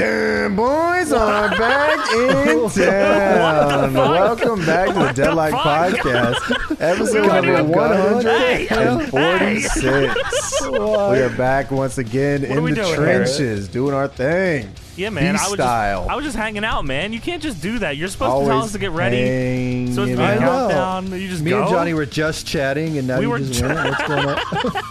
Damn, boys are back in town. Welcome back to the Deadlight Podcast, episode What number have you done? Hey, 146. We are back once again in are we the doing here? trenches, doing our thing. Yeah, man. I was, just, B-style. I was just hanging out, man. You can't just do that. You're supposed to tell Always us to get ready. hanging So it's been out. a know. countdown. You just Me go. and Johnny were just chatting, and now We you were just went, What's going on?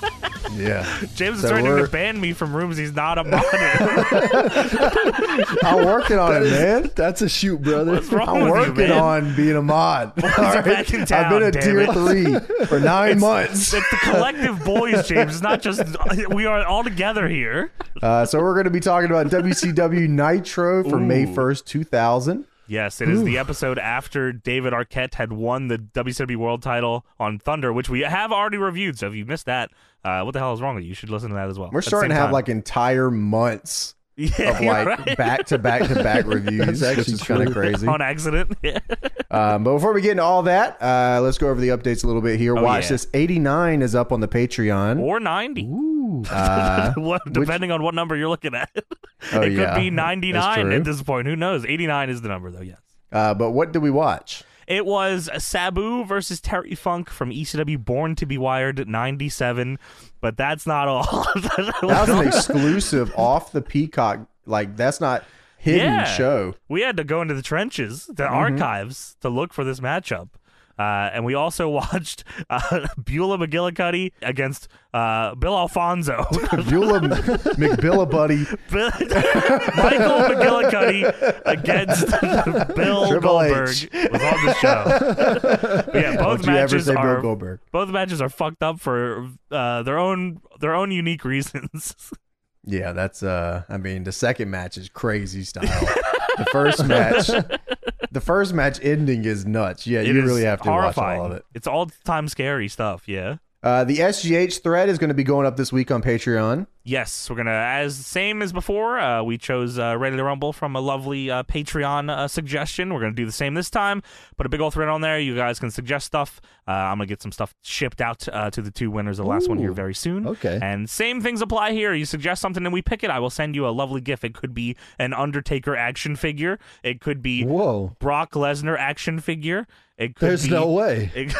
Yeah, James So is threatening we're- to ban me from rooms he's not a mod in. I'm working on it, man. That's a shoot, brother. What's wrong I'm with you, working man? on being a mod. All are back in I've been town, a damn tier it. three for nine months. It's the collective boys, James. It's not just we are all together here. Uh, so we're going to be talking about WCW Nitro for May Ooh. 1st, 2000. Yes, it is the episode after David Arquette had won the WCW World Title on Thunder, which we have already reviewed. So if you missed that, uh, what the hell is wrong with you? You should listen to that as well. We're at the starting to same have time. like entire months yeah, of you're like right. back to back to back reviews, That's actually which is kind of true. crazy. on accident. Yeah. Um, but before we get into all that, uh, let's go over the updates a little bit here. Oh, Watch yeah. this. 89 is up on the Patreon. or 90. Ooh. Uh, What- depending on what number you're looking at. Oh, it yeah. could be That's 99 true. at this point. Who knows? 89 is the number, though, yes. uh, but what did we watch? It was Sabu versus Terry Funk from ECW Born to Be Wired 97, but that's not all. That That was was- an exclusive off the Peacock. Like, that's not hidden Yeah. show. we had to go into the trenches, the Mm-hmm. archives, to look for this matchup. Uh, and we also watched uh, Beulah McGillicuddy against uh, Bill Alfonso. Beulah McBillabuddy Bill- Michael McGillicuddy against Bill Triple H. Goldberg was on the show. But yeah, both Don't you ever matches say Bill are Goldberg. both matches are fucked up for uh, their own their own unique reasons. Yeah, that's uh I mean the second match is crazy style. the first match the first match ending is nuts. Yeah, It you is really have to horrifying. watch all of it. It's all time scary stuff. Yeah. Uh the SGH thread is gonna be going up this week on Patreon. Yes, we're gonna as same as before. Uh, we chose uh, Ready to Rumble from a lovely uh, Patreon uh, suggestion. We're gonna do the same this time. Put a big old thread on there. You guys can suggest stuff. Uh, I'm gonna get some stuff shipped out uh, to the two winners of the last one here Ooh, very soon. okay. And same things apply here. You suggest something and we pick it. I will send you a lovely gift. It could be an Undertaker action figure. It could be Whoa. Brock Lesnar action figure. It could There's be no way. it,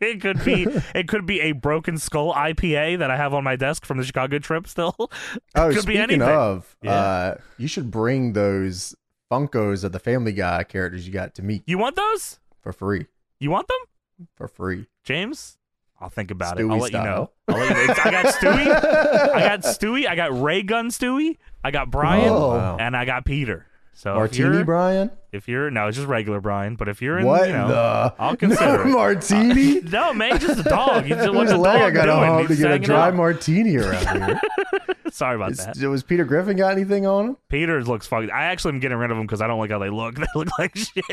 it could be it could be a broken skull IPA that I have on my desk from the Chicago trip still. Oh could be speaking anything. of, Yeah. uh you should bring those Funkos of the Family Guy characters you got to meet You want those? for free. You want them? For free. James? I'll think about it. Stewie I'll let style. you know. I'll let you know. I got Stewie. I got Stewie. I got Ray Gun Stewie. I got Brian Whoa. Oh, wow. and I got Peter. So Oh, if Martini you're, Brian? if you're no, it's just regular Brian, but if you're in What you know, the I'll consider it. Martini? No, man, just a dog. You just, what's Whose a leg I dog gotta doing? haul to He's get a hanging dry out. martini around here? Sorry about Is- that. was Peter Griffin got anything on him? Peter looks fucked. I actually am getting rid of them because I don't like how they look. They look like shit.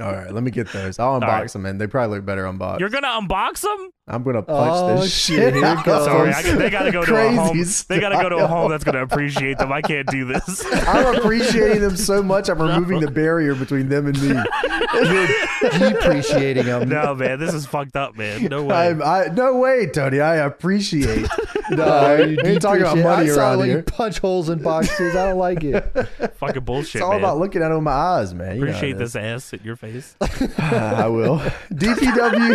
All right, let me get those. I'll unbox right. them, and they probably look better unboxed. You're gonna unbox them? I'm gonna punch Oh, this shit, shit. here it out. goes. Sorry, I, they gotta go to a Crazy home. They gotta go to a style. home that's gonna appreciate them. I can't do this. I'm appreciating them so much. I'm removing the barrier between them and me. Depreciating him. No, man, this is fucked up, man. No way. I'm, I, no way, Tony. I appreciate. No, you Ain't talking about depreciate- money I saw around when you here. punch holes in boxes. I don't like it. Fucking bullshit, It's all man. about looking at them with my eyes, man. You know appreciate how it is. this ass at your face. I will. DPW,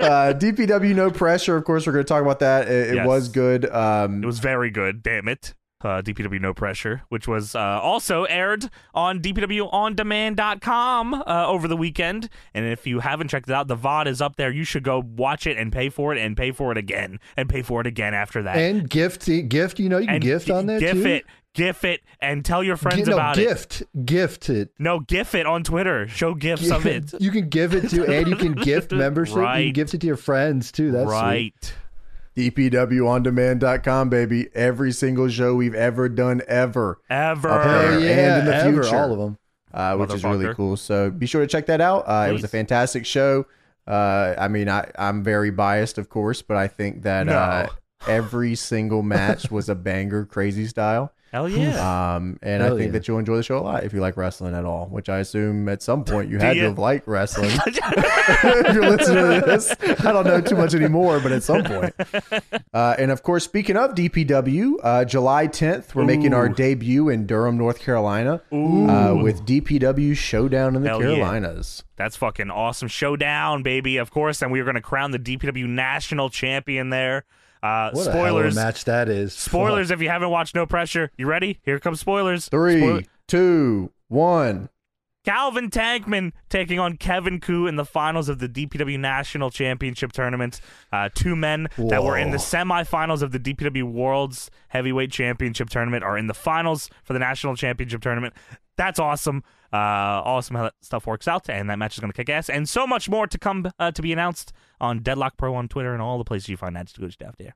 uh, DPW, no pressure. Of course, we're going to talk about that. It, it Yes. was good. Um, It was very good. Damn it. Uh, DPW No Pressure, which was uh, also aired on DPWOnDemand.com uh, over the weekend. And if you haven't checked it out, the VOD is up there. You should go watch it and pay for it and pay for it again and pay for it again after that. And gift, gift. You know, you can And gift g- on there GIF too. it. GIF it and tell your Gi- friends no, about it. gift, gift it. No, GIF it on Twitter. Show GIFs of it. You can give it to, and you can gift membership. You can Right. gift it to your friends too. That's sweet. right. E DPWOnDemand.com, baby. Every single show we've ever done, ever. Ever. Hell Hell And yeah, in the ever, future. all of them. uh, which is really Motherfucker. cool. So be sure to check that out. Uh, it was a Please. fantastic show. Uh, I mean, I, I'm very biased, of course, but I think that No. uh, every single match was a banger, crazy style. Hell yeah. Um, and I Hell think yeah. that you'll enjoy the show a lot if you like wrestling at all, which I assume at some point you had you? to have liked wrestling. Uh, if you're listening to this, I don't know too much anymore, but at some point. Uh, and of course, speaking of DPW, uh, July 10th, we're making our Ooh. debut in Durham, North Carolina Ooh. uh, with DPW Showdown in the Hell yeah. Carolinas. That's fucking awesome. Showdown, baby, of course. And we are going to crown the DPW national champion there. Uh, What spoilers. a hell of a match that is. Spoilers if you haven't watched No Pressure. You ready? Here comes spoilers. Spoil- Three, two, one. Calvin Tankman taking on Kevin Koo in the finals of the DPW National Championship Tournament. Uh, two men that were in the semifinals of the DPW World's Heavyweight Championship Tournament are in the finals for the National Championship Tournament. That's awesome. Uh, awesome how that stuff works out, and that match is going to kick ass. And so much more to come uh, to be announced on Deadlock Pro on Twitter and all the places you find that good stuff there.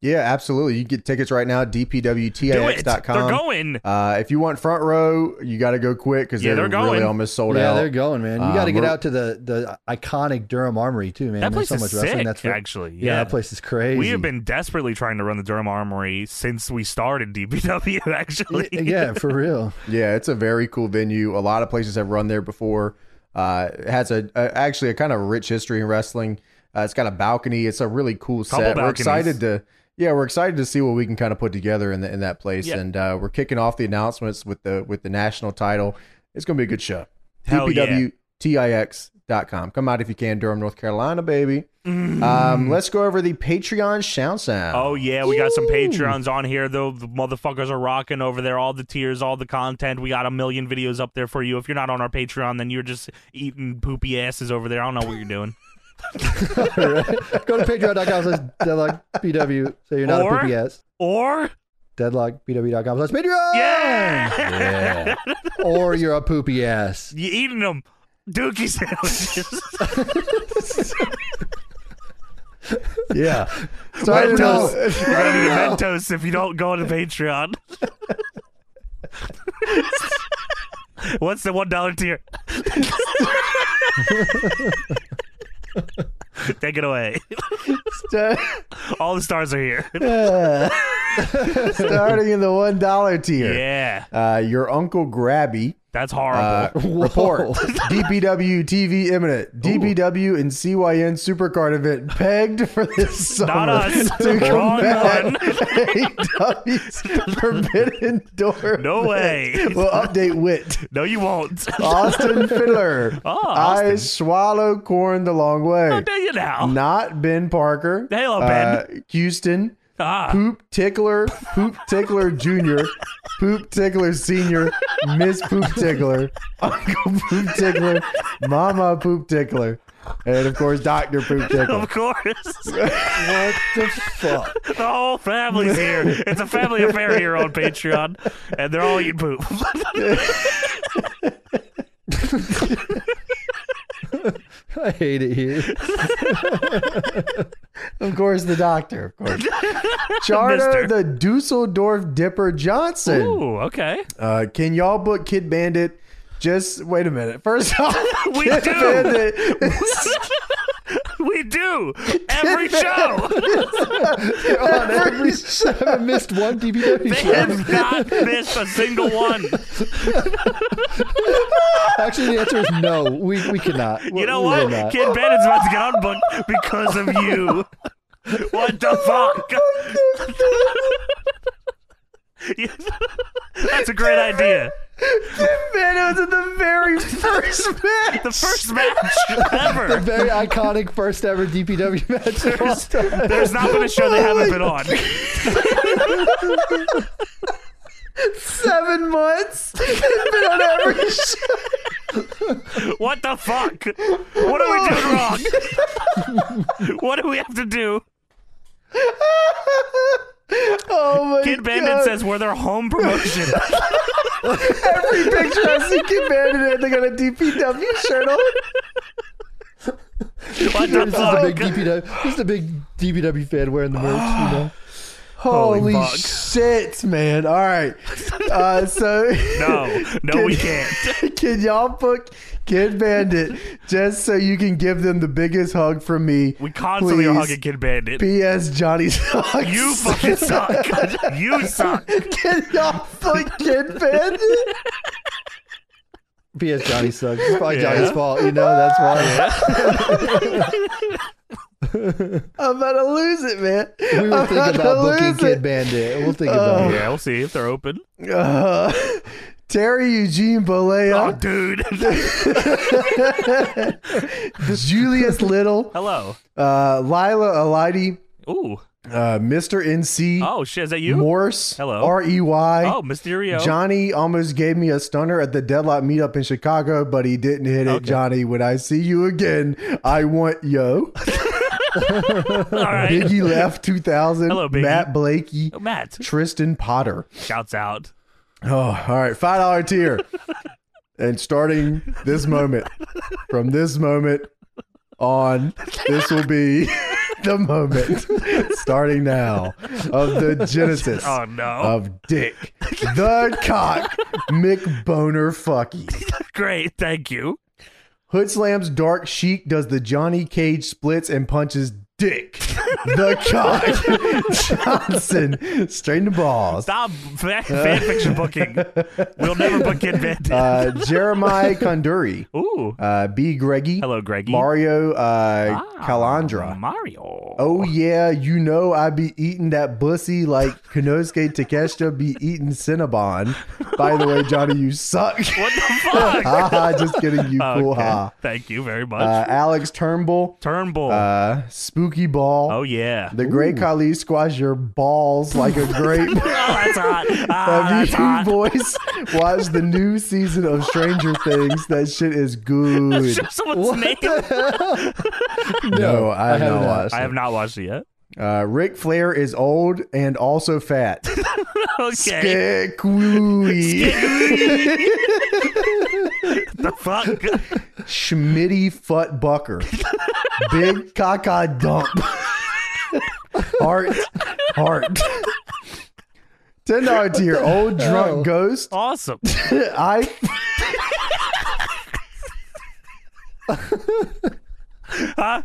Yeah, absolutely. You can get tickets right now at Do it. They're dpwtix.com. going. Uh, if you want front row, you got to go quick because Yeah, they're, they're really going. almost sold yeah, out. they're going, man. You Um, got to get we're- out to the the iconic Durham Armory too, man. That There's place so is much sick, wrestling. That's for, actually. yeah, that place is crazy. We have been desperately trying to run the Durham Armory since we started DPW, actually. yeah, for real. Yeah, it's a very cool venue. A lot of places have run there before. Uh, it has a, a actually a kind of rich history in wrestling. Uh, it's got a balcony. It's a really cool Couple set. We're balconies. excited to yeah, we're excited to see what we can kind of put together in the, in that place. Yeah. And uh, we're kicking off the announcements with the with the national title. It's gonna be a good show. Hell yeah. DPWTIX.com. Come out if you can, Durham, North Carolina, baby. Um, let's go over the Patreon shout sound. Mm. Oh yeah, we got some Patreons on here. though. the motherfuckers are rocking over there. All the tiers, all the content. We got a million videos up there for you. If you're not on our Patreon, then you're just eating poopy asses over there. I don't know what you're doing. All right. Go to patreon.com slash deadlock BW. So you're not Or- a poopy ass. Or Deadlock BW.com slash Patreon. yeah, Yeah. or you're a poopy ass. you eating them dookie sandwiches. yeah. So I don't know. Mentos. You're gonna need a Mentos if you don't go to Patreon. What's the one dollar tier? Take it away. All the stars are here. starting in the one dollar tier. Yeah, Uh, your uncle Grabby that's horrible. uh, report DPW TV imminent DPW and CYN Supercard event pegged for this summer Not us. to Wrong one. combat AEW's Forbidden Door. No way. We'll update wit. No, you won't. Austin Fiddler. Oh, I Austin. swallow corn the long How way. dare you now? Not Ben Parker. Hello, Uh, Houston. ah, Poop Tickler, Poop Tickler Jr., Poop Tickler Sr., Miss Poop Tickler, Uncle Poop Tickler, Mama Poop Tickler, and of course Doctor Poop Tickler. of course. What the fuck? The whole family's here. It's a family affair here on Patreon, and they're all eating poop. I hate it here. Of course, the Doctor. Of course, Charter Mister. the Dusseldorf Dipper Johnson. Ooh, okay. Uh, can y'all book Kid Bandit? Just wait a minute. First off, We Kid do. Bandit. We do every show. on every I missed one DPW They show. have not missed a single one. Actually, the answer is no. We we cannot. You know we what? Will not. Kid Bandit's about to get unbooked because of you. What the fuck? That's a great idea. Bandit was in the very first match. The first match ever. Very iconic first ever DPW match. of all time. There's not been a show they Oh haven't been on. Seven months. It's been on every show. What the fuck? What are we doing wrong? what do we have to do? Oh my Kid god. Bandit says we're their home promotion. every picture I see Kid Bandit and they got a DPW shirt on. What the This is a fuck? Oh, big DPW. This is a big DPW fan wearing the merch. You know. Holy, fuck. shit, man. All right. Uh, so No, no, we can't. Can y'all book Kid Bandit just so you can give them the biggest hug from me? We constantly are Please. hugging Kid Bandit. P.S. Johnny sucks. you fucking suck. you suck. Can y'all book Kid Bandit? P.S. Johnny sucks. It's probably Yeah. Johnny's fault. You know, that's why. I'm about to lose it, man. We were I'm thinking about booking lose Kid it. Bandit. We'll think about it. Yeah, we'll see if they're open. Uh, Terry Eugene Oh, Bolea, dude. Julius Little, Hello. uh, Lila Alidi, Ooh. uh, Mr. NC, Oh shit. Is that you? Morse, Hello. R E Y. oh, Mysterio. Johnny almost gave me a stunner at the deadlock meetup in Chicago, but he didn't hit it. Okay. Johnny, when I see you again, I want yo. All right. Biggie left 2000. Hello, Biggie. Matt Blakey, Oh, Matt. Tristan Potter. Shouts out. Oh, all right, five dollar tier. and starting this moment, from this moment on, this will be the moment, starting now, of the genesis Oh no. of Dick the Cock Mick Boner Fucky. Great. Thank you. Hoodslam's Dark Sheik does the Johnny Cage splits and punches Dick the Cock Johnson straight in the balls. Stop fan, fan fiction booking. We'll never book Kid Bandit. Uh, Jeremiah Konduri. Ooh. uh, B. Greggy, Hello, Greggy. Mario uh, Ah, Calandra. Mario. Oh yeah, you know I be eating that bussy like Konosuke Takeshita be eating Cinnabon. By the way, Johnny, you suck. What the fuck? ha ha, just kidding, you cool Okay. ha. Thank you very much. Ah, Uh, Alex Turnbull, Turnbull. uh, Spooky Ball, oh yeah. the Great Khali squash your balls like a grape. oh, that's hot. Ah, Have that's you hot. boys watched the new season of Stranger Things? That shit is good. Sure, Someone's name. No, I, have not haven't. watched. I it. have not watched it yet. Uh, Ric Flair is old and also fat. Okay. Skekui. The fuck? Schmitty Fut Bucker. Big Caca Dump. heart. Heart. $10 tier. Old hell? Drunk Ghost. Awesome. I. Huh?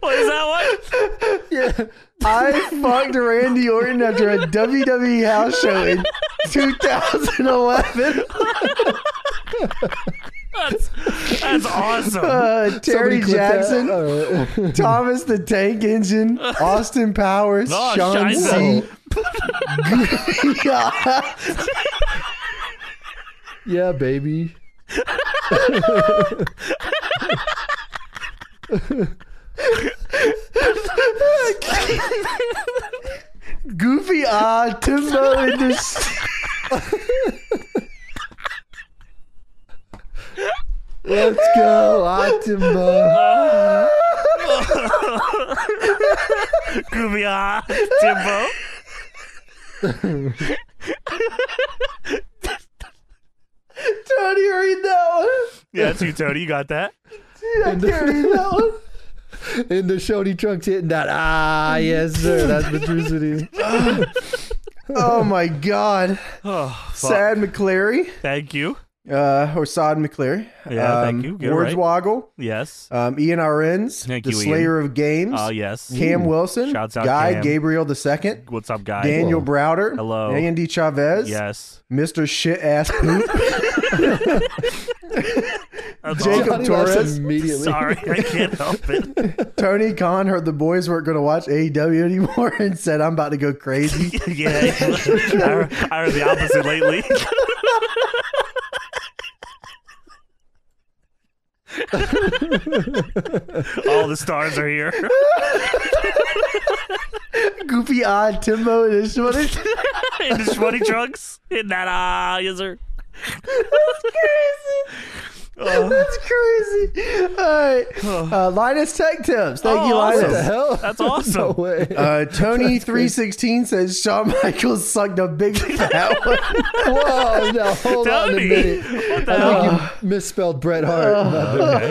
what is that one? I fucked Randy Orton after a WWE house show in 2011. That's, that's awesome. Uh, Terry Somebody clip that. Uh, Jackson. All right. Thomas the Tank Engine, Austin Powers, Oh, Sean Shiza. C. Yeah. yeah, baby. Goofy Ah, Timbo and the s- Let's go, Optima. Gubia, Timbo. Tony, read that Yeah, that's you, Tony. You got that? one. I can't read that one. In the Shoney Trunks hitting that. Ah, yes, sir. That's Petrucity. Oh my God. Oh, fuck. Sad McCleary, Thank you. uh, or Sad McCleary. Yeah, thank you. Get it right. Wordswoggle, Yes. um, Ian Arends, Thank the you, Ian. Slayer of Games, Oh, yes. Cam Wilson, Shouts out Guy Cam. Gabriel II, What's up, guy? Daniel Hello. Browder, Hello. Andy Chavez, Yes. Mr. Shit Ass Poop. That's Jacob awesome. Johnny left Torres. Immediately. Sorry, I can't help it. Tony Khan heard the boys weren't going to watch AEW anymore and said, I'm about to go crazy. yeah, I heard, I heard the opposite lately. All the stars are here. Goofy Odd Timbo and his shorty. In the sweaty trunks. In that ah, yes sir. Oh. That's crazy. crazy. All right. Uh, Linus Tech Tips. Thank Oh, you, awesome. Linus. What the hell? That's No awesome. way. Uh, Tony three sixteen says Shawn Michaels sucked a big fat one. Whoa, now hold on a Tony, minute. what the hell? I think you misspelled Bret Hart.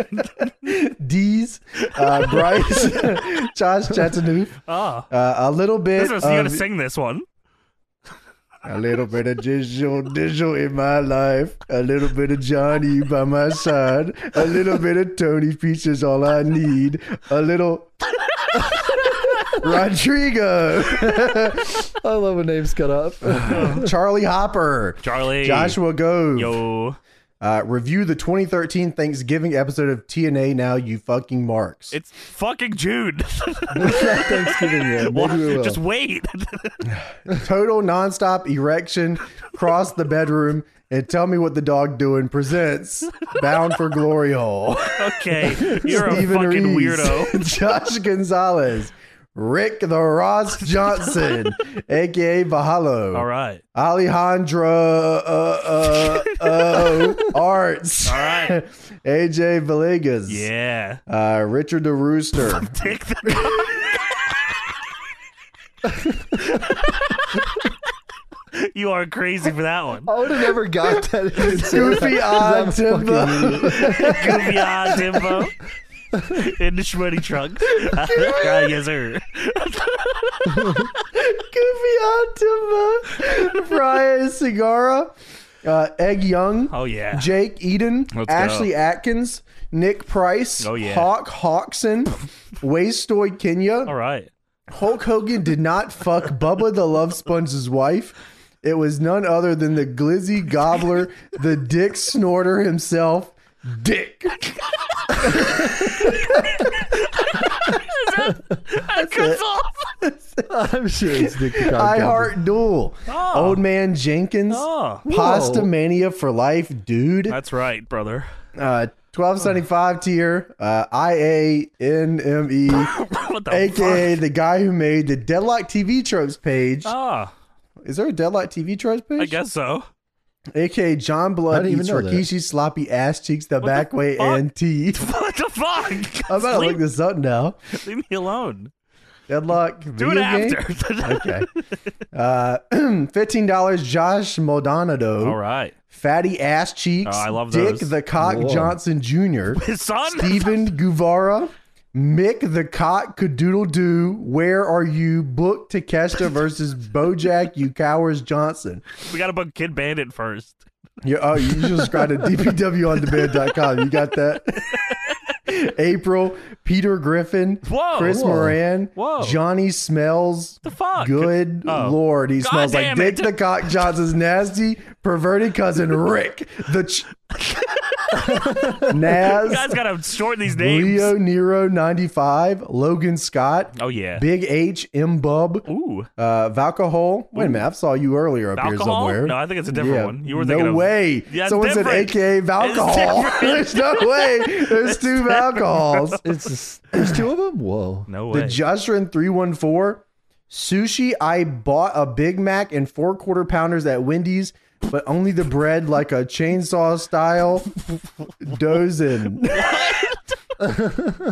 Okay. D's. Uh, Bryce, Josh Chattanooga. Oh, Uh, a little bit. this is, you gotta of- sing this one. A little bit of digital, digital in my life. A little bit of Johnny by my side. A little bit of Tony Peach is all I need. A little Rodrigo, I love when names cut off. Charlie Hopper, Charlie. Joshua Go. Yo. Uh, review the 2013 Thanksgiving episode of TNA. Now you fucking marks. It's fucking June. Thanksgiving, yeah. Maybe we will. Just wait. Total nonstop erection. Cross the bedroom and tell me what the dog doing. Presents Bound for Glory Hole. okay. You're a Steven fucking Reeves, weirdo. Josh Gonzalez, Rick the Ross Johnson, aka Bahalo, All right. Alejandra uh, uh, uh, Arts, All right. AJ Villegas, Yeah. uh, Richard the Rooster, Take the. you are crazy for that one. I would have never got that. if it said Goofy that, 'cause I'm Odd a fucking idiot. Timbo, Goofy on Timbo. In the shreddy trunk. Ah, yes, sir. Goofy Odd Timbo, Brian Cigara, uh, Egg Young, Oh, yeah. Jake Eden, Let's Ashley go. Atkins, Nick Price, Oh, yeah. Hawk Hawkson, Wastoid Kenya. All right. Hulk Hogan did not fuck Bubba the Love Sponge's wife. It was none other than the glizzy gobbler, the dick snorter himself, Dick. Cuts off. I'm sure it's Nick the I Cock Goblin. Heart Duel, Oh. Old Man Jenkins, Oh. Pasta Whoa. Mania for Life, dude. That's right, brother. Uh, 1275 tier, uh, I A N M E. What the fuck? aka the guy who made the Deadlock TV tropes page. Ah, Is there a Deadlock TV tropes page? I guess so. Aka John I Blood didn't even eats know that. Rikishi's sloppy ass cheeks, the back the way, fuck? and teeth. What the fuck? I'm about to Sleep- look this up now. Leave me alone. Deadlock. Do it video game? after. Okay. Uh, Fifteen dollars. Josh Maldonado. All right. Fatty ass cheeks. Oh, I love Dick those. the cock Whoa. Johnson Jr. His son? Steven Guevara, Mick the Cock Cadoodle Doo, Where Are You? Book Takeshita versus Bojack, you cowards Johnson. We gotta book Kid Bandit first. You, oh, you should subscribe to dpwondemand.com. You got that? April, Peter Griffin, Whoa. Chris Oh, Whoa. Moran, Whoa. Johnny smells The fuck? good. Oh. Lord, he God smells like damn Dick it. the Cock Johnson's nasty, perverted cousin Rick. The ch- Naz. You guys gotta shorten these names. Leo Nero 95, Logan Scott, Oh yeah. Big H, M Bub, Ooh. uh, Valcohol. Wait a minute, I saw you earlier up here Alcohol? somewhere. No, I think it's a different Yeah, one. You were no thinking of way. Yeah, it's Someone said different. AKA Valcohol. different. There's no way. There's two Valcohols. It's just, there's two of them. Whoa. No The way. Justrin 314, sushi. I bought a Big Mac and four quarter pounders at Wendy's, but only the bread like a chainsaw style. Dozen.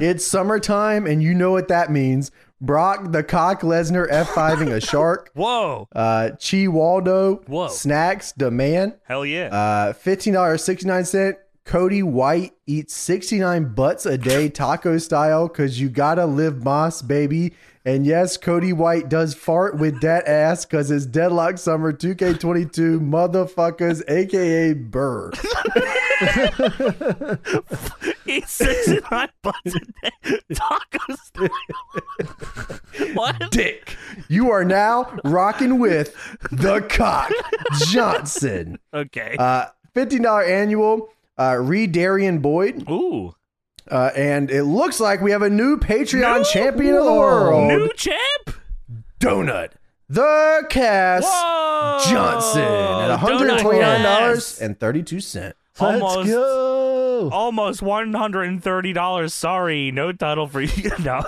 it's summertime, and you know what that means. Brock the cock Lesnar F5ing a shark. Whoa. Uh, Chi Waldo. Whoa. Snacks demand. Hell yeah. Uh, $15.69. Cody White eats 69 butts a day taco style because you gotta live moss, baby. And yes, Cody White does fart with that ass because it's deadlock summer 2K22 motherfuckers, aka Burr. He's six and nine bucks a day. Taco style. what? Dick, you are now rocking with the cock Johnson. Okay. Uh, $15 annual. Uh, Reed Darian Boyd, Ooh. uh, and it looks like we have a new Patreon New- champion of the world. New champ? Donut. The Cass Whoa. Johnson at Donut $129.32. Cass. and thirty-two cent. Let's Almost. Oh, go. Almost one hundred and thirty dollars. Sorry, no title for you. No,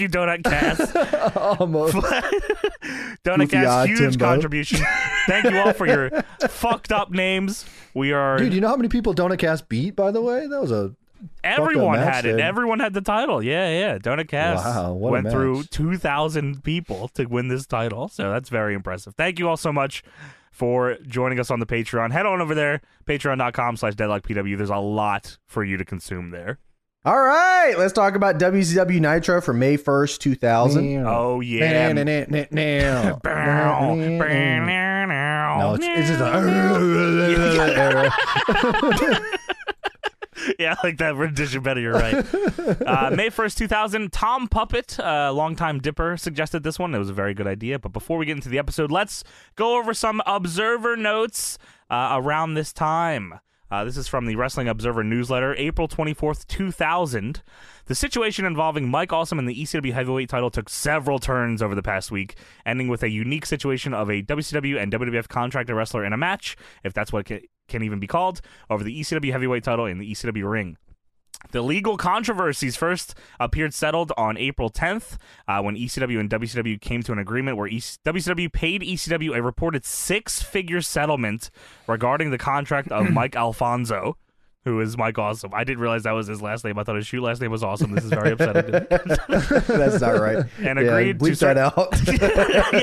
you, Donut Cast. Almost. Donut Goofy eye, Cast, huge Timbo. contribution. Thank you all for your fucked up names. We are Dude, you know how many people Donut Cast beat, by the way? That was a everyone fucked up had it. match, dude. Everyone had the title. Yeah, yeah. Donut Cass Wow, what a went match. through two thousand people to win this title, so that's very impressive. Thank you all so much for joining us on the Patreon. Head on over there, patreon.com slash deadlockpw. There's a lot for you to consume there. All right, let's talk about WCW Nitro for May 1st, 2000. Oh yeah. No, it's, it's just a Yeah, I like that rendition better. You're right. Uh, May 1st, 2000, Tom Puppet, uh, longtime dipper, suggested this one. It was a very good idea. But before we get into the episode, let's go over some observer notes uh, around this time. Uh, this is from the Wrestling Observer newsletter, April 24th, 2000. The situation involving Mike Awesome and the ECW heavyweight title took several turns over the past week, ending with a unique situation of a WCW and WWF contracted wrestler in a match, if that's what it ca- can even be called, over the ECW heavyweight title in the ECW ring. The legal controversies first appeared settled on April 10th uh, when ECW and WCW came to an agreement where E EC- WCW paid ECW a reported six figure settlement regarding the contract of Mike Alfonso, who is Mike Awesome. I didn't realize that was his last name. I thought his shoot last name was Awesome. This is very upsetting. That's not right. And yeah, agreed to bleep start- that out.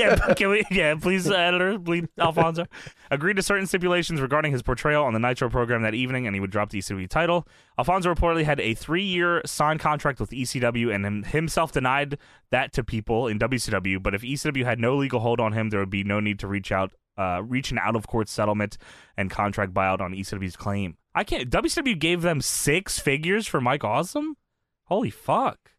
yeah, can we, yeah, please, uh, editor, please, Alfonso. Agreed to certain stipulations regarding his portrayal on the Nitro program that evening, and he would drop the ECW title. Alfonso reportedly had a three-year signed contract with ECW, and him, himself denied that to people in WCW. But if ECW had no legal hold on him, there would be no need to reach out, uh, reach an out-of-court settlement and contract buyout on ECW's claim. I can't. WCW gave them six figures for Mike Awesome. Holy fuck.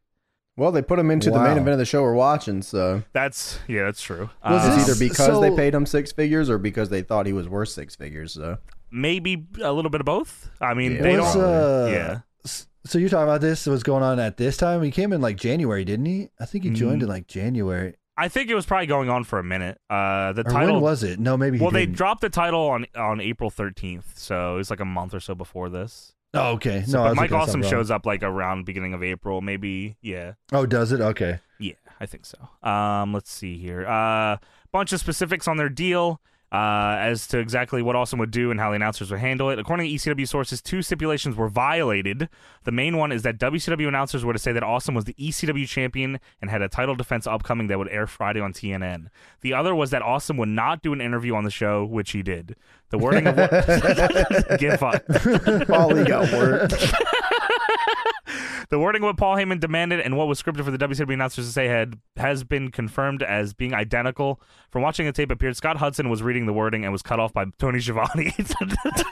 well, they put him into the main Wow. event of the show we're watching, so That's yeah, that's true. Uh, Was it's this- either because so- they paid him six figures or because they thought he was worth six figures. So maybe a little bit of both. I mean, Yeah. they What's, don't. uh, yeah, So you're talking about this was going on at this time? He came in like January, didn't he? I think he joined Mm. in like January. I think it was probably going on for a minute. Uh, the Or title. when was it? No, maybe. He well, they didn't. dropped the title on on April thirteenth, so it's like a month or so before this. Oh, okay. So, no, I but was Mike looking at Awesome something shows up like around beginning of April, maybe. Yeah. wrong. Oh, does it? Okay. Yeah, I think so. Um, let's see here. Uh, bunch of specifics on their deal. Uh, as to exactly what Awesome would do and how the announcers would handle it. According to ECW sources, two stipulations were violated. The main one is that WCW announcers were to say that Awesome was the ECW champion and had a title defense upcoming that would air Friday on TNN. The other was that Awesome would not do an interview on the show, which he did. The wording of what. Get fucked. Paulie got worked. The wording of what Paul Heyman demanded and what was scripted for the WCW announcers to say had has been confirmed as being identical. From watching the tape appeared, Scott Hudson was reading the wording and was cut off by Tony Giovanni.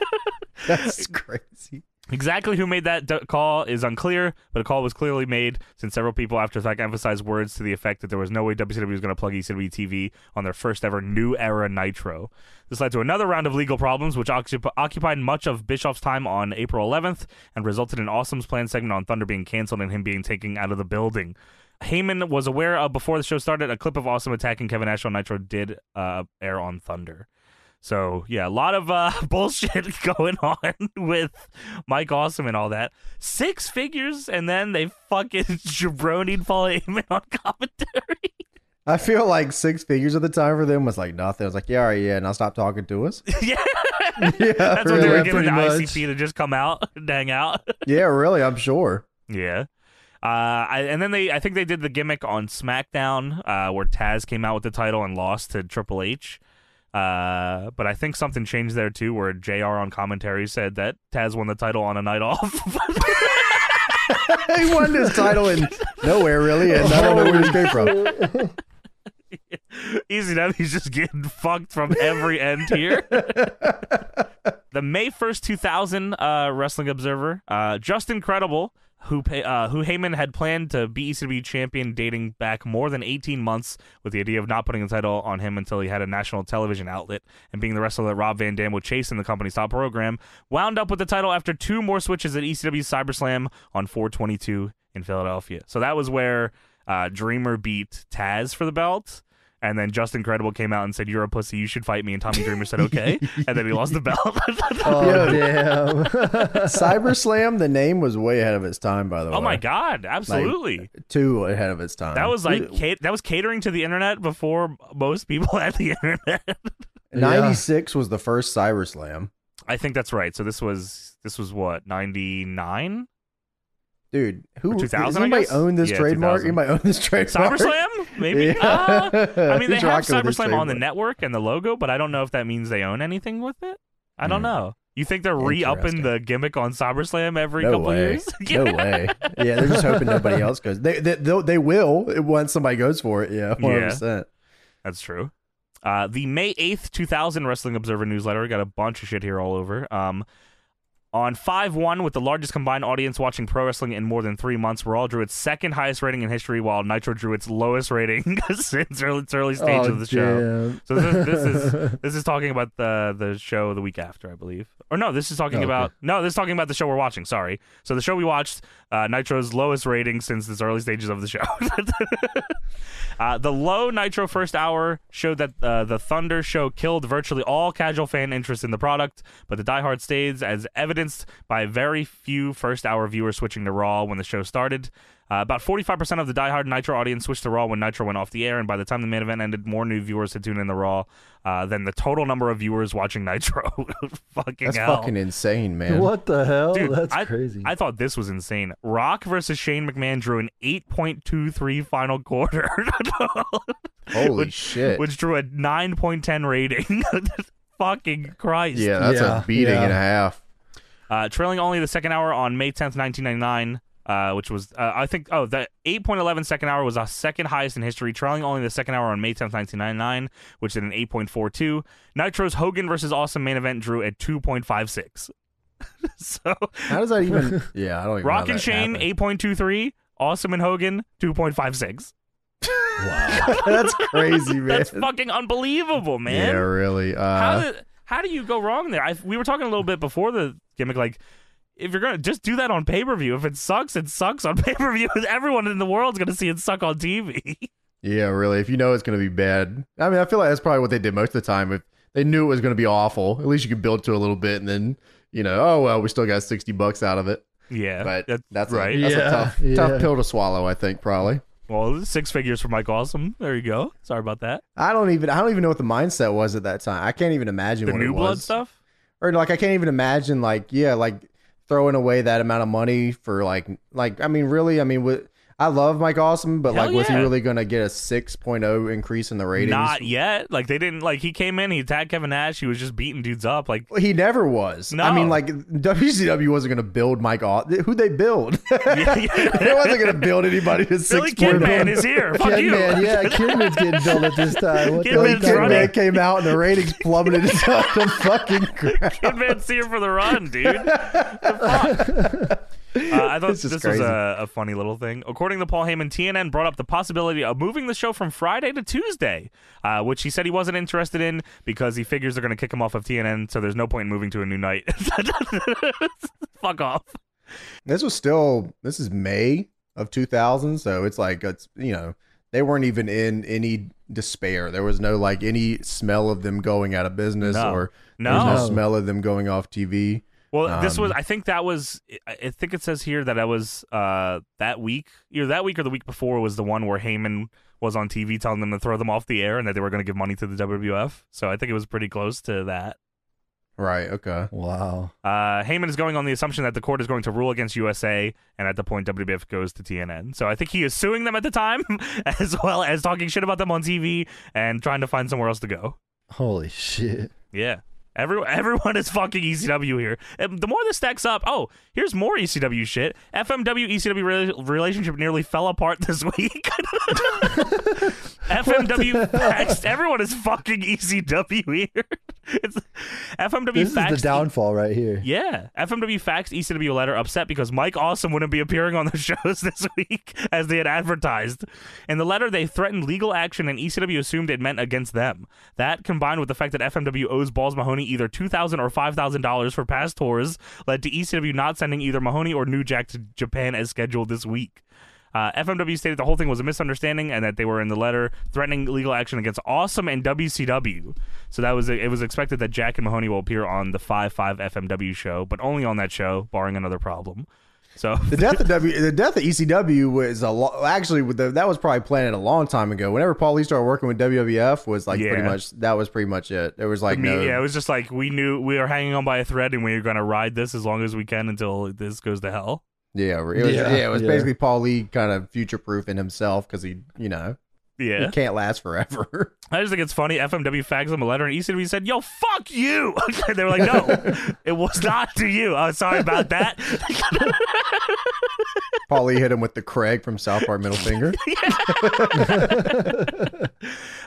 That's crazy. exactly who made that d- call is unclear, but a call was clearly made since several people after the fact emphasized words to the effect that there was no way WCW was going to plug E ECW TV on their first ever new era Nitro. This led to another round of legal problems, which occup- occupied much of Bischoff's time on April 11th and resulted in Awesome's planned segment on Thunder being canceled and him being taken out of the building. Heyman was aware of before the show started a clip of Awesome attacking Kevin Nash on Nitro did uh, air on Thunder. So yeah, a lot of uh, bullshit going on with Mike Awesome and all that. Six figures, and then they fucking jabronied Paul Heyman on commentary. I feel like six figures at the time for them was like nothing. I was like, yeah, all right, yeah, now stop talking to us. yeah, yeah, that's what they were really. giving pretty the much. ICP to just come out and hang out. yeah, really, I'm sure. Yeah. Uh, I, and then they, I think they did the gimmick on SmackDown uh, where Taz came out with the title and lost to Triple H. Uh, but I think something changed there too, where JR on commentary said that Taz won the title on a night off. he won this title in nowhere, really, and I don't know where this came from. Easy enough. He's just getting fucked from every end here. the May first, two thousand, uh, Wrestling Observer, uh, just incredible. Who pay, uh, who Heyman had planned to be ECW champion dating back more than 18 months with the idea of not putting the title on him until he had a national television outlet and being the wrestler that Rob Van Dam would chase in the company's top program, wound up with the title after two more switches at E ECW SummerSlam on 422 in Philadelphia. So that was where uh, Dreamer beat Taz for the belt. And then Justin Credible came out and said, "You're a pussy. You should fight me." And Tommy Dreamer said, "Okay." and then he lost the belt. Oh Yeah. damn. Cyber Slam, the name was way ahead of its time, by the way. oh my god! Absolutely. Too ahead of its time. that was like ca- that was catering to the internet before most people had the internet. 96 was the first Cyber Slam. I think that's right. So this was this was what ninety nine Dude, who Or 2000, does I anybody guess? own this Yeah, trademark? 2000. Anybody own this trademark? SummerSlam maybe. Uh, I mean, they Who's have rocking with this SummerSlam on the trademark? network and the logo, but I don't know if that means they own anything with it. I don't Hmm. know. You think they're re-upping Interesting. the gimmick on SummerSlam every No couple way. years? No way. Yeah, they're just hoping nobody else goes. They they they'll- they will once somebody goes for it. Yeah, one hundred percent. That's true. Uh, the May 8th, 2000 Wrestling Observer newsletter. Got a bunch of shit here all over. Um, on 5 1, with the largest combined audience watching pro wrestling in more than three months, Raw drew its second highest rating in history, while Nitro drew its lowest rating since early, its Oh, early stage of the show. So this, this is this is talking about the the show the week after, I believe. Or no, this is talking Oh, okay. about no, this is talking about the show we're watching. Sorry. So the show we watched, uh, Nitro's lowest rating since its early stages of the show. uh, the low Nitro first hour showed that uh, the Thunder show killed virtually all casual fan interest in the product, but the diehard stays, as evidenced by very few first hour viewers switching to Raw when the show started. Uh, about 45% of the diehard Nitro audience switched to Raw when Nitro went off the air, and by the time the main event ended, more new viewers had tuned in the Raw uh, than the total number of viewers watching Nitro. fucking That's hell. fucking insane, man. What the hell? Dude, That's I- crazy. I thought this was insane. Rock versus Shane McMahon drew an 8.23 final quarter, Holy Which- shit! which drew a 9.10 rating. Fucking Christ. yeah, that's Yeah, a beating yeah. and a half. Uh, trailing only the second hour on May 10th, 1999. Uh, which was, uh, I think, oh, the 8.11 second hour was our second highest in history, trailing only the second hour on May 10th, 1999, which did an 8.42. Nitro's Hogan versus Awesome main event drew at 2.56. so, How does that even? Yeah, I don't. Even know Rock how and that Shane, happened. 8.23. Awesome and Hogan, 2.56. that's crazy, man. That's fucking unbelievable, man. Yeah, really. Uh, how, did, how do you go wrong there? I, we were talking a little bit before the gimmick, like, if you're going to just do that on pay per view, if it sucks, it sucks on pay per view. Everyone in the world's going to see it suck on TV. yeah, really. If you know it's going to be bad, I mean, I feel like that's probably what they did most of the time. If they knew it was going to be awful, at least you could build to a little bit, and then you know, oh well, we still got sixty bucks out of it. yeah. But that- that's right. A, that's Yeah, a tough, yeah. tough pill to swallow. I think probably. well, six figures for Mike Awesome. There you go. Sorry about that. I don't even I don't even know what the mindset was at that time. I can't even imagine The what new it blood was. stuff? Or like I can't even imagine like yeah, like throwing away that amount of money for like like I mean really, I mean with I love Mike Awesome, but Hell like was he yeah. really going to get a 6.0 increase in the ratings? Not yet. Like, they didn't, like, he came in, he attacked Kevin Nash, he was just beating dudes up. Like, he never was. No. I mean, like WCW wasn't going to build Mike. Aw- Who they build? Yeah, yeah. they wasn't going to build anybody to Billy six point oh. Kidman one. is here. Fuck you. Kidman, yeah, Kidman's getting built at this time. What the Kidman's hell you talking running. Kidman came out and the ratings plummeted to the fucking ground. Kidman's here for the run, dude. The fuck? Uh, I thought This this is was crazy. a, a funny little thing. According to Paul Heyman, TNN brought up the possibility of moving the show from Friday to Tuesday, uh, which he said he wasn't interested in because he figures they're going to kick him off of TNN, so there's no point in moving to a new night. Fuck off. This was still this is May of 2000, so it's like it's you know they weren't even in any despair. There was no like any smell of them going out of business No. or there was No. no smell of them going off TV. Well, this was. Um, I think that was. I I think it says here that I was uh, that week. Either that week or the week before was the one where Heyman was on TV telling them to throw them off the air and that they were going to give money to the WWF. So I think it was pretty close to that. Right. Okay. Wow. Uh, Heyman is going on the assumption that the court is going to rule against USA, and at the point WWF goes to TNN. So I think he is suing them at the time, as well as talking shit about them on TV and trying to find somewhere else to go. Holy shit. Yeah. Every, everyone is fucking ECW here. And the more this stacks up, oh, here's more ECW shit. FMW ECW re- relationship nearly fell apart this week. FMW faxed. Everyone is fucking ECW here. It's, FMW This is faxed. the downfall right here. yeah. FMW faxed ECW a letter upset because Mike Awesome wouldn't be appearing on the shows this week as they had advertised. In the letter, they threatened legal action and ECW assumed it meant against them. That, combined with the fact that FMW owes Balls Mahoney either $2,000 or $5,000 for past tours, led to ECW not sending either Mahoney or New Jack to Japan as scheduled this week. Uh, FMW stated the whole thing was a misunderstanding and that they were in the letter threatening legal action against Awesome and WCW. So that was it was expected that Jack and Mahoney will appear on the 5-5 FMW show, but only on that show, barring another problem. So The death of W, the death of ECW was a lot. Actually, with the, that was probably planned a long time ago. Whenever Paul Lee started working with WWF, was like pretty Yeah. much that was pretty much it. There was like I mean, no, yeah, it was just like we knew we were hanging on by a thread, and we were going to ride this as long as we can until this goes to hell. yeah, it was, yeah, Yeah, it was yeah. basically Paul Lee kind of future proofing himself because he, you know, he Yeah, can't last forever. I just think it's funny. FMW fags him a letter, and ECW said, "Yo, fuck you." and they were like, "No, it was not to you. Oh, sorry about that." Paul Lee hit him with the Craig from South Park middle finger.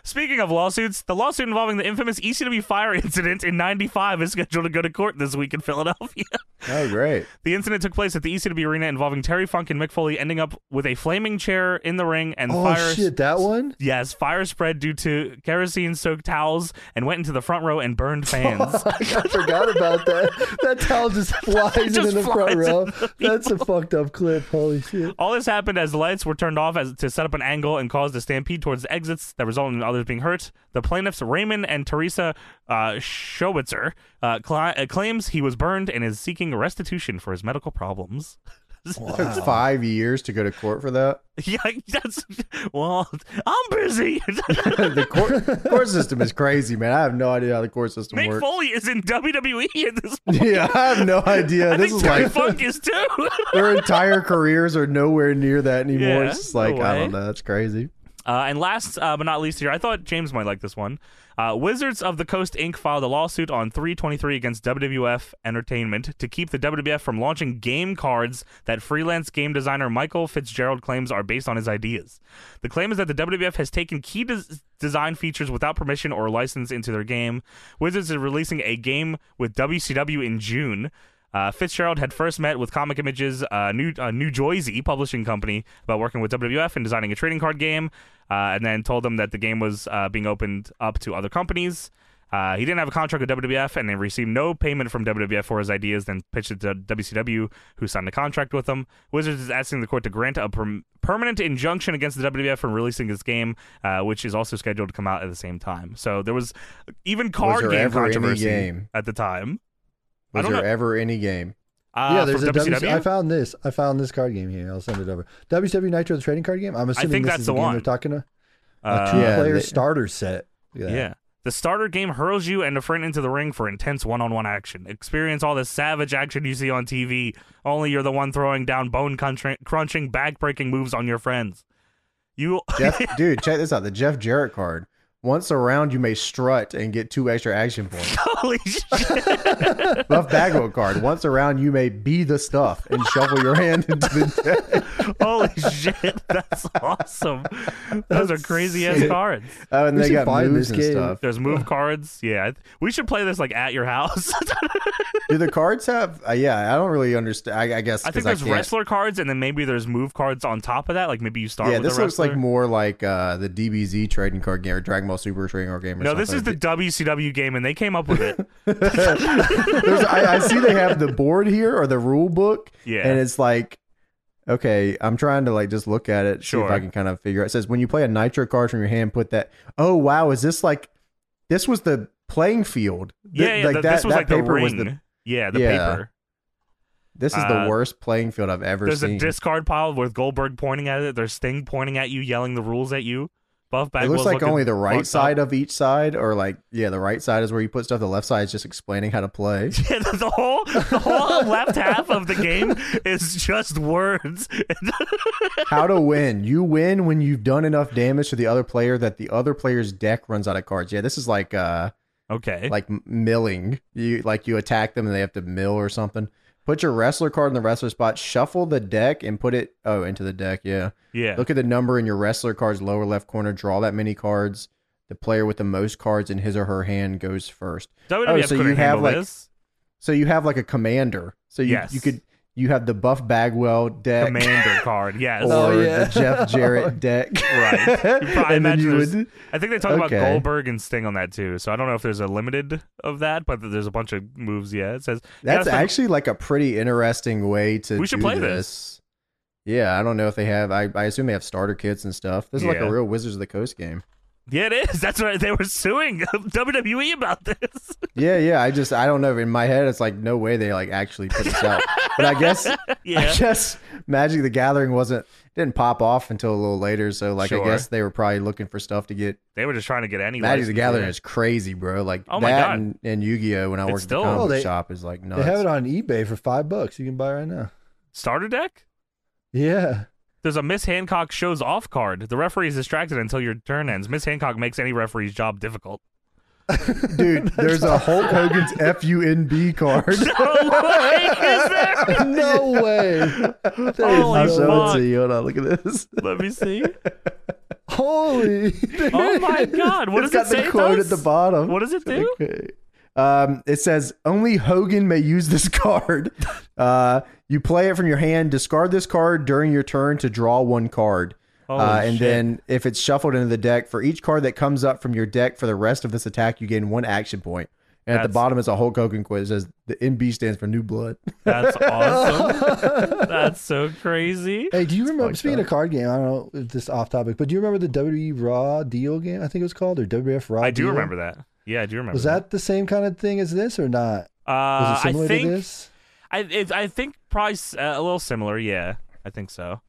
Speaking of lawsuits, the lawsuit involving the infamous ECW fire incident in '95 is scheduled to go to court this week in Philadelphia. Oh, great! The incident took place at the ECW arena involving Terry Funk and Mick Foley ending up with a flaming chair in the ring and Oh fire. shit, that one. Yes, fire spread due to kerosene soaked towels and went into the front row and burned fans. I forgot about that. That towel just flies Just in the front flies row. into the That's a fucked up clip. Holy shit. All this happened as the lights were turned off as to set up an angle and caused a stampede towards the exits that resulted in others being hurt. The plaintiffs, Raymond and Teresa uh, Schowitzer, uh, cli- uh, claims he was burned and is seeking restitution for his medical problems. Took five years to go to court for that. yeah, that's well, I'm busy. the court court system is crazy, man. I have no idea how the court system Mick works. Foley is in WWE at this point. yeah, I have no idea. I this think is Terry like Funk is too. their entire careers are nowhere near that anymore. Yeah, it's just like no I way. don't know. That's crazy. Uh, and last uh, but not least here, I thought James might like this one. Uh, Wizards of the Coast Inc. filed a lawsuit on 323 against WWF Entertainment to keep the WWF from launching game cards that freelance game designer Michael Fitzgerald claims are based on his ideas. The claim is that the WWF has taken key des- design features without permission or license into their game. Wizards is releasing a game with WCW in June. Uh, Fitzgerald had first met with Comic Images, uh, New uh, New Jersey publishing company, about working with WWF and designing a trading card game, uh, and then told them that the game was uh, being opened up to other companies. Uh, he didn't have a contract with WWF and then received no payment from WWF for his ideas, then pitched it to WCW, who signed a contract with him. Wizards is asking the court to grant a perm- permanent injunction against the WWF from releasing this game, uh, which is also scheduled to come out at the same time. So there was even card there game ever any controversy game? at the time. I Was don't there know. ever any game? Uh, yeah, there's from a WC WCW? I found this. I found this card game here. I'll send it over. WCW Nitro, the trading card game. I'm assuming think this that's is the the, game one. they're talking to. Uh, a two-player they- starter set. Look at yeah. that. The starter game hurls you and a friend into the ring for intense one on one action. Experience all the savage action you see on TV, only you're the one throwing down bone crunching, crunching back breaking moves on your friends. You. Jeff, dude, check this out. The Jeff Jarrett card. Once around, you may strut and get two extra action points. Holy shit. Buff Bagwell card. Once around, you may be the stuff and shuffle your hand into the Holy shit. That's awesome. Those are crazy ass sick. cards. Oh, and We they should got buy moves this and game. stuff. There's move cards. Yeah. I th- We should play this like at your house. Do the cards have? Uh, yeah, I don't really understand. I, I guess I 'cause think there's can't- wrestler cards and then maybe there's move cards on top of that. Like maybe you start Yeah, with this a looks wrestler. like more like uh, the DBZ trading card game or Dragon Ball Super trading card game. Or no, this is the something. WCW game and they came up with it. There's- I, I see they have the board here or the rule book. Yeah. and it's like okay i'm trying to like just look at it see Sure. if i can kind of figure out it says when you play a nitro card from your hand put that oh wow is this like this was the playing field Th- yeah, yeah th- this was like the ring. yeah, the Yeah. paper. this is Uh, the worst playing field i've ever There's seen a discard pile with Goldberg pointing at it. There's Sting pointing at you, yelling the rules at you. Buff it Bagwell's looks like looking only the fucked right up. side of each side or like yeah the right side is where you put stuff the left side is just explaining how to play Yeah, the the whole the whole left half of the game is just words. how to win you win when you've done enough damage to the other player that the other player's deck runs out of cards yeah this is like uh okay. like m- milling. You like you attack them and they have to mill or something. Put your wrestler card in the wrestler spot. Shuffle the deck and put it oh into the deck. Yeah. yeah. Look at the number in your wrestler card's lower left corner. Draw that many cards. The player with the most cards in his or her hand goes first. WWF Oh, so you couldn't have, handle like, this. So you have like a commander. So you Yes. you could you have the Buff Bagwell deck Commander card. Yes. or Oh, yeah. the Jeff Jarrett deck. Right. You probably and then you imagine would, I think they talk about Okay. Goldberg and Sting on that too. So I don't know if there's a limited of that, but there's a bunch of moves. Yeah, it says you gotta That's spend- actually like a pretty interesting way to. We should do play this. Yeah, I don't know if they have. I, I assume they have starter kits and stuff. This is like Yeah. a real Wizards of the Coast game. Yeah, it is. That's right. They were suing WWE about this. Yeah, yeah. I just I don't know. In my head, it's like no way they like actually put this out. but I guess Yeah. I guess Magic the Gathering wasn't didn't pop off until a little later. So like Sure. I guess they were probably looking for stuff to get. They were just trying to get any. Magic license the in Gathering it. is crazy, bro. Like Oh my that God. and, and Yu Gi Oh. When I It's worked still- at the comic Oh, book they- shop is like nuts. They have it on eBay for five bucks. You can buy it right now. starter deck. Yeah. There's a Miss Hancock shows off card. The referee is distracted until your turn ends. Miss Hancock makes any referee's job difficult. Dude, there's a Hulk Hogan's F U N B card. No way is there? No way. That is Holy I'll no- show fuck. it to you. Hold on, look at this. Oh Let me see. Holy. Oh my god! What it's does got it say? the quote does? at the bottom. What does it do? Okay. Um, it says only Hogan may use this card. Uh, you play it from your hand. Discard this card during your turn to draw one card. Holy Uh, and shit. then if it's shuffled into the deck, for each card that comes up from your deck for the rest of this attack, you gain one action point. And at the That's- bottom is a Hulk Hogan quiz. It says the NB stands for New Blood. That's awesome. That's so crazy. Hey, do you remember? fucked Speaking up. of card game, I don't know if this is off topic, but do you remember the WWE Raw deal game? I think it was called or WWF Raw. I do deal? remember that. Yeah, I do remember. Was that the same kind of thing as this or not? Uh, Was it I similar think to this? I it, I think probably s- uh, a little similar. Yeah, I think so.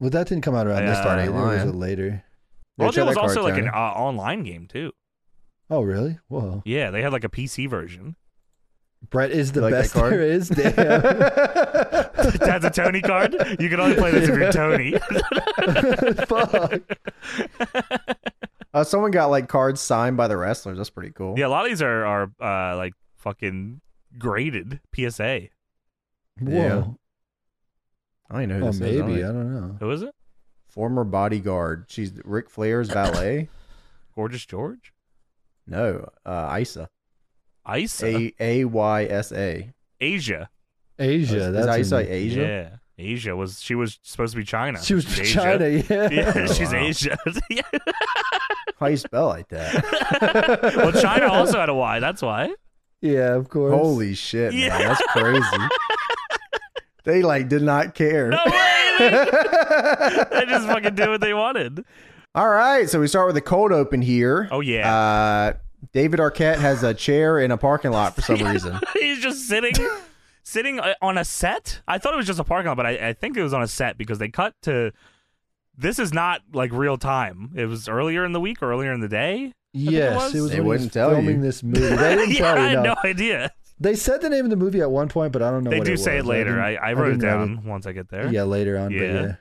Well, that didn't come out around this Yeah. time. I think It was Lion. a later. Well, Yeah, check there was that card, also like an Tony. uh, online game too. Oh, really? Whoa. Yeah, they had like a PC version. Brett is the You like that best card? there is. Damn. That's a Tony card. You can only play this if you're Tony. Fuck. Uh, someone got like cards signed by the wrestlers. That's pretty cool. yeah, a lot of these are are uh, like fucking graded PSA. Whoa. Yeah. I don't even know. Who Oh, this is. I don't maybe. know. I don't know. Who is it? Former bodyguard. She's Ric Flair's valet. Gorgeous George. no, uh, Isa. Isa. A A Y S A. Asia. Asia. Is- is that's that a- Isa Asia? Yeah. Asia was she was supposed to be China. She was She's Asia. China. Yeah. Yeah, Oh, she's wow. Asia. Yeah. How you spell like that? well, China also had a Y. That's why. Yeah, of course. Holy shit, man. Yeah. That's crazy. they like did not care. No way. They, they just fucking did what they wanted. All right, so we start with the cold open here. Oh, yeah. Uh David Arquette has a chair in a parking lot for some reason. He's just sitting, sitting uh, on a set. I thought it was just a parking lot, but I, I think it was on a set because they cut to. This is not like real time. It was earlier in the week, earlier in the day. Yes, it was. it was. They when he wouldn't was tell filming you. this movie. They didn't yeah, tell you. I had no. no idea. They said the name of the movie at one point, but I don't know. they what do it say it was. later. I, didn't- I wrote it didn't have down once I get there. Yeah, later on. Yeah.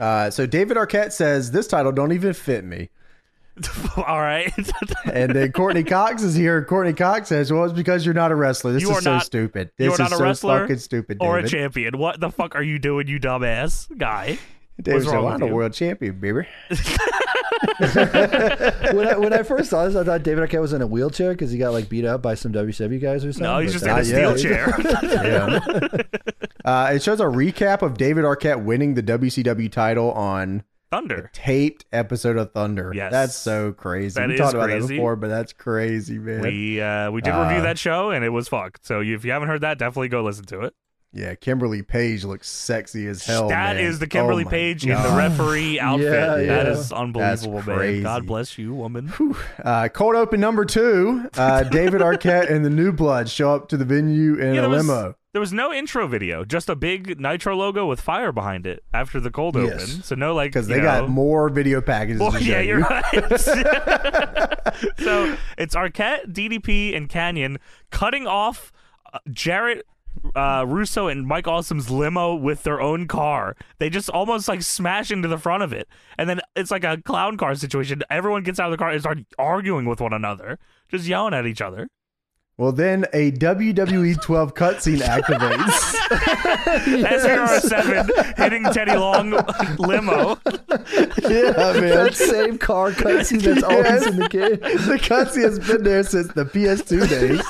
Uh, so David Arquette says this title don't even fit me. All right. And then Courtney Cox is here. Courtney Cox says, "Well, it's because you're not a wrestler. This You is are so not- stupid. you This are is not a so wrestler fucking stupid, or a David." champion. What the fuck are you doing, you dumbass guy? David What's said, "Well, wrong with "I'm a you?" world champion, baby." yeah. when, I, when I first saw this, I thought David Arquette was in a wheelchair because he got like beat up by some WCW guys or something. No, he's but just in that- a not steel yet. chair. Yeah. uh, it shows a recap of David Arquette winning the WCW title on Thunder. taped episode of Thunder. Yes. That's so crazy. That we is talked about that crazy. before, but that's crazy, man. We uh, we did Uh, review that show and it was fucked. So you, if you haven't heard that, definitely go listen to it. yeah, Kimberly Page looks sexy as hell. That is man. the Kimberly Oh my Page in the God. referee outfit. Yeah, That yeah. is unbelievable, That's man. crazy. God bless you, woman. Uh, cold open number two. Uh, David Arquette and the New Blood show up to the venue in Yeah, a there was- limo. There was no intro video, just a big Nitro logo with fire behind it after the cold Yes. open. So no, like Because you they know- got more video packages. Well, to show yeah, you. you're right. so it's Arquette, DDP, and Canyon cutting off uh, Jarrett. Uh, Russo and Mike Awesome's limo with their own car. They just almost like smash into the front of it, and then it's like a clown car situation. Everyone gets out of the car and start arguing with one another, just yelling at each other. Well, then a WWE 12 cutscene activates. SR7 hitting Teddy Long limo. yeah, man. That same car cutscene that's always in the game. The cutscene has been there since the PS2 days.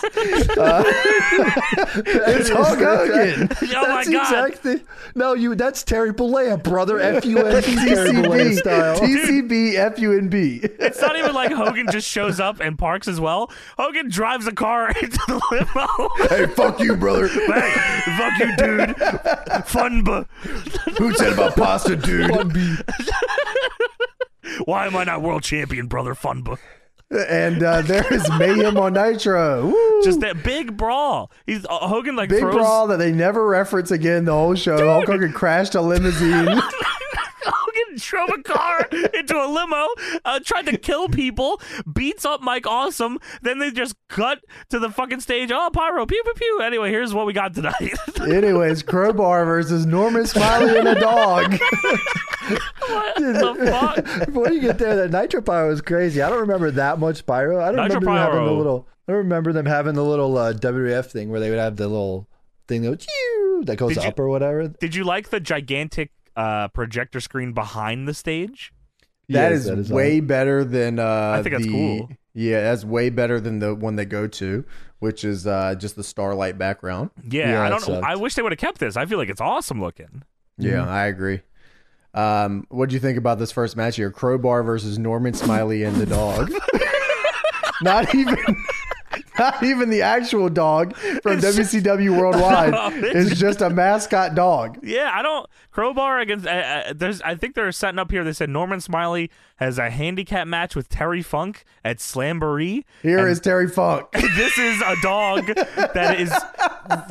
Uh, it's Hulk Hogan. Oh my that's god! Exactly. No, you. That's Terry Bollea, brother. F U N G Terry Bollea TCB, style. TCB, FUNB. It's not even like Hogan just shows up and parks as well. Hogan drives a car into the limo. Hey, fuck you, brother. hey, fuck you, dude. Fun, but Who said about pasta, dude? One B. Why am I not world champion, brother Funba? And uh, there is mayhem on Nitro. Woo! Just that big brawl. He's uh, Hogan like big throws. brawl that they never reference again the whole show. Hulk Hogan crashed a limousine. Hogan drove a car into a limo, uh, tried to kill people, beats up Mike Awesome. Then they just cut to the fucking stage. Oh, pyro, pew pew pew. Anyway, here's what we got tonight. Anyways, Crowbar versus Norman Smiley and a dog. what the fuck? Before you get there, that Nitro Pyro was crazy. I don't remember that much Pyro. I don't Nitro remember them having the Pyro. little. I don't remember them having the little uh, WWF thing where they would have the little thing that, would, "Chew," that goes Did you- up or whatever. Did you like the gigantic uh, projector screen behind the stage? That Yes, is that is way better than uh I think that's the- cool. Yeah, that's way better than the one they go to, which is uh just the starlight background. Yeah, Yeah, I it don't. know. sucked. I wish they would have kept this. I feel like it's awesome looking. Mm-hmm. Yeah, I agree. Um, what do you think about this first match here? Crowbar versus Norman Smiley and the dog. not even not even the actual dog from It's just- WCW Worldwide. No, it's- it's just a mascot dog. Yeah, I don't crowbar against. I, I, there's, I think they're setting up here. They said Norman Smiley has a handicap match with Terry Funk at Slamboree. Here is Terry Funk. This is a dog that is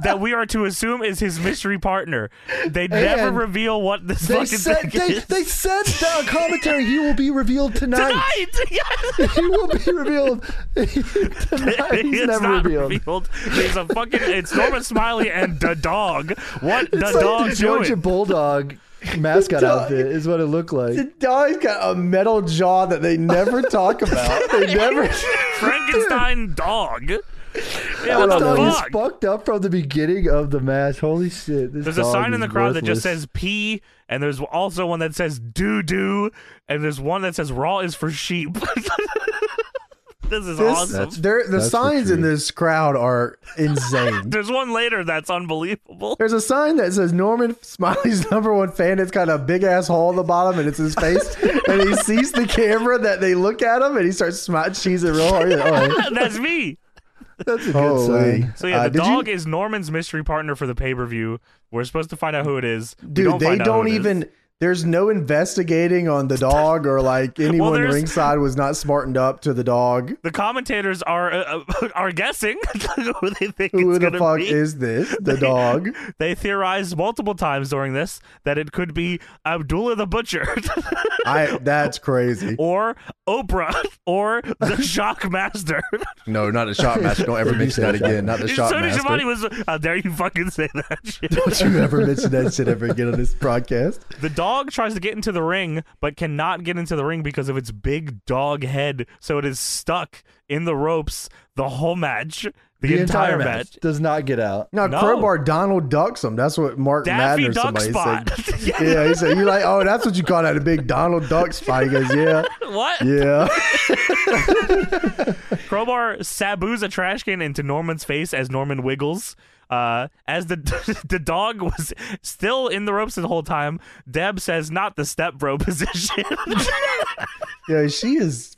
that we are to assume is his mystery partner. They never And reveal what this They fucking said thing they, is. they said the commentary. He will be revealed tonight. Tonight, yes. He will be revealed. tonight. He's it's never not revealed. revealed. It's a fucking. It's Norman Smiley and the dog. What the It's like dog the Georgia doing? Bulldog mascot dog- outfit is what it looked like. The dog's got a metal jaw that they never talk about. They never Frankenstein dog. Yeah, That what dog the is fuck? fucked up from the beginning of the match. Holy shit! This There's a dog sign in is the crowd that just worthless. says pee, and there's also one that says doo doo, and there's one that says raw is for sheep. this is This- awesome. That's- There, the That's the signs in truth. this crowd are insane. There's one later that's unbelievable. There's a sign that says Norman Smiley's number one fan. It's got a big ass hole in the bottom, and it's his face. and he sees the camera that they look at him, and he starts smile cheesing real hard. He's like, "Oh, that's me. "That's a good holy." sign." So yeah, Uh, the did you- dog is Norman's mystery partner for the pay per view. We're supposed to find out who it is. We dude, don't they find out who don't it is. even. There's no investigating on the dog, or like anyone there's- ringside was not smartened up to the dog. The commentators are uh, uh, are guessing who they think Who it's the gonna fuck be. is this? The dog. They theorized multiple times during this that it could be Abdullah the Butcher. I. That's crazy. or Oprah or the Shock Master. No, not the shot master. Don't ever mention that again. Not the shot Tony master. Giovanni was. How dare you fucking say that shit? Don't you ever mention that shit ever again on this broadcast. The dog tries to get into the ring, but cannot get into the ring because of its big dog head. So it is stuck in the ropes the whole match, the, The entire, match. does not get out. No, No. crowbar Donald ducks him. That's what Mark Daffy Madden or Duck somebody spot. said. Yeah, he said you like, oh, that's what you call that a big Donald Duck spot. He goes, yeah, What? yeah. Crowbar saboos a trash can into Norman's face as Norman wiggles. Uh, as the the dog was still in the ropes the whole time, Deb says, "Not the step bro position." Yeah, she is,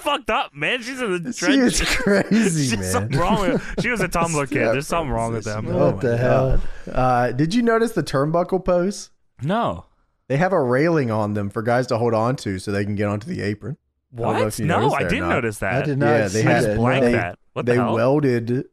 Fucked up, man. She's in the she is trench. crazy, She's man. something wrong with. She was a Tumblr kid. There's something wrong with them. Oh What the hell? Uh, did you notice the turnbuckle pose? No. They have a railing on them for guys to hold on to so they can get onto the apron. don't know What? if you No, noticed that I or didn't not. notice that. I did not. yeah, they see had that. blank No. they- that. What the they hell? welded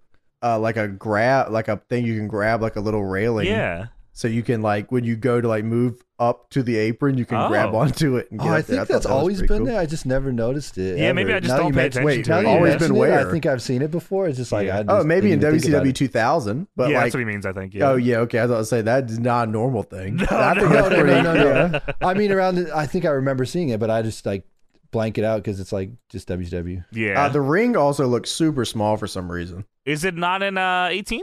uh, like a grab, like a thing you can grab, like a little railing. Yeah. So you can like when you go to like move up to the apron, you can Oh. grab onto it. And Oh, get I up there. think thought that's that was always pretty been cool. there. I just never noticed it. Yeah, maybe ever. I just Now don't you pay men- attention wait, to now it. you Always been mention it, where? I think I've seen it before. It's just like Yeah. I just Oh, maybe in didn't even think about WCW it. 2000, but yeah, like, that's what he means. I think. Yeah. oh yeah, okay. I was about to say that is not a normal thing. I think no, that's No, no, pretty. no, no, no. I mean, around. The, I think I remember seeing it, but I just like blank it out because it's like just WCW. yeah. Uh, the ring also looks super small for some reason. Is it not in uh 18?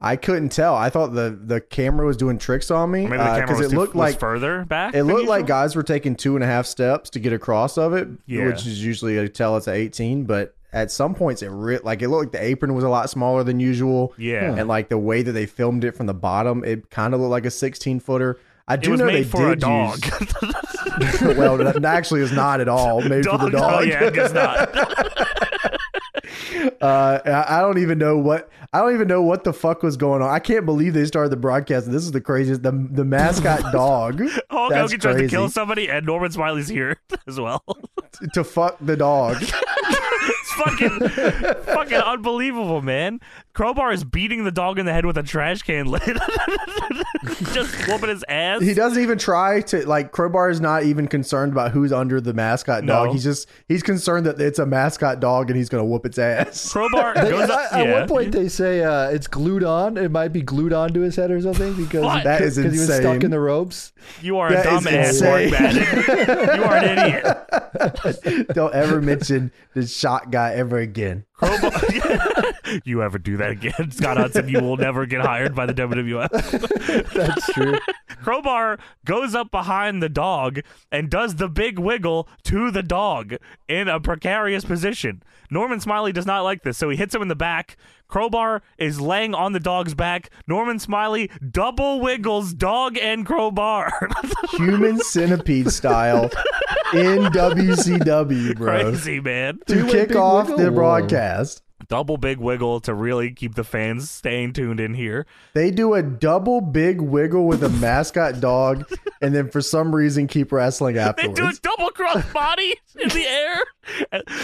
I couldn't tell. I thought the the camera was doing tricks on me Maybe the camera because was Uh, it too- looked was like further back. it than looked like usual? guys were taking two and a half steps to get across of it, Yeah. which is usually a tell it's a 18. But at some points, it re- like it looked like the apron was a lot smaller than usual. Yeah. and like the way that they filmed it from the bottom, it kind of looked like a 16 footer. I It do was know they made for a did dog. use. well, that actually is not at all made for the Oh dog. yeah, I guess not. Uh, and I I don't even know what I don't even know what the fuck was going on. I can't believe they started the broadcast. This is the craziest. The the mascot dog Hulk That's Hogan tries to kill crazy. somebody, and Norman Smiley's here as well. to fuck the dog. It's fucking, fucking unbelievable, man. Crowbar is beating the dog in the head with a trash can lid, just whooping his ass. He doesn't even try to like. Crowbar is not even concerned about who's under the mascot No. dog. He's just he's concerned that it's a mascot dog and he's gonna whoop its ass. Crowbar They- goes at, up. at yeah. one point, they say uh, it's glued on. It might be glued onto his head or something What? because That is because he was stuck insane. in the ropes. you are a That is dumbass, Mark insane. Madden. you are an idiot. Don't ever mention the shot guy ever again. Crowbar. you ever do that again, Scott Hudson? You will never get hired by the WWF. That's true. Crowbar goes up behind the dog and does the big wiggle to the dog in a precarious position. Norman Smiley does not like this, so he hits him in the back. Crowbar is laying on the dog's back. Norman Smiley double wiggles dog and crowbar. Human centipede style in WCW, bro. Crazy, man. To Two-way kick big off wiggle? the Whoa. broadcast, Double big wiggle to really keep the fans staying tuned in here. they do a double big wiggle with a mascot dog, and then for some reason keep wrestling They afterwards. do a double cross body in the air.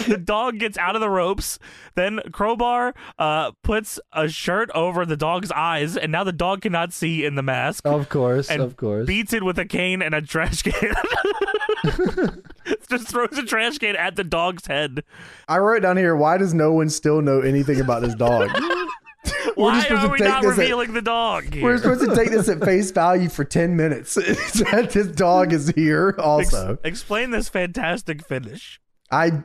The dog gets out of the ropes. Then Crowbar uh, puts a shirt over the dog's eyes, and now the dog cannot see in the Oh, mask. Of course, and of course. Beats it with a cane and a trash can. Just throws a trash can at the dog's head. I wrote down here, why does no one still know anything about this dog? We're Why just supposed are to we take not this at- revealing the dog? here? We're supposed to take this at face value for 10 minutes. that this dog is here Ex- also. explain this fantastic finish. I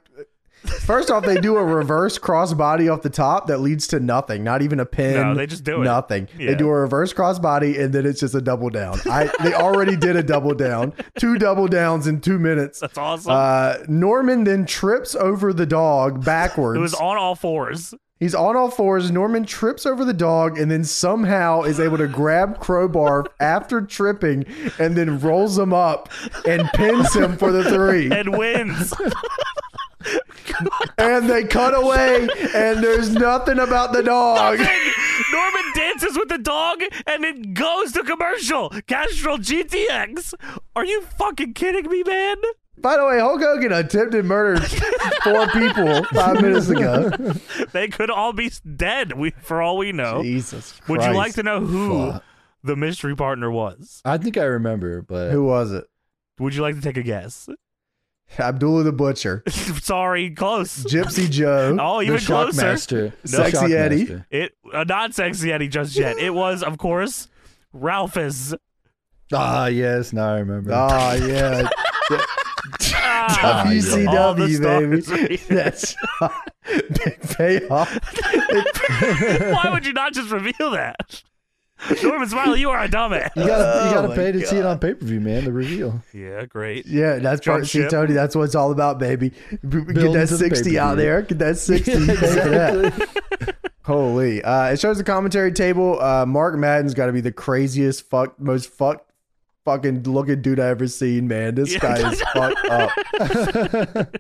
First off, they do a reverse crossbody off the top that leads to nothing, not even a pin. No, they just do it. Nothing. Yeah. They do a reverse crossbody and then it's just a double down. I they already did a double down. Two double downs in 2 minutes. That's awesome. Uh, Norman then trips over the dog backwards. it was on all fours. He's on all fours. Norman trips over the dog and then somehow is able to grab Crowbar after tripping and then rolls him up and pins him for the three. and wins. And they cut away and there's nothing about the dog. Norman dances with the dog and it goes to commercial. Castrol GTX. Are you fucking kidding me, man? By the way, Hulk Hogan attempted murder four people five minutes ago. They could all be dead we, for all we know. Jesus Christ. Oh. Would you like to know who Fuck. the mystery partner was? I think I remember, but Who was it? Would you like to take a guess? Abdullah the Butcher, Sorry, close. Gypsy Joe, Oh, even the closer. Shockmaster, the Sexy Shockmaster. Eddie. It uh, not sexy Eddie just yet. It was, of course, Ralphus. Ah, yes, now I remember. Oh yeah. Ah, all the WCW stars. baby. That's big payoff. Why would you not just reveal that? Norman Smiley, you are a dumbass. you gotta, you Oh gotta my pay to see it God. on pay per view, man. The reveal. Yeah, great. Yeah, that's Jump part. See, ship. Tony, that's what it's all about, baby. B- Get Build that into the sixty out pay-per-view. there. Get that sixty. Thank you for that. Holy! Uh, it shows the commentary table. Uh, Mark Madden's got to be the craziest, fuck, most fucked, fucking looking dude I ever seen. Man, this Yeah. guy is fucked up.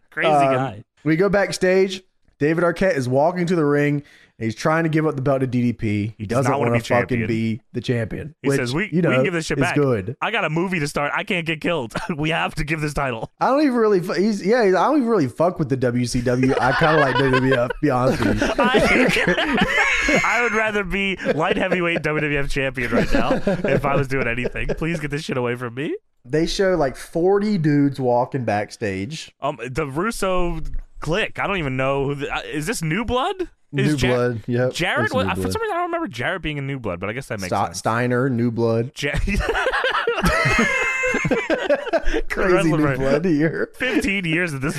Crazy Uh, Um, guy. We go backstage. David Arquette is walking to the ring. And he's trying to give up the belt to DDP. He does doesn't not wanna want to be fucking champion. be the champion. He which, says, we, you know, we can give this shit is back. good. I got a movie to start. I can't get killed. we have to give this title. I don't even really. fu- He's yeah. He's, I don't even really fuck with the WCW. I kind of like WWF. to Be honest with you. I, I would rather be light heavyweight WWF champion right now if I was doing anything. Please get this shit away from me. They show like forty dudes walking backstage. Um, The Russo click. I don't even know. Who the, uh, is this New Blood? Is New Jar- blood. Yep. Jared? it's Was, New I- for Blood. some reason, I don't remember Jared being in New Blood, but I guess that makes Sta- sense. Steiner, New Blood, Ja- crazy New Wrestler. Blood here. 15 years at this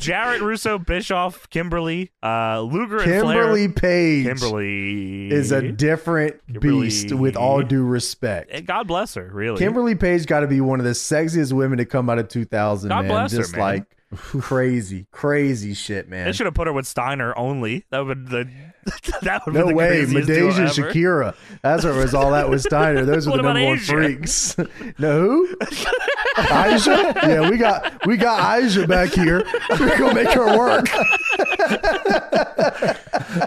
Jarrett Russo, Bischoff, Kimberly, uh, Luger, Kimberly and Flair. Page Kimberly is a different Kimberly. beast. With all due respect, And Eh, God bless her, really. Kimberly Page got to be one of the sexiest women to come out of 2000. God man. bless her, Just man. like crazy, crazy shit, They man. should have put her with Steiner only. That would the that would No be the way, craziest deal Medeja ever. Shakira. That's what it was all that was Steiner. Those were What the about number one Asia? freaks. no who? Aisha? Yeah, we got we got Aisha back here. We're gonna make her work.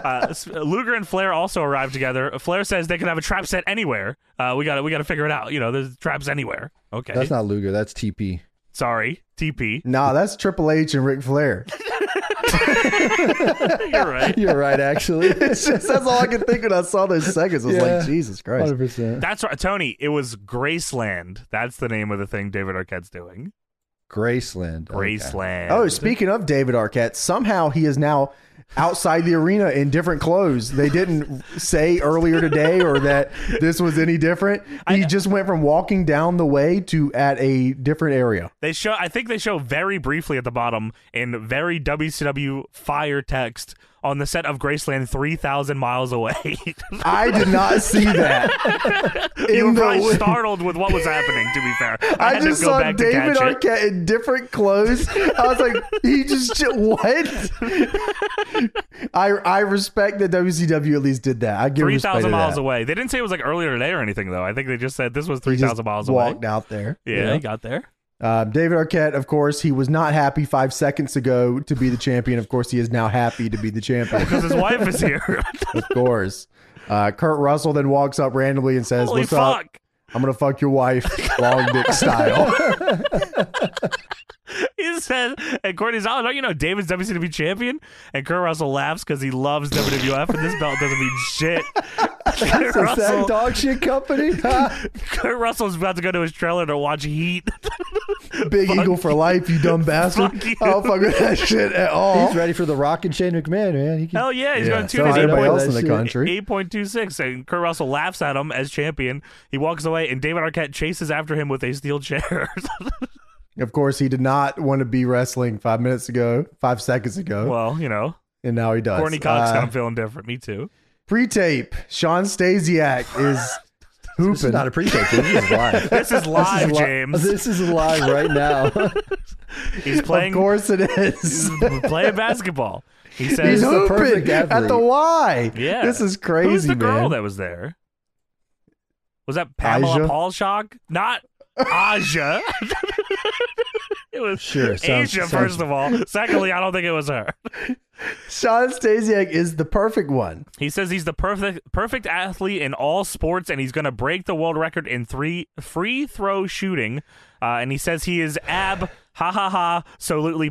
Uh, s- Luger and Flair also arrived together. Flair says they can have a trap set anywhere. Uh, we got to we got to figure it out. You know, there's traps anywhere. Okay, That's not Luger. That's TP. sorry, TP. Nah, that's Triple H and Ric Flair. You're right. You're right, actually. It's just that's all I could think when I saw those seconds. I was Yeah. like, Jesus Christ. 100%. That's right, Tony. It was Graceland. That's the name of the thing David Arquette's doing. Graceland. Okay. Graceland. Oh, speaking of David Arquette, somehow he is now outside the arena in different clothes. They didn't say earlier today or that this was any different. He just went from walking down the way to at a different area. They show. I think they show very briefly at the bottom in very WCW fire text on the set of Graceland, three thousand miles away. I did not see that. you were In the probably wi- startled with what was happening. To be fair, I, I had just to go saw back to David catch it. Arquette in different clothes. I was like, he just what? I I respect that WCW at least did that. I give Three respect to thousand miles that. away. They didn't say it was like earlier today or anything though. I think they just said this was three He just thousand miles away. walked out there. Yeah, he got there. Uh, David Arquette, of course, he was not happy five seconds ago to be the champion. Of course, he is now happy to be the champion. Because his wife is here. of course. Uh, Kurt Russell then walks up randomly and says, Holy What's fuck. up? I'm going to fuck your wife, long dick style. He said, and Courtney's out. Don't you know David's WCW champion? And Kurt Russell laughs because he loves WWF and this belt doesn't mean shit. Kurt, Is that Russell, dog shit company? Kurt Russell's about to go to his trailer to watch Heat. Big Eagle for life, you dumb bastard. Fuck you. I don't fuck with that shit at all. He's ready for the Rock and Shane McMahon, man. He can, Hell yeah, he's Yeah, going to so tune in. everybody point else that in the shit. country. 8.26, and Kurt Russell laughs at him as champion. He walks away, and David Arquette chases after him with a steel chair. Of course, he did not want to be wrestling five minutes ago, five seconds ago, well, you know, and now he does. Courtney Cox Uh, I'm feeling different. Me too. pre-tape, Sean Stasiak is this is hooping. not a pre-tape. dude. This is live. This is live, This is li- James. This is live right now. He's Of playing course it is. playing basketball. He He's says, the hooping perfect at the athlete. Y. Yeah. this is crazy, Who's the girl man. that was there? Was that Pamela Aja? Paulshock? Not Aja. it was Sure, sounds- Asia, sounds- first of all. Secondly, I don't think it was her. Sean Stasiak is the perfect one. He says he's the perfect perfect athlete in all sports, and he's going to break the world record in three free throw shooting. Uh, and he says he is ab ha ha ha absolutely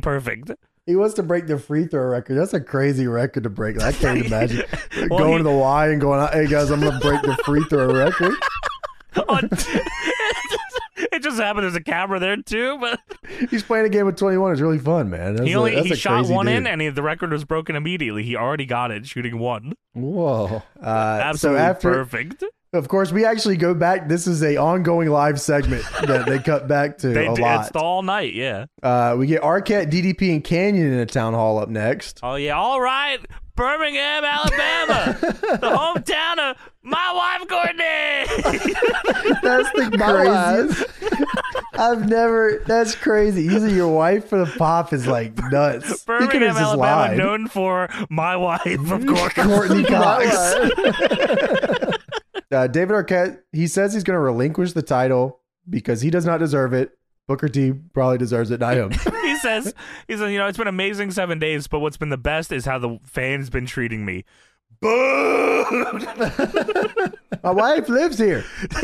perfect. He wants to break the free throw record. That's a crazy record to break. I can't imagine Well, going he- to the Y and going, "Hey guys, I'm gonna break the free throw record." On- it just happened. There's a camera there too, but He's playing a game of 21. It's really fun, man. That's he a- only that's he a shot crazy one dude. in, and he, the record was broken immediately. He already got it shooting one. Whoa. Uh, so Absolutely after, perfect. of course, we actually go back. This is a ongoing live segment that they cut back to They a d- lot. it's all night. Yeah. Uh, we get Arquette, DDP, and Canyon in a town hall up next. Oh yeah. All right. Birmingham, Alabama, the hometown of my wife, Courtney. That's the craziest. I've never. That's crazy. Using your wife for the pop is like nuts. he could have Birmingham, just Alabama, lied. known for my wife, of course. Courtney Cox. Uh, David Arquette. He says he's going to relinquish the title because he does not deserve it. Booker T probably deserves it, not him. he says, he says, you know, it's been amazing seven days, but what's been the best is how the fans been treating me. Boo! My wife lives here. He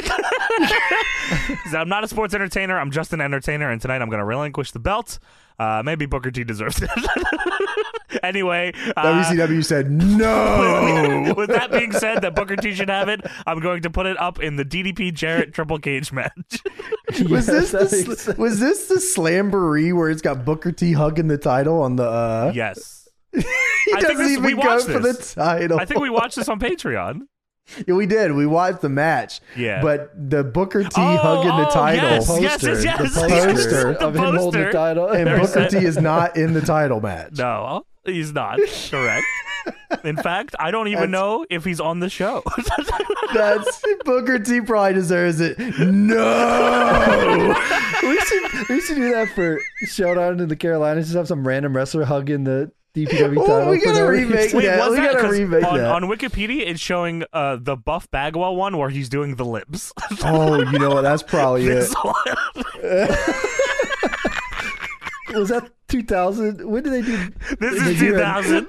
said, I'm not a sports entertainer. I'm just an entertainer, and tonight I'm going to relinquish the belt. Uh, maybe Booker T deserves it. anyway, uh, WCW said no. with that being said, that Booker T should have it. I'm going to put it up in the DDP Jarrett triple cage match. Was Yes, this that the, makes sl- sense. was this the slamboree where it's got Booker T hugging the title on the? Uh, yes, he I think doesn't this- even we go watched for the this. title. I think we watched this on Patreon. Yeah, we did. We watched the match. Yeah. But the Booker T Oh, hugging the oh, title yes, poster, yes, yes, yes, the yes, poster yes, the of him holding poster. the title. and there's Booker that. T is not in the title match. No, he's not correct. In fact, I don't That's- even know if he's on the show. That's Booker T probably deserves it. No. we should we should do that for Showdown in the Carolinas. Just have some random wrestler hugging the DPW title. Oh, we for gotta no remake reason. Wait, Yeah, what's we that? gotta 'Cause remake on, that. on Wikipedia, it's showing uh, the Buff Bagwell one where he's doing the lips. oh, you know what? That's probably it. Was that 2000? When did they do? this Did is you- 2000.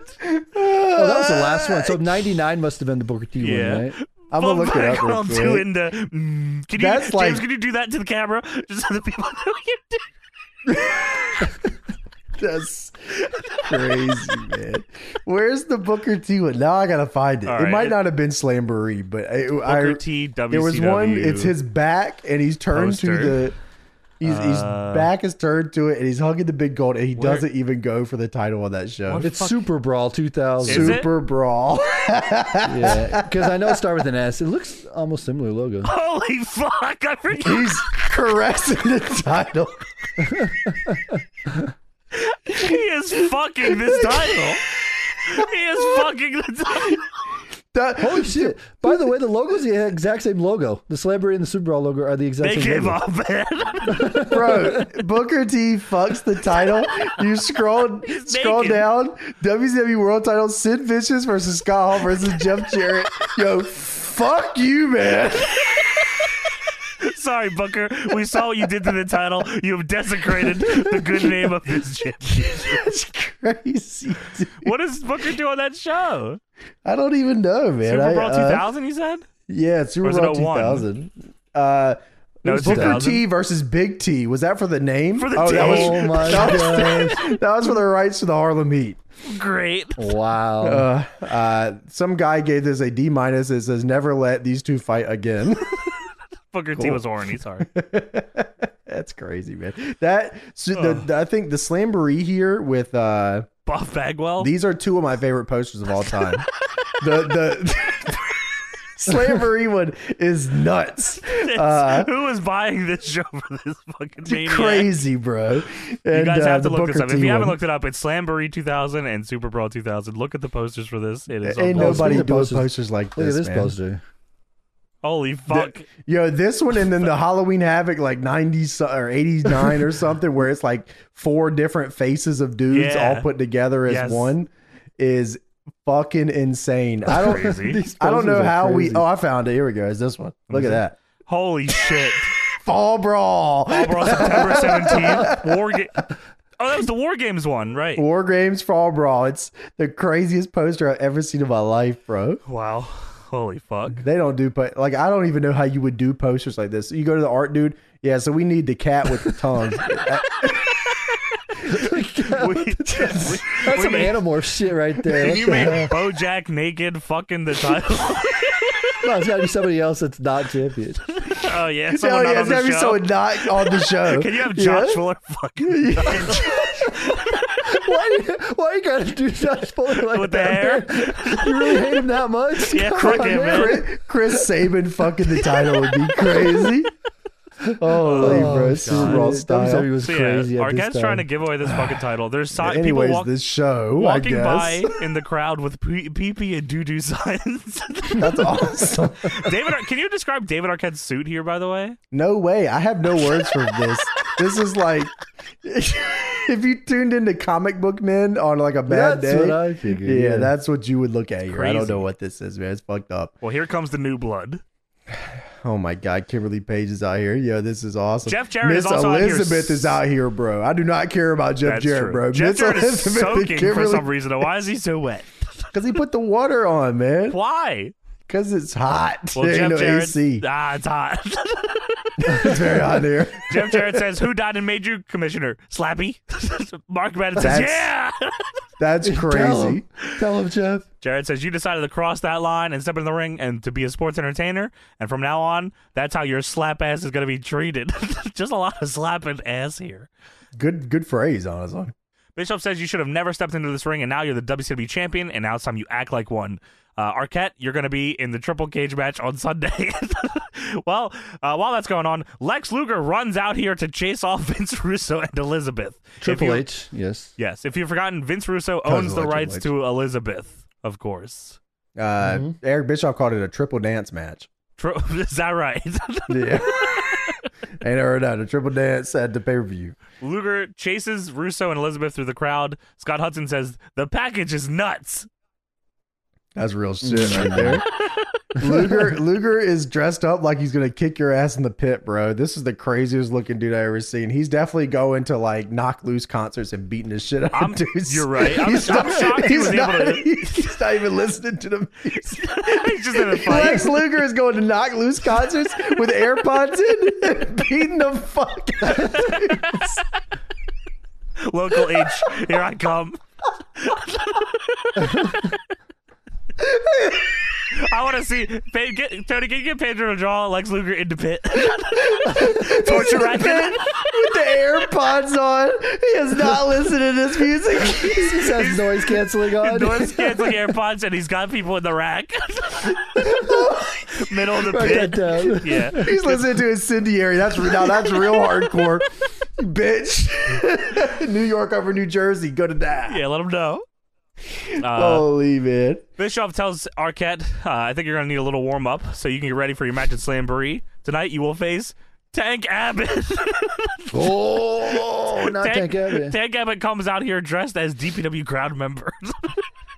Oh, that was the last one. So 99 must have been the Booker T Yeah. one, right? I'm gonna look it up. I'm Real quick. doing the. Mm, can you, That's James? like- can you do that to the camera just so the people know you did? That's crazy, man. Where's the Booker T one? Now I gotta find it. All It right. might not have been Slamboree, but I, Booker I T. WCW. there was one. It's his back, and he's turned Poster. to the. He's, he's Uh, back is turned to it, and he's hugging the big gold, and he Where- doesn't even go for the title on that show. What It's Fuck. Super Brawl 2000. Is it? Super brawl. Yeah, because I know it started with an S. It looks almost similar logo. Holy fuck! I forget. he's caressing the title. he is fucking this title. He is fucking the title. That- Holy shit! By the way, the logo's the exact same logo. The celebrity and the Super Brawl logo are the exact They same. gave logo. up, man. Bro, Booker T fucks the title. You scroll scroll naked. down. WWE World Title: Sid Vicious versus Scott Hall versus Jeff Jarrett. Yo, fuck you, man. Sorry, Booker. We saw what you did to the title. You have desecrated the good name of this shit. That's crazy. dude. What does Booker do on that show? I don't even know, man. Super Bowl I, uh, 2000, you said? Yeah, Super was it Bowl 01? 2000. Uh, it No, was it's Booker 2000. T versus Big T. Was that for the name? For the oh, That team. was, Oh my that, god! was, that was for the rights to the Harlem Heat. Great. Wow. Hmm. Uh, uh, some guy gave this a D minus. It says never let these two fight again. Booker T was horny, sorry. That's crazy, man. That so the, the- I think the slamboree here with uh, Buff Bagwell. these are two of my favorite posters of all time. the the slamboree one is nuts, This- uh, Who is buying this show for this fucking maniac? crazy, bro. And, You guys uh, have to the look this Booker up. If T you haven't one. looked it up, it's Slamboree 2000 and Super Brawl 2000. Look at the posters for this. It is Ain't speaking unbelievable. nobody of doing posters, posters like Look this. at this man. poster. Holy fuck. Yo, this one and then the Halloween Havoc like 90 so- or 89 or something where it's like four different faces of dudes Yeah. all put together as Yes. one is fucking insane. I don't Crazy. I don't know Posters are how we crazy. Oh, I found it. Here we go. Is this one. Look at that. Holy shit. Fall brawl. Fall Brawl September 17th. War Ga- Oh, that was the War Games one, right? War Games Fall Brawl. It's the craziest poster I've ever seen in my life, bro. Wow. Holy fuck. They don't do po- like I don't even know how you would do posters like this. You go to the art dude, yeah. So we need the cat with the tongue. We- we- That's we some made- Animorph shit right there. Can What you the make hell? Bojack naked fucking the title? No, it's got to be somebody else that's not champion. oh, yeah. Oh Someone not yeah, on the that'd be show. so not on the show. Can you have Yeah. Josh Fuller fucking Why? do you- Why you gotta do Josh Fuller like With the that? You really hate him that much? Yeah, Come crick on, him, man. Chris, Chris Saban fucking the title would be crazy. Holy Oh, bro, God. Super Bowl Dude, style. WWE was So, crazy. yeah, at our this guys time. trying to give away this fucking title. There's si- people Anyways, walk- this show, walking I by guess. in the crowd with pee pee and doo doo signs. That's awesome. David, Ar- can you describe David Arquette's suit here? By the way, No way. I have no words for this. This is like if you tuned into comic book men on like a bad That's day. what I figured. yeah, yeah. that's what you would look at here. I don't Crazy. know what this is, man. It's fucked up. well, here comes the new blood. Oh my God, Kimberly Page is out here. Yo, this is awesome. Jeff Jarrett Miss is also out here. Elizabeth is out here, bro. I do not care about Jeff That's Jarrett, true. bro. Jeff Miss Jarrett is Elizabeth and soaking for Kimberly- some reason. Why is he so wet? Cause he put the water on, man. Why? Cause it's hot. Well, there Jeff ain't no Jarrett. AC. Ah, it's hot. It's very hot there. Jeff Jarrett says, "Who died and made you commissioner?" Slappy. Mark Madden says, That's- "Yeah." That's Tell crazy. him. Tell him, Jeff. Jared says you decided to cross that line and step in the ring and to be a sports entertainer, and from now on, that's how your slap ass is going to be treated. Just a lot of slapping ass here. Good, good phrase, honestly. Bishop says you should have never stepped into this ring, and now you're the WCW champion, and now it's time you act like one. Uh, Arquette, you're going to be in the triple cage match on Sunday. well, uh, while that's going on, Lex Luger runs out here to chase off Vince Russo and Elizabeth. If Triple you- H. Yes. Yes, if you've forgotten, Vince Russo owns the Electric rights Lights. to Elizabeth. of course. Uh, Eric Bischoff called it a triple dance match. Tro- Is that right? Yeah. Ain't ever done a triple dance at the pay per view. Luger chases Russo and Elizabeth through the crowd. Scott Hudson says, The package is nuts. That's real shit right there. Luger Luger is dressed up like he's gonna kick your ass in the pit, bro. This is the craziest looking dude I ever seen. He's definitely going to like knock loose concerts and beating his shit out I'm- of dudes. you're right. I'm- I'm shocked he he's, was not, able to- he's not even listening to the music. He's just in a fight. Lex Luger is going to knock loose concerts with AirPods in, and beating the fuck. out of dudes. Local H, here I come. I want to see Pa- get, Tony. Can you get Pedro to draw Lex Luger into pit? Torture racket. with the AirPods on. He is not listening to this music. He just has noise canceling on. Noise canceling AirPods, and he's got people in the rack. Middle of the Write that pit. down. Yeah. He's listening to incendiary. That's now that's real hardcore, bitch. New York over New Jersey, go to die. Yeah, let him know. Uh, Holy man. Bischoff tells Arquette, uh, I think you're going to need a little warm up so you can get ready for your match at Slamboree. Tonight you will face Tank Abbott. Oh, not Tank, Tank Abbott. Tank Abbott comes out here dressed as DPW crowd member.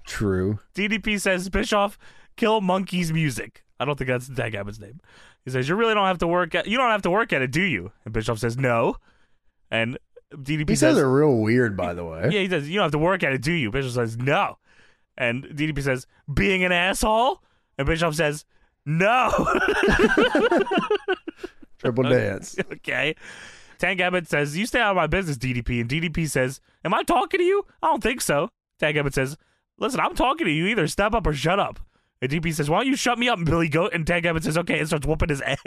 True. DDP says, Bischoff, kill Monkey's music. I don't think that's Tank Abbott's name. He says, you really don't have to work at, you don't have to work at it, do you? And Bischoff says, no. And DDP He says it real weird, by the way. yeah, he says, you don't have to work at it, do you? Bischoff says, no. And DDP says, being an asshole? And Bischoff says, no. Triple dance. okay. Tank Abbott says, You stay out of my business, DDP. And DDP says, Am I talking to you? I don't think so. Tank Abbott says, Listen, I'm talking to you. Either step up or shut up. And DDP says, Why don't you shut me up, Billy Goat? And Tank Abbott says, Okay, and starts whooping his ass.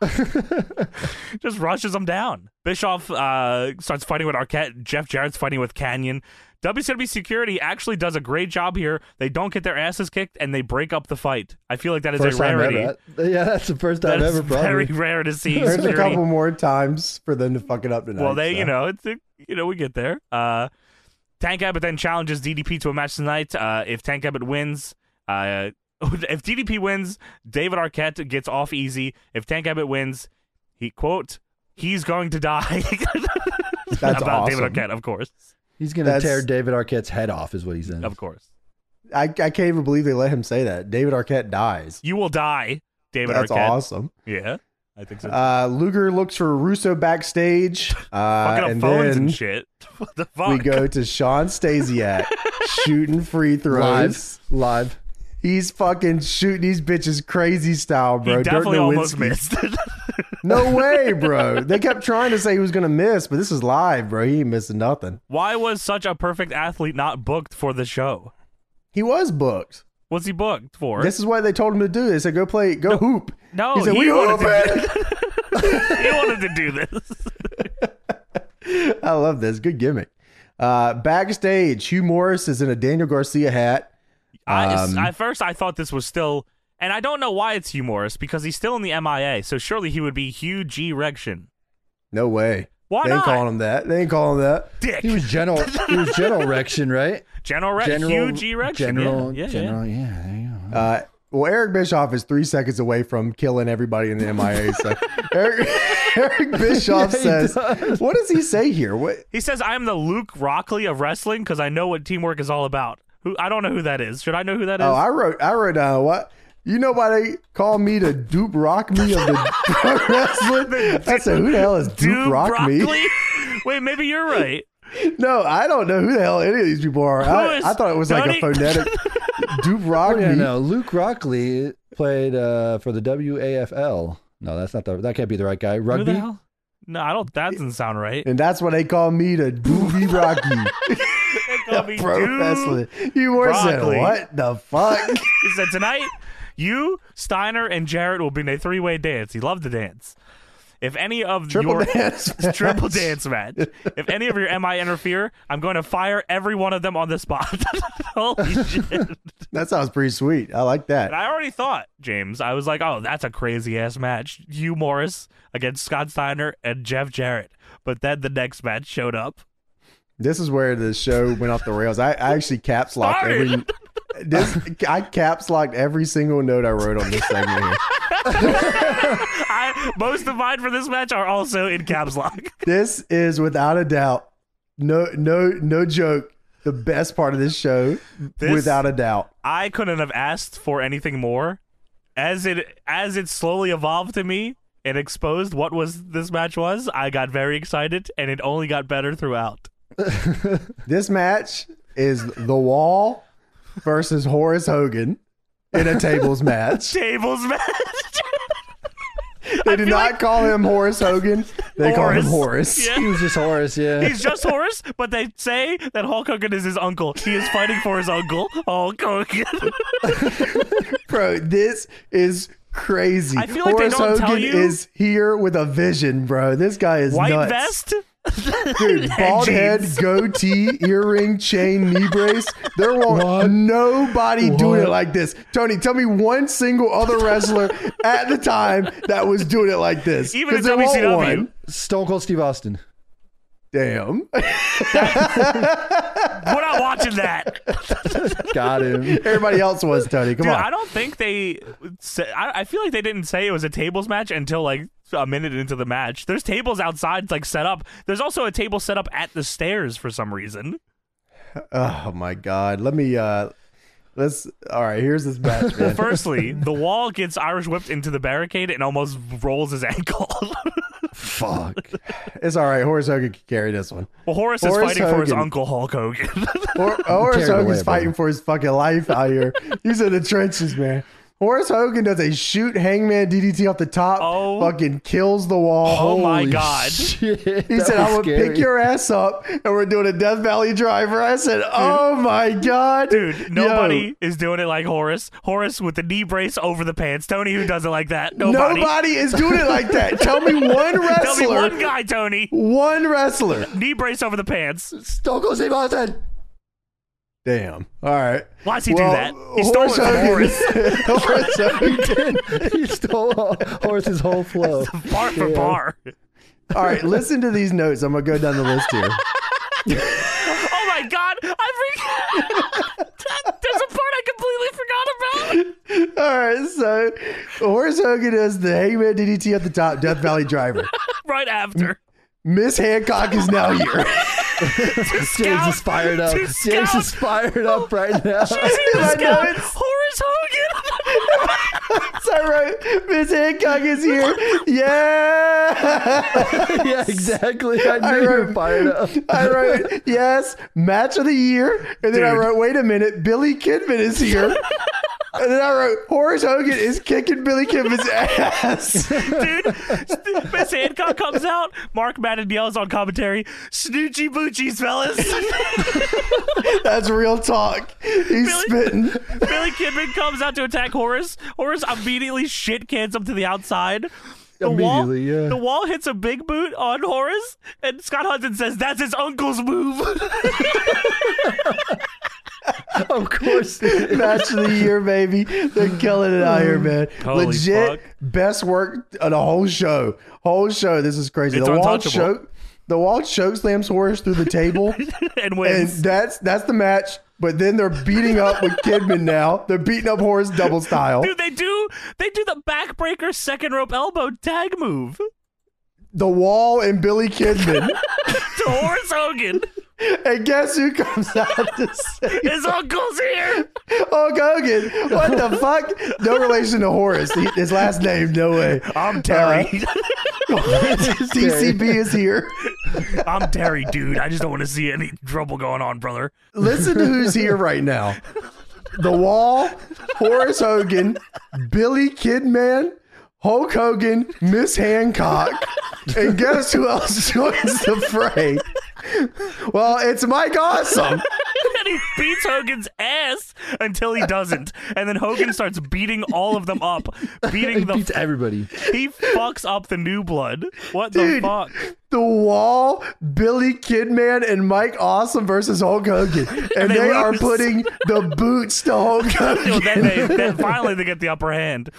Just rushes him down. Bischoff uh, starts fighting with Arquette. Jeff Jarrett's fighting with Canyon. WCW security actually does a great job here. They don't get their asses kicked and they break up the fight. I feel like that is First a time rarity. ever. Yeah, that's the first time That is ever, probably. very rare to see. There's a security. couple more times for them to fuck it up tonight. Well, they, so. you know, it's you know, we get there. Uh, Tank Abbott then challenges DDP to a match tonight. Uh, if Tank Abbott wins, uh, if DDP wins, David Arquette gets off easy. If Tank Abbott wins, he quote, he's going to die. that's About awesome. David Arquette, of course, He's gonna That's- tear David Arquette's head off, is what he's in. of course. I, I can't even believe they let him say that. David Arquette dies. You will die, David That's Arquette. awesome. Yeah, I think so. Uh, Luger looks for Russo backstage, uh, Fucking up and phones then and shit. What the fuck? we go to Sean Stasiak shooting free throws. Live, live. He's fucking shooting these bitches crazy style, he bro. Dirk definitely almost Nowitzki. missed. No way, bro. They kept trying to say he was gonna miss, but this is live, bro. He ain't missing nothing. Why was such a perfect athlete not booked for the show? He was booked. What's he booked for? This is what they told him to do. They said, "Go play, go hoop." No, he said, he "We wanted hoop to it." he wanted to do this. I love this. Good gimmick. Uh, backstage, Hugh Morris is in a Daniel Garcia hat. Um, I, at first, I thought this was still, and I don't know why it's Hugh Morris because he's still in the MIA, so surely he would be Hugh G. Rection. No way. Why they ain't not? calling him that. They ain't calling him that. Dick. He was general. he was general Rection, right? General, Re- General Hugh G. Rection. General. yeah, yeah, general. Yeah. there you go. Uh, well, Eric Bischoff is three seconds away from killing everybody in the MIA. So Eric, Eric Bischoff Yeah, he says, does. "What does he say here? What He says, "I am the Luke Rockley of wrestling because I know what teamwork is all about." Who I don't know who that is. Should I know who that is? Oh, I wrote I wrote down what you know why they call me the dupe rock me of the pro wrestling? I said, who the hell is Dude, dupe rock me? Broccoli? Wait, maybe you're right. No, I don't know who the hell any of these people are. I, is I thought it was like a Tony? phonetic dupe rock Oh, yeah, me. no. Luke Rockley played uh, for the WAFL. No, that's not the. That can't be the right guy. Who the Rugby. hell? No, I don't. That doesn't sound right. And that's why they call me the doobie rocky They call me pro Dude wrestling. You were said, Broccoli. what the fuck? He said, Tonight, you, Steiner, and Jarrett will be in a three way dance. He loved to dance. If any of Triple your dance. triple dance match, if any of your MI interfere, I'm going to fire every one of them on the spot. Holy shit. And That sounds pretty sweet. I like that. I already thought, James, I was like, oh, that's a crazy ass match. You, Morris, against Scott Steiner and Jeff Jarrett. But then the next match showed up. This is where the show went off the rails. I, I actually caps locked every This I caps locked every single note I wrote on this segment. Here. I, most of mine for this match are also in caps lock. This is without a doubt, no, no, no joke. The best part of this show, This- without a doubt. I couldn't have asked for anything more. As it as it slowly evolved to me and exposed what was this match was, I got very excited, and it only got better throughout. This match is The Wall versus Horace Hogan in a tables match. Tables match. They do not call him Horace Hogan. They call him Horace. Yeah. He was just Horace, yeah. He's just Horace, but they say that Hulk Hogan is his uncle. He is fighting for his uncle, Hulk Hogan. Bro, this is crazy. I feel like they Horace don't tell Hogan you- is here with a vision, bro. This guy is White nuts. vest. Dude, bald head, jeans. goatee, earring, chain, knee brace. There won't What? nobody doing it What? like this. Tony, tell me one single other wrestler at the time that was doing it like this. Even in 'Cause there won't WCW. one. Stone Cold Steve Austin. Damn. We're not watching that. Got him. Everybody else was Tony. Come Dude, I on. don't think they. Say, I, I feel like they didn't say it was a tables match until like a minute into the match. There's tables outside, like set up. There's also a table set up at the stairs for some reason. Oh my God. Let me. uh Let's. All right. Here's this match. Man. Firstly, the wall gets Irish whipped into the barricade and almost rolls his ankle. Fuck. It's all right. Horace Hogan can carry this one. well, Horace, is Horace fighting for his Hogan. uncle Hulk Hogan. Hor- Horace Carried away, Hogan's bro. fighting for his fucking life out here. He's in the trenches, man. Horace Hogan does a shoot hangman DDT off the top, Oh. fucking kills the wall. Oh my Holy God. Shit, He said, "I'm gonna pick your ass up, and we're doing a Death Valley Driver." I said, "Oh my god, Yo, Dude, nobody is doing it like Horace. Horace with the knee brace over the pants. Tony, who does it like that? Nobody. nobody. is doing it like that." Tell me one Tell me wrestler, one one, guy, Tony. wrestler. Knee brace over the pants. Stone Cold Steve Austin. Damn. All right. Why does he do that? He stole it from Horace. Horace Hogan. he stole Horace's whole flow. Bar for Yeah. bar. All right, listen to these notes. I'm gonna go down the list here. Oh my god! I re- There's a part I completely forgot about. All right, so Horace Hogan is the Hangman DDT at the top, Death Valley Driver. Right after, Miss Hancock is now here. James Scout. is fired up. To James scout. is fired up right now. I know Scout, it's- Horace Hogan. So I wrote, Miss Hancock is here. Yeah. yeah, exactly. I knew I you were wrote- fired up. I wrote, yes, match of the year. And then I Dude. wrote, wait a minute, Billy Kidman is here. And then I wrote, Horace Hogan is kicking Billy Kidman's ass. Dude, Miss Hancock comes out. Mark Madden yells on commentary, "Snoochie boochies, fellas." That's real talk. He's spitting. Billy Kidman comes out to attack Horace. Horace immediately shit cans him to the outside. The wall, Immediately, yeah. the wall hits a big boot on Horace, and Scott Hudson says, "That's his uncle's move." Of course. Match of the year, baby. They're killing it out here, man. Mm. Holy Legit fuck. best work of the whole show. Whole show. This is crazy. It's the wall untouchable. choke. The wall choke slams Horace through the table, and and wins. that's that's the match. But then they're beating up with Kidman now. They're beating up Horace double style. Dude, they do they do the backbreaker second rope elbow tag move The wall and Billy Kidman. to Horace Hogan. and guess who comes out to say His uncle's here. Hulk Hogan? What the fuck? No relation to Horace. He- His last name, no way. I'm Terry. DCB is here. I'm Terry, dude. I just don't want to see any trouble going on, brother. Listen to who's here right now. The Wall, Horace Hogan, Billy Kidman, Hulk Hogan, Miss Hancock, and guess who else joins the fray? Well, it's Mike Awesome. And he beats Hogan's ass until he doesn't. And then Hogan starts beating all of them up. Beating He the beats everybody. he fucks up the new blood. What Dude, the fuck? The Wall, Billy Kidman, and Mike Awesome versus Hulk Hogan, and, they they, are lose. putting the boots to Hulk Hogan. No, then they then finally they get the upper hand.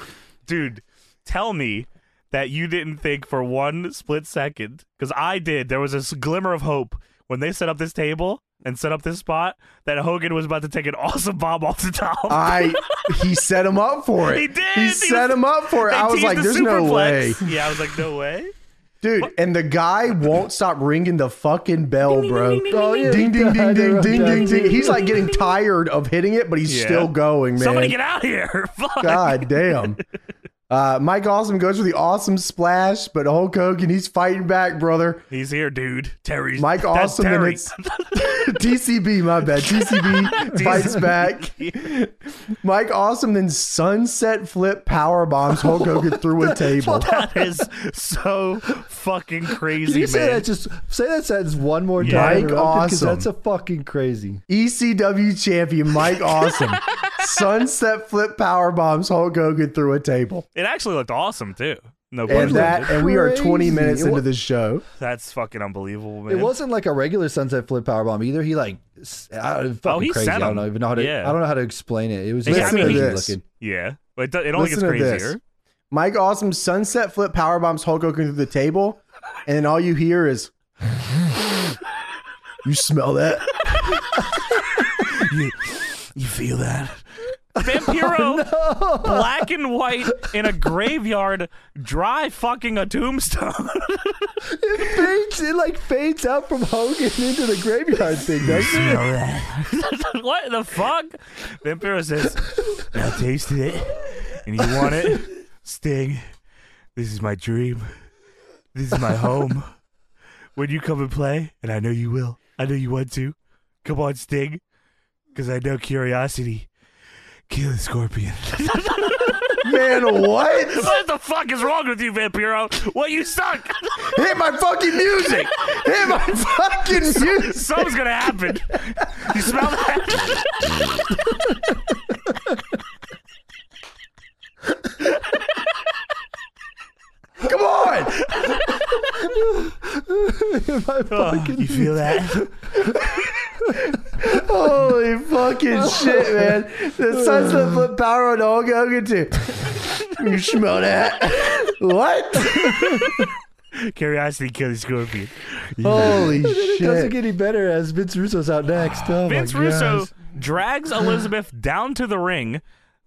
Dude, tell me that you didn't think for one split second, because I did. There was this glimmer of hope when they set up this table. and set up this spot that Hogan was about to take an awesome bomb off the top. I he set him up for it. He did. He, He set was- him up for it. They I was teased like, the "There's no way, superplex. Yeah, I was like, no way. dude." And the guy won't stop ringing the fucking bell, bro. Oh, yeah. Ding ding ding ding ding ding ding. He's like getting ding, ding. tired of hitting it, but he's Yeah. still going, man. Somebody get out here. Fuck. God damn. Uh, Mike Awesome goes for the awesome splash, but Hulk Hogan he's fighting back, brother. He's here, dude. Terry's Mike that's Awesome and Terry. it's TCB, my bad. TCB fights back. Mike Awesome then sunset flip power bombs Hulk Hogan through a table. that is so fucking Can crazy, you say man. that just say that sentence one more Yeah. time? Mike Because Awesome. that's a fucking crazy. ECW E champion Mike Awesome sunset flip power bombs Hulk Hogan through a table. It actually looked awesome too. No And question. that and we are 20 Crazy. minutes It wa- into this show. That's fucking unbelievable, man. It wasn't like a regular sunset flip powerbomb either. He like, s- I don't, fucking Oh, he crazy. I sent don't him. know even know how to. Yeah. I don't know how to explain it. It was Yeah, just I mean, crazy he- looking. Yeah, but it, do- it only gets Listen to this. crazier. Mike Awesome sunset flip power bombs Hulk Hogan through the table, and then all you hear is, "You smell that? You feel that? Vampiro, Oh, black and white in a graveyard, dry fucking a tombstone. It fades. It like fades out from Hogan into the graveyard thing, doesn't it? what the fuck? Vampiro says, "Now tasted it, and you want it, Sting. This is my dream. This is my home. When you come and play, and I know you will. I know you want to. Come on, Sting, because I know curiosity." Kill the scorpion. Man, what? what the fuck is wrong with you, Vampiro? What you suck? Hit my fucking music! Hit my fucking music!" Something's gonna happen. You smell that? Come on! My fucking- you feel that? Holy fucking shit, man! The sunset flip power on Hulk Hogan too. You smell that? What? Curiosity killed the scorpion. Holy It doesn't shit! get any better as Vince Russo's out next. Oh Vince my Russo gosh. drags Elizabeth down to the ring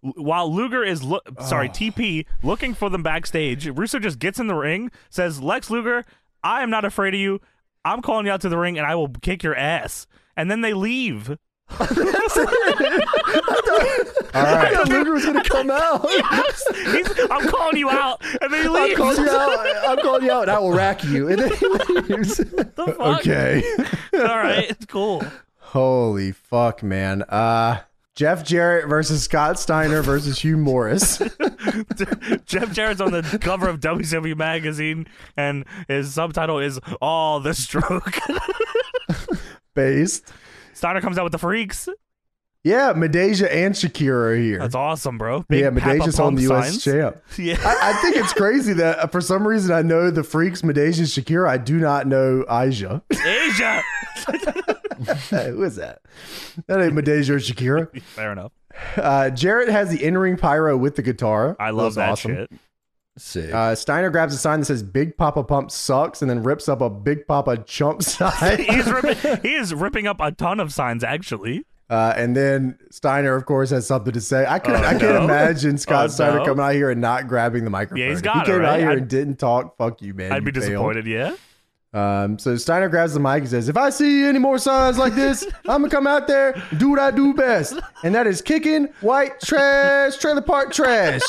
l- while Luger is lo- sorry TP looking for them backstage. Russo just gets in the ring, says Lex Luger, I am not afraid of you. I'm calling you out to the ring, and I will kick your ass. And then they leave. All I right. thought Luger was gonna come out. He's, I'm calling you out, and they I'm leave. calling you out. I'm calling you out. And I will rack you. And then he leaves. the fuck? Okay. All right, it's cool. Holy fuck, man! Uh, Jeff Jarrett versus Scott Steiner versus Hugh Morris. Jeff Jarrett's on the cover of WCW magazine, and his subtitle is "All the Stroke." based. Steiner comes out with the freaks. Yeah, Medeja and Shakira are here. That's awesome, bro. Big yeah, Papa Medeja's holding the Pump U.S. signs. champ. Yeah, I, I think it's crazy that uh, for some reason I know the freaks, Medeja, Shakira. I do not know Aja. Asia. Who is that? That ain't Medeja or Shakira. Fair enough. Uh, Jarrett has the in-ring pyro with the guitar. I love That's that awesome. shit. Sick. Uh, Steiner grabs a sign that says "Big Papa Pump sucks" and then rips up a Big Papa chump sign. He's ripping, he is ripping up a ton of signs, actually. Uh, and then Steiner, of course, has something to say. I could, I can't Oh, no. imagine Scott Oh, Steiner no. coming out here and not grabbing the microphone. he's If got it, he came out right? here I'd- and didn't talk. Fuck you, man. I'd be You failed. disappointed. Yeah. Um, so Steiner grabs the mic and says, "If I see any more signs like this, I'm gonna come out there, do what I do best, and that is kicking white trash, trailer park trash."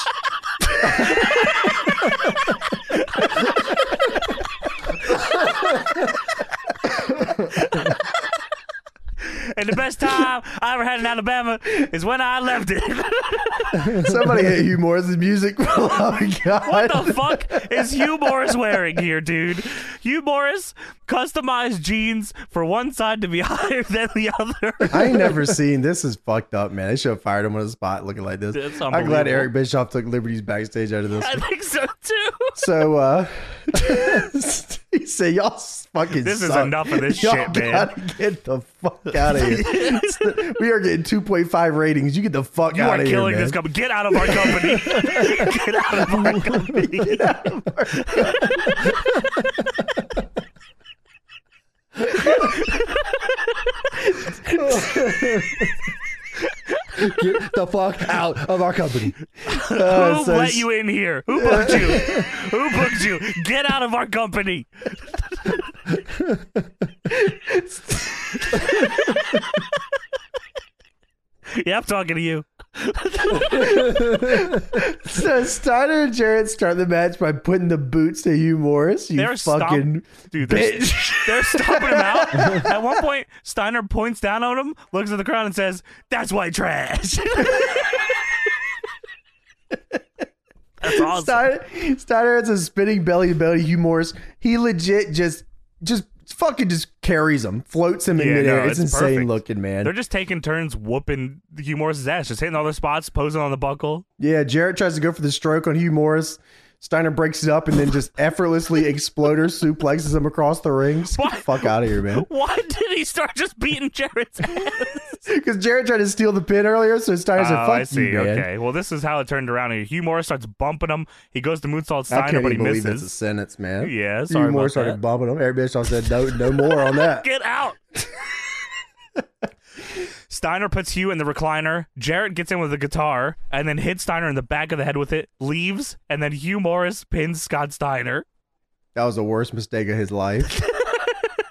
And the best time I ever had in Alabama is when I left it. Somebody hit Hugh Morris's music. oh my god! What the fuck is Hugh Morris wearing here, dude? Hugh Morris customized jeans for one side to be higher than the other. I ain't never seen this. Is fucked up, man. They should have fired him on the spot, looking like this. That's I'm glad unbelievable. Eric Bischoff took liberties backstage out of this. I think so too. So uh he said, "Y'all fucking This is suck. enough of this Y'all shit, man." Gotta get the fuck out of here. we are getting 2.5 ratings. You get the fuck You out are of here, killing man. this company. Get out of our company. Get out of our company. Get the fuck out of our company. Who so let s- you in here? Who booked you? Who booked you? Get out of our company. yeah, I'm talking to you. So Steiner and Jarrett start the match by putting the boots to Hugh Morris. You They're stomp- fucking Dude, they're, bitch. they're stomping him out. At one point, Steiner points down on him, looks at the crowd, and says, That's white trash. That's awesome. Steiner, Steiner has a spinning belly to belly. Hugh Morris, he legit just, just fucking just carries him, floats him in Yeah, midair. no, it's, it's insane perfect. looking, man. They're just taking turns whooping Hugh Morris's ass, just hitting all the spots, posing on the buckle. yeah, Jarrett tries to go for the stroke on Hugh Morris. Steiner breaks it up and then just effortlessly exploder suplexes him across the ring. Just Get the What? fuck out of here, man. Why did he start just beating Jarrett's ass? Because Jarrett tried to steal the pin earlier, so Steiner said, Oh, I fuck see. you, man. okay. Well, this is how it turned around. here. Hugh Morris starts bumping him. He goes to moonsault I Steiner, can't but he even believe it's a misses. sentence, man. Yeah, Hugh sorry about Morris started that. bumping him. Everybody else said, no, no more on that. Get out. Steiner puts Hugh in the recliner. Jarrett gets in with the guitar and then hits Steiner in the back of the head with it, leaves, and then Hugh Morris pins Scott Steiner. That was the worst mistake of his life.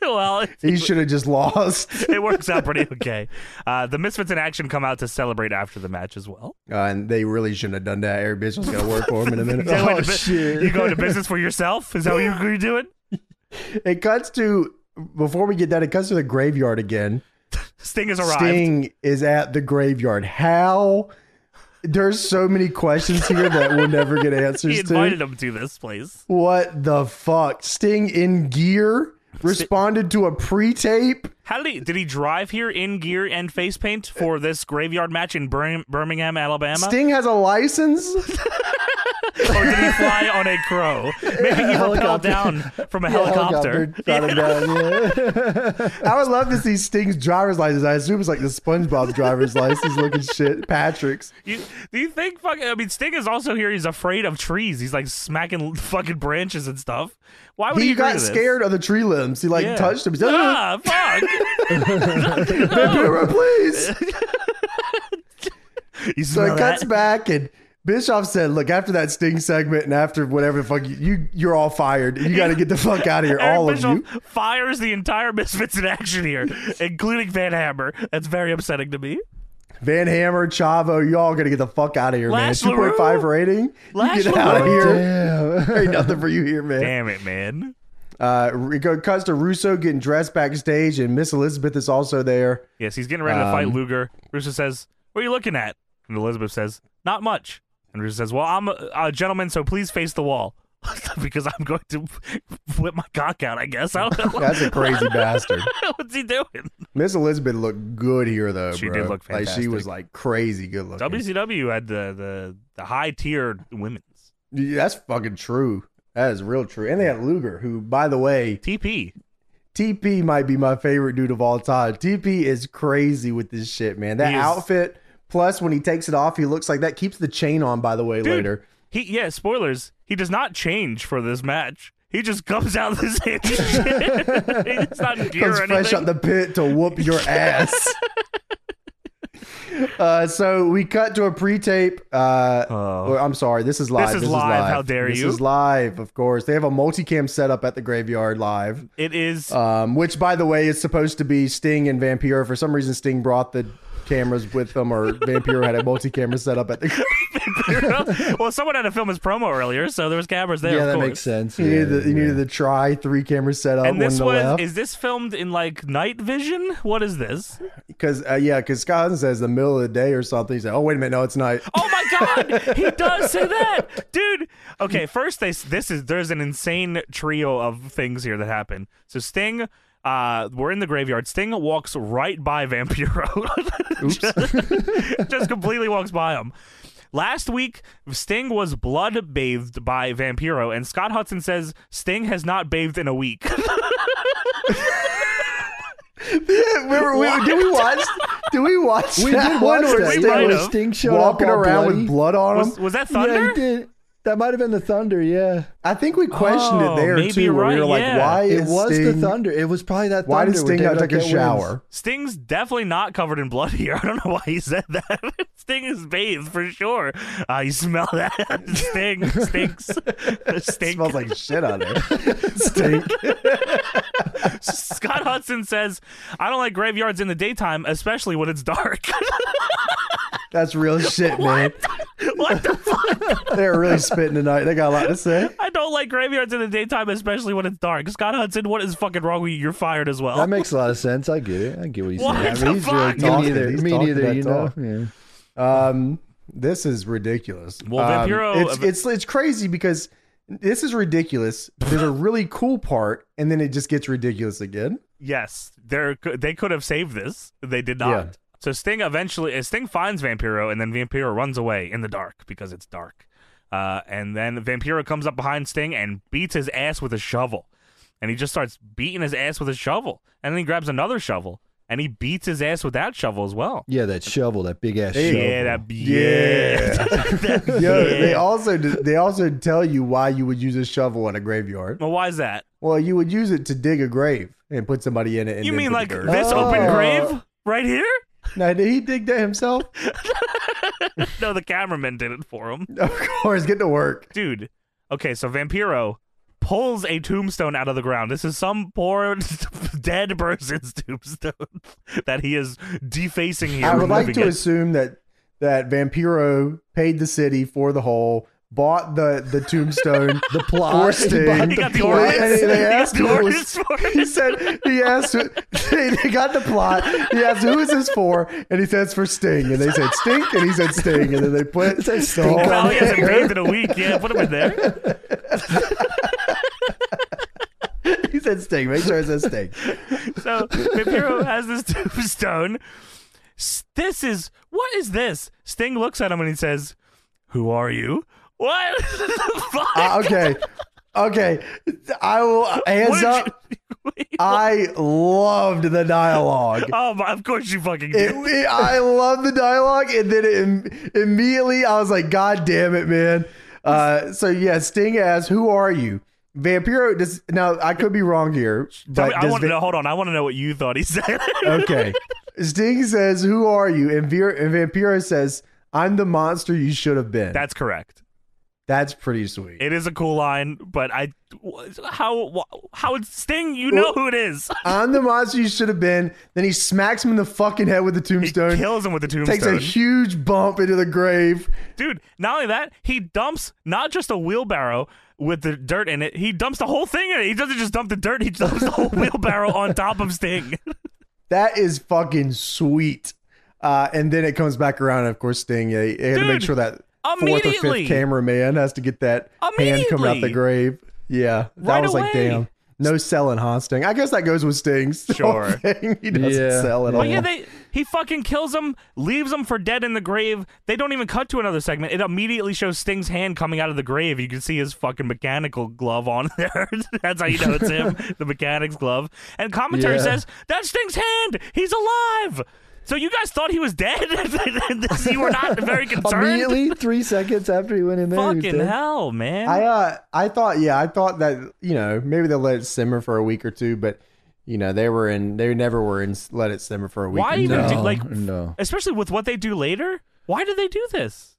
well, it, He should have just lost. it works out pretty okay. Uh, the Misfits in action come out to celebrate after the match as well. Uh, and they really shouldn't have done that. Eric Bischoff's gonna work for him in a minute. Yeah, wait oh a bit. shit! You go into business for yourself? Is that what you're doing? it cuts to before we get that. It cuts to the graveyard again. Sting has arrived. Sting is at the graveyard. How? There's so many questions here that we'll never get He answers invited to. him to this place. What the fuck? Sting in gear responded to a pre-tape. How did he? Did he drive here in gear and face paint for this graveyard match in Bir- Birmingham, Alabama? Uh, Sting has a license. or did he fly on a crow? Maybe he rappelled Helicopter. down from a helicopter. Shot him down, yeah. I would love to see Sting's driver's license. I assume it's like the SpongeBob driver's license looking shit. Patrick's. You, do you think fucking? I mean, Sting is also here. He's afraid of trees. He's like smacking fucking branches and stuff. Why would he, He agree got to this? scared of the tree limbs. He like Yeah. touched him. He said, "Ugh." Ah, fuck! Vampiro, please. You So smell it cuts that? back and Bischoff said, look, after that Sting segment and after whatever the fuck, you, you you're all fired. You got to get the fuck out of here, Eric all of Bischoff you. fires the entire Misfits in action here, including Van Hammer. That's very upsetting to me. Van Hammer, Chavo, you all got to get the fuck out of here, Lash man. 2.5 rating. Lash you get out of LaRue. here. Damn. Ain't nothing for you here, man. Damn it, man. Uh, it go- cuts to Russo getting dressed backstage, and Miss Elizabeth is also there. Yes, he's getting ready to Um, fight Luger. Russo says, "What are you looking at?" And Elizabeth says, "Not much." And Russo says, "Well, I'm a, a gentleman, so please face the wall." because I'm going to whip my cock out, I guess. I don't know. That's a crazy bastard. What's he doing? Miss Elizabeth looked good here, though. She bro. did look Like she fantastic. was like crazy good looking. WCW had the the, the high tiered women's Yeah, that's fucking true. That is real true. And they had Luger, who, by the way, TP. TP might be my favorite dude of all time. TP is crazy with this shit, man. That He is- outfit, plus when he takes it off, he looks like that. Keeps the chain on, by the way, Dude, later. He yeah, spoilers. He does not change for this match. He just comes out the same shit. It's not gear Comes or fresh anything. out the pit to whoop your ass. uh, so we cut to a pre-tape. Uh, Oh. or- I'm sorry, this is live. This is live. How dare This you. is live, of course. They have a multicam setup at the graveyard live. It is Um, which, by the way, is supposed to be Sting and Vampiro. For some reason, Sting brought the cameras with them, or Vampiro had a multi-camera setup at the. well, someone had to film his promo earlier, so there was cameras there. Yeah, of that course. makes sense. He yeah, needed the, he yeah. needed the try three camera setup, And one this to the was left, is this filmed in like night vision? What is this? because uh, yeah, because Scott Hudson says the middle of the day or something. He said, "Oh wait a minute, no, it's night." Oh my god, he does say that, dude. Okay, first they s- this is there's an insane trio of things here that happen. So Sting. Uh, we're in the graveyard. Sting walks right by Vampiro. just, just completely walks by him. Last week, Sting was blood bathed by Vampiro, and Scott Hudson says Sting has not bathed in a week. Remember, we, did we watch? Did we watch We that did one watch where that. We Sting might Where was have. Sting showed up walking all around bloody. with blood on him? Was, was that Yeah, thunder? he did. That might have been the Thunder, yeah. I think we questioned Oh, it there maybe too. you're where we right, were like, yeah. why It is was the Sting- Thunder. It was probably that Thunder. Why did where Sting David not take Arquette a wins. shower? Sting's definitely not covered in blood here. I don't know why he said that. Sting is bathed for sure. Uh, you smell that? Sting stinks. It Stink. smells like shit on there. Stink. Scott Hudson says, "I don't like graveyards in the daytime, especially when it's dark." That's real shit, man. what the fuck? They're really spitting tonight. They got a lot to say. I don't like graveyards in the daytime, especially when it's dark. Scott Hudson, what is fucking wrong with you? You're fired as well. That makes a lot of sense. I get it. I get what he's What saying. the fuck? Me Talking, neither. he's Me talking neither. that You know. talk. Yeah. Um, this is ridiculous. Well, Um, Vampiro- it's it's it's crazy because this is ridiculous. There's a really cool part, and then it just gets ridiculous again. Yes, they they could have saved this. They did not. Yeah. So Sting eventually uh, Sting finds Vampiro, and then Vampiro runs away in the dark because it's dark. Uh, and then Vampiro comes up behind Sting and beats his ass with a shovel, and he just starts beating his ass with a shovel, and then he grabs another shovel and he beats his ass with that shovel as well. yeah, that shovel, that big ass Hey, shovel. Yeah, that yeah. Yeah. That- Yo, they yeah. also they also tell you why you would use a shovel in a graveyard. well, why is that? Well, you would use it to dig a grave and put somebody in it. And you then mean put like the dirt. this open Oh. grave right here? Now, did he dig that himself? No, the cameraman did it for him. Of course, get to work. dude. Okay, so Vampiro pulls a tombstone out of the ground. This is some poor dead person's tombstone that he is defacing here. I would like removing to it. assume that that Vampiro paid the city for the hole, bought the the tombstone, The plot. Or He bought Sting. He got the Well, ordinance. and they- they He got asked the who it ordinance was- for He it. said he asked. who- They, they got the plot. He asked, "Who is this for?" And he says, "For Sting." And they said, "Stink," and he said, "Sting." And then they put said, the "Stink whole- on Now he hasn't bathed in a week. Yeah, put him in there. He said, "Sting." Make sure it says "Sting." So Vampiro has this tombstone. S- This is what is this? Sting looks at him and he says, "Who are you?" What the fuck? Uh, okay, okay. I will hands What did up. you- I loved the dialogue. oh, my, of course you fucking It, do. it- I love the dialogue, and then it, im- immediately I was like, "God damn it, man!" Uh, so yeah, Sting asks, "Who are you?" Vampiro does now. I could be wrong here, but Tell me, I does want to Va- know. Hold on, I want to know what you thought he said. okay. Sting says, "Who are you?" And, Vir- and Vampiro says, "I'm the monster you should have been." That's correct. That's pretty sweet. It is a cool line, but I how how it's Sting, you know who it is. I'm the monster you should have been. Then he smacks him in the fucking head with the He tombstone. kills him with the takes a tombstone, huge bump into the grave. dude. Not only that, he dumps not just a wheelbarrow with the dirt in it. He dumps the whole thing in it. He doesn't just dump the dirt. He dumps the whole wheelbarrow on top of Sting. That is fucking sweet. Uh, and then it comes back around, and of course, Sting. They, they had to make Dude, sure that fourth or immediately. fifth cameraman has to get that hand coming out Immediately. the grave. Yeah, that Right was like, away. damn, no selling, huh, Sting? I guess that goes with Sting's Sure. whole thing. He doesn't Yeah. sell at But all. But Oh, yeah, they he fucking kills him, leaves him for dead in the grave. They don't even cut to another segment. It immediately shows Sting's hand coming out of the grave. You can see his fucking mechanical glove on there. That's how you know it's him, the mechanic's glove. And commentary Yeah. says that's Sting's hand. He's alive. So you guys thought he was dead? you were not very concerned. Immediately, three seconds after he went in there, he was Fucking dead. hell, man! I uh, I thought, yeah, I thought that you know maybe they'll let it simmer for a week or two, but you know they were in, they never were in let it simmer for a week. Why or two. even No, do, like, no. Especially with what they do later. Why did they do this?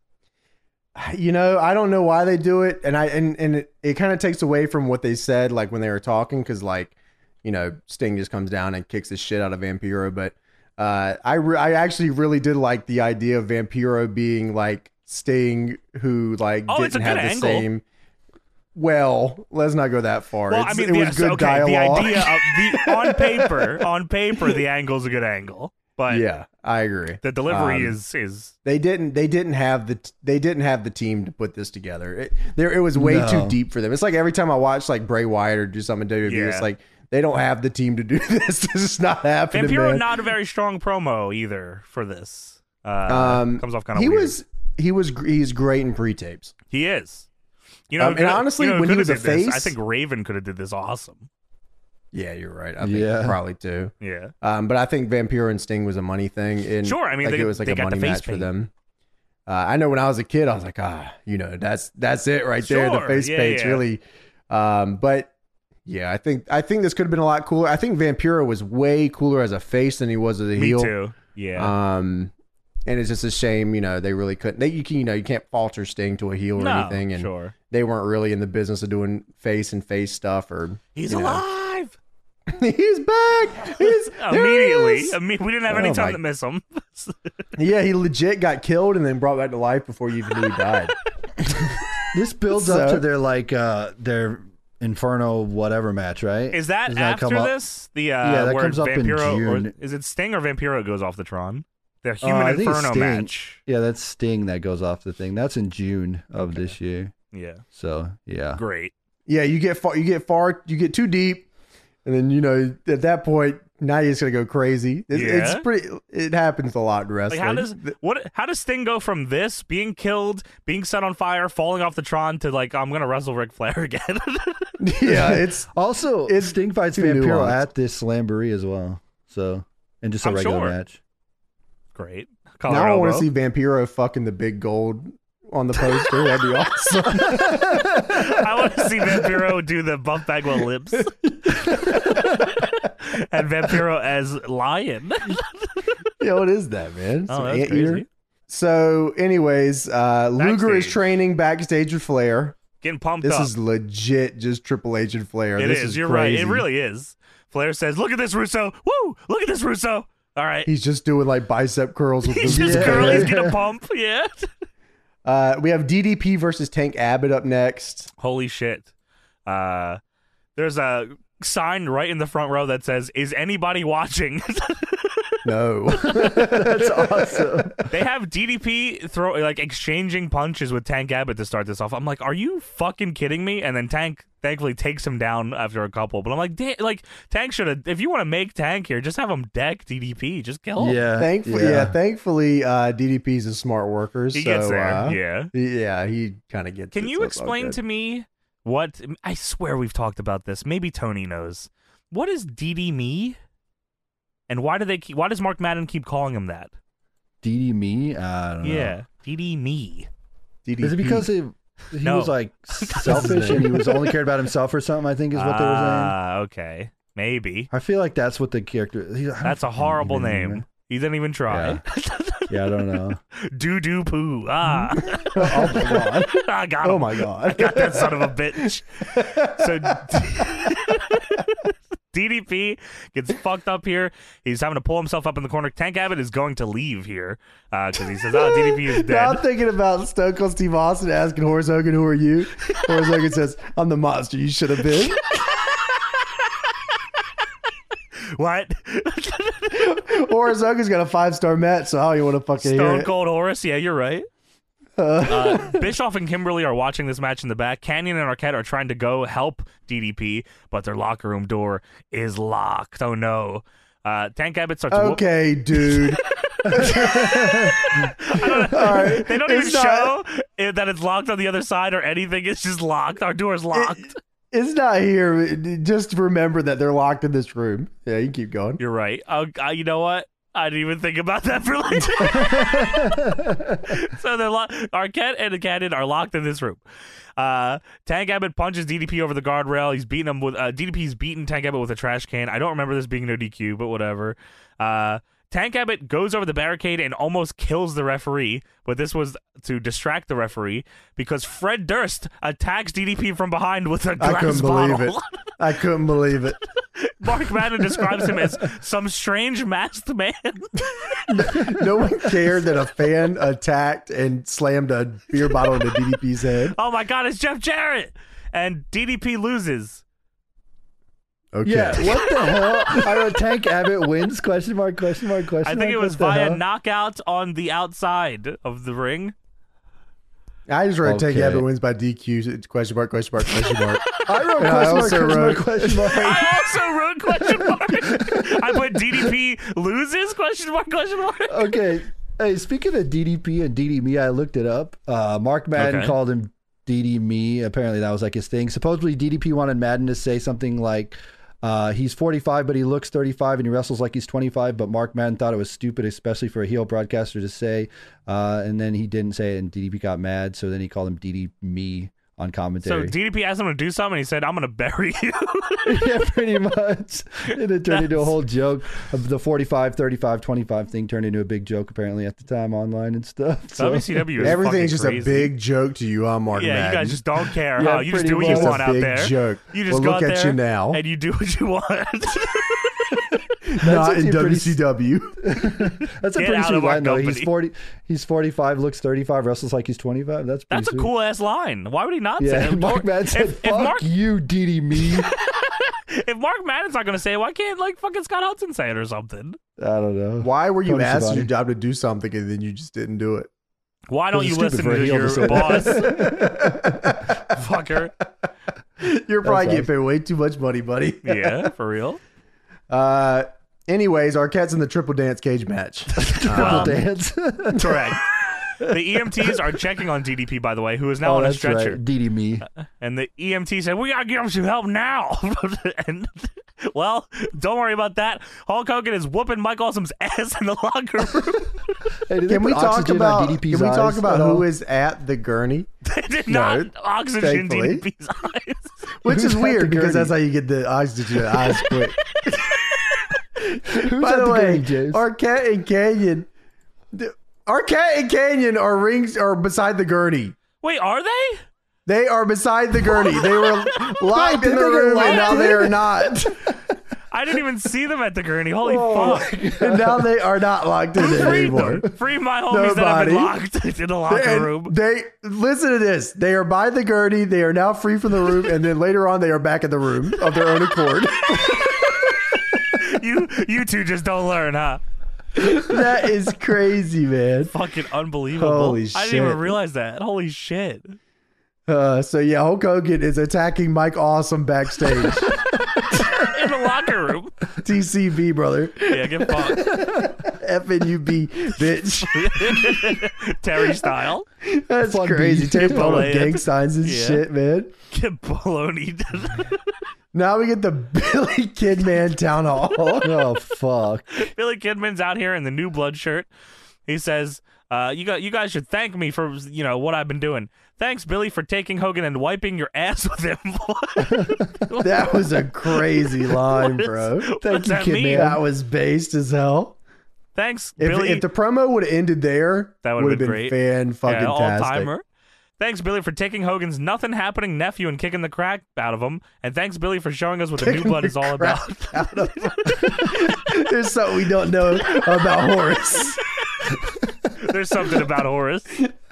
you know i don't know why they do it and i and, and it, it kind of takes away from what they said like when they were talking because like you know sting just comes down and kicks the shit out of vampiro but uh i re- i actually really did like the idea of vampiro being like sting who like Oh, it's a didn't good have the angle. same well let's not go that far Well, It's- I mean, it the, was good okay, dialogue the idea of the on paper, on paper, the angle's a good angle, but yeah i agree the delivery Um, is is They didn't. They didn't have the. t- They didn't have the team to put this together. It, there, it was way No. too deep for them. It's like every time I watch like Bray Wyatt or do something in WWE, Yeah. it's like they don't have the team to do this. this is not happening. Vampiro man. not a very strong promo either for this. Uh, Um, comes off kind of. he weird. was. He was. gr- He's great in pre-tapes. He is. You know, Um, and you know- honestly, you know who when he coulda was a did this? I face- think Raven could have did this awesome. Yeah, you're right. I think Yeah. probably too. Yeah, Um, but I think Vampiro and Sting was a money thing. And Sure, I mean, like they- it was like they a got the money face match for paint. them. Uh, I know when I was a kid, I was like, ah, you know, that's that's it right there. The Sure. face Yeah, paint yeah. really. Um, but yeah, I think I think this could have been a lot cooler. I think Vampiro was way cooler as a face than he was as a Me heel. too. Yeah. Um, and it's just a shame, you know, they really couldn't. They you can you know you can't falter Sting to a heel or no, anything, and sure. they weren't really in the business of doing face and face stuff. Or He's you know. alive. he's back. He's there he Immediately. is! I mean, we didn't have Oh any my- time to miss him. Yeah, he legit got killed and then brought back to life before you even knew he died. This builds up So- to their like uh their Inferno whatever match, right? Is that Does after come up? this? The uh, Yeah, that where comes up in Vampiro, June. Or, is it Sting or Vampiro goes off the Tron? The Uh, Human I think it's Inferno Sting. match. Yeah, that's Sting that goes off the thing. That's in June of this year. Yeah, So yeah, great. Yeah, you get far, you get far, you get too deep, and then you know at that point now you're just gonna go crazy. It's, it's Yeah. pretty. It happens a lot in Like wrestling. how does what? How does Sting go from this being killed, being set on fire, falling off the Tron to like I'm gonna wrestle Ric Flair again? yeah, it's Also, It's Sting fights too Vampiro nuanced. at this Slamboree as well. So, and just a I'm regular sure. match. great. now Collar I want to elbow. see Vampiro fucking the big gold on the poster. That'd be awesome. I want to see Vampiro do the Buff Bagwell lips. and Vampiro as lion. yeah, what is that, man? Some Oh, that's anteater? crazy. So, anyways, uh, Luger is Backstage. training backstage with Flair. Getting pumped This up. is legit just Triple H and Flair. It this is. is You're right. crazy. It really is. Flair says, "Look at this Russo. Woo! Look at this Russo. All right. He's just doing like bicep curls with He's the just Yeah. girl. He's Yeah. gonna pump. Yeah. Uh, we have DDP versus Tank Abbott up next. Holy shit. Uh, there's a sign right in the front row that says, "Is anybody watching?" No. That's awesome. they have DDP throw like exchanging punches with Tank Abbott to start this off. I'm like, are you fucking kidding me? And then Tank thankfully takes him down after a couple. But I'm like, da- like Tank should have. If you want to make Tank here, just have him deck DDP. Just kill him. yeah, thankfully, yeah. thankfully, uh, DDP's a smart worker. he so, gets there. uh, yeah. yeah, he kind of gets. Can it, you so it's all explain good. to me what? I swear we've talked about this. Maybe Tony knows. What is DD me? And why do they? Keep, why does Mark Madden keep calling him that? DD me. I don't know. Yeah, DD me. DDP? Is it because he, he No. was like selfish and he was only cared about himself or something? I think is what they were saying. Ah, okay, maybe I feel like that's what the character. He, I don't that's a fucking horrible even name. remember. He didn't even try. Yeah, I don't know. Doo doo poo. Ah, oh my god! I got him. Oh my god! got that son of a bitch. So DDP gets fucked up here. He's having to pull himself up in the corner. Tank Abbott is going to leave here because he says, "Oh, DDP is Now I'm dead." thinking about Stone Cold Steve Austin asking Horace Hogan, "Who are you?" Horace Hogan says, "I'm the monster you should have been." what? Horace Hogan's got a five star match, so how you want to fucking hear Stone it? Cold Horace? Yeah, you're right. Uh, Bischoff and Kimberly are watching this match in the back. Canyon and Arquette are trying to go help DDP, but their locker room door is locked. Oh no! Uh, Tank Abbott starts. whoop- Okay, dude. All right. They don't It's even not- show it- that it's locked on the other side or anything. It's just locked. Our door's locked. It's not here. Just remember that they're locked in this room. Yeah, you keep going. You're right. I'll, I, you know what? I didn't even think about that for later. so they're lo- Arquette and Cannon are locked in this room. Uh, Tank Abbott punches DDP over the guardrail. He's beating him with uh, DDP's beating Tank Abbott with a trash can. I don't remember this being no DQ, but whatever. Uh, Tank Abbott goes over the barricade and almost kills the referee, but this was to distract the referee because Fred Durst attacks DDP from behind with a glass I couldn't bottle. believe it. I couldn't believe it. Mark Madden describes him as some strange masked man. No one cared that a fan attacked and slammed a beer bottle into DDP's head. oh my god, it's Jeff Jarrett! And DDP loses. Okay. Yeah, what the hell? I don't Tank Abbott wins? Question mark? Question mark? Question I mark? think it What was the via hell? knockout on the outside of the ring. I just wrote take Okay. Abbott wins by DQ question mark question mark question mark. I wrote Yeah, I question mark? also wrote- Question mark? Question mark? I also wrote question mark. I put DDP loses question mark question mark. okay. Hey, speaking of DDP and DD me, I looked it up. Uh, Mark Madden Okay. called him DD me. Apparently, that was like his thing. Supposedly, DDP wanted Madden to say something like, Uh, he's 45, but he looks 35 and he wrestles like he's 25. But Mark Madden thought it was stupid, especially for a heel broadcaster to say. Uh, and then he didn't say it, and DDP got mad. So then he called him DD me on So commentary. DDP asked him to do something. and He said, "I'm gonna bury you." yeah, pretty much. And it turned into a whole joke. Of the 45, 35, 25 thing turned into a big joke apparently at the time online and stuff. So WCW is Everything's fucking just crazy. a big joke to you, huh, Mark Yeah, you Madden? guys just don't care. Yeah, huh? You just pretty do what you It's want a out big there. joke. You just well, go look out at there you now, and you do what you want. not in actually pretty- WCW. that's a Get pretty out sweet of our line though. He's company. 40, he's 45, looks 35, wrestles like he's 25. That's pretty That's a sweet. cool ass line. Why would he not Yeah, say? it? Mark Madden said, if, if "Fuck Mark you, DD me." if Mark Madden's not gonna say it, why can't like fucking Scott Hudson say it or something? I don't know. Why were you Tony asked at your Schiavone. job to do something and then you just didn't do it? Why don't It's you stupid listen for a to heel to your say that. boss, fucker? You're probably getting awesome. paid way too much money, buddy. Yeah, for real. Uh, anyways, Arquette's in the triple dance cage match. Triple Um, dance. Correct. the EMTs are checking on DDP, by the way, who is now oh, on a that's stretcher. Uh, right. DD me. And the EMT said, "We gotta get him some help now." and well, don't worry about that. Hulk Hogan is whooping Mike Awesome's ass in the locker room. Hey, did they Can we put talk oxygen on about? Can we DDP's talk eyes Uh-huh. Oh, about at all? who is at the gurney? they did No, not oxygen thankfully. DDP's eyes. Which Who's is at weird the because gurney? that's how you get the oxygen eyes quick. Who's By at the, the way, game, James? Arquette and Canyon, th- Arquette and Canyon are rings are beside the gurney. Wait, are they? They are beside the gurney. They were locked in the did they get room, and locked now in? they are not. I didn't even see them at the gurney. Holy Oh fuck! and now they are not locked in it Free anymore. them. Free my homies that have been Nobody. locked in the They, locker room. they listen to this. They are by the gurney. They are now free from the room, and then later on, they are back in the room of their own accord. You you two just don't learn, huh? that is crazy, man. Fucking unbelievable. Holy I didn't shit. even realize that. Holy shit. Uh, so yeah, Hulk Hogan is attacking Mike Awesome backstage. In the locker room. TCB, brother. Yeah, get fucked. FNUB, bitch. Terry style. That's Fun crazy. beat. Taped all the Bullet. gang signs and Yeah. shit, man. Get baloney. Now we get the Billy Kidman town hall. oh fuck! Billy Kidman's out here in the new blood shirt. He says, uh, you got you guys should thank me for you know what I've been doing. Thanks, Billy, for taking Hogan and wiping your ass with him. That was a crazy line, What is- bro. what's Thank you, that Kidman. mean? That was based as hell. Thanks, If, Billy. if the promo would have ended there, That would've would have been been, great. fan fucking yeah, all tastic. timer. Thanks, Billy, for taking Hogan's nothing happening nephew and kicking the crack out of him. And thanks, Billy, for showing us what the new blood is all about. There's something we don't know about Horace. There's something about Horace.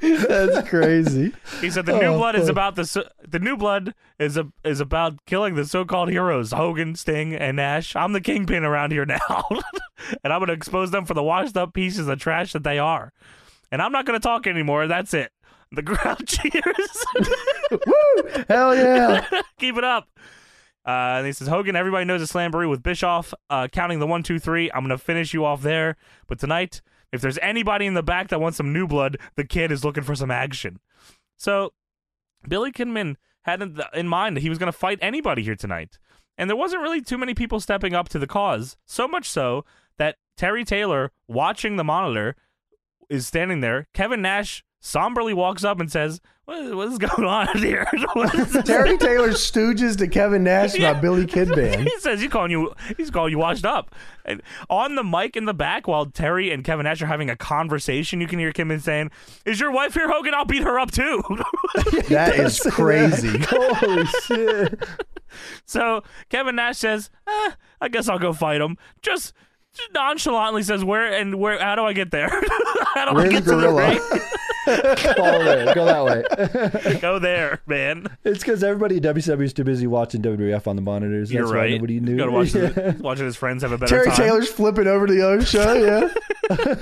That's crazy. He said the new Oh, blood is fuck. about the so- the new blood is a- is about killing the so-called heroes Hogan, Sting, and Nash. I'm the kingpin around here now, and I'm gonna expose them for the washed-up pieces of trash that they are. And I'm not gonna talk anymore. That's it. The crowd cheers. Woo! Hell yeah. Keep it up. Uh, and he says, Hogan, everybody knows a slambery with Bischoff uh, counting the one, two, three. I'm gonna finish you off there. But tonight, if there's anybody in the back that wants some new blood, the kid is looking for some action. So Billy Kidman had in, in mind that he was gonna fight anybody here tonight, and there wasn't really too many people stepping up to the cause. So much so that Terry Taylor, watching the monitor, is standing there. Kevin Nash somberly walks up and says, "What, what is going on here?" What is this Terry Taylor stooges to Kevin Nash about Yeah. Billy Kidman. he says he's calling you he's calling you washed up. And on the mic in the back while Terry and Kevin Nash are having a conversation, you can hear Kidman saying, Is your wife here, Hogan? I'll beat her up too. That is crazy. Holy shit! so Kevin Nash says, eh, I guess I'll go fight him. Just just nonchalantly says, Where and where how do I get there? how do I Where's get Gorilla? to the Follow there. Go that way. ring? Go there, man. It's because everybody at WCW is too busy watching WWF on the monitors. You're That's why right. nobody He's knew. gotta watch Yeah. the- watching his friends have a better Terry time. Taylor's flipping over to the other show. Yeah.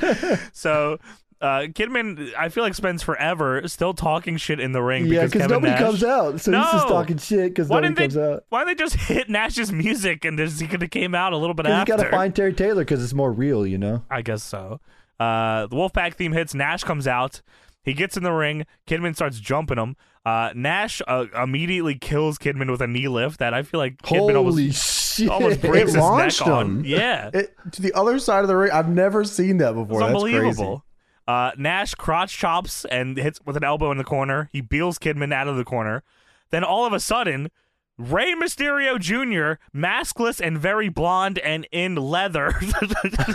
So uh, Kidman, I feel like spends forever still talking shit in the ring Yeah, because because Kevin nobody Nash- comes out. So he's just No. talking shit because Why nobody comes didn't they? out. Why didn't they just hit Nash's music and just, he could have came out a little bit Because after? you got to find Terry Taylor because it's more real, you know? I guess so. Uh, the Wolfpack theme hits. Nash comes out. He gets in the ring. Kidman starts jumping him. Uh, Nash uh, immediately kills Kidman with a knee lift that I feel like Kidman Holy almost shit. almost breaks his launched neck on. him. Yeah, It, to the other side of the ring. I've never seen that it's before. That's unbelievable. Uh, Nash crotch chops and hits with an elbow in the corner. He beals Kidman out of the corner. Then all of a sudden, Rey Mysterio Jr., maskless and very blonde and in leather,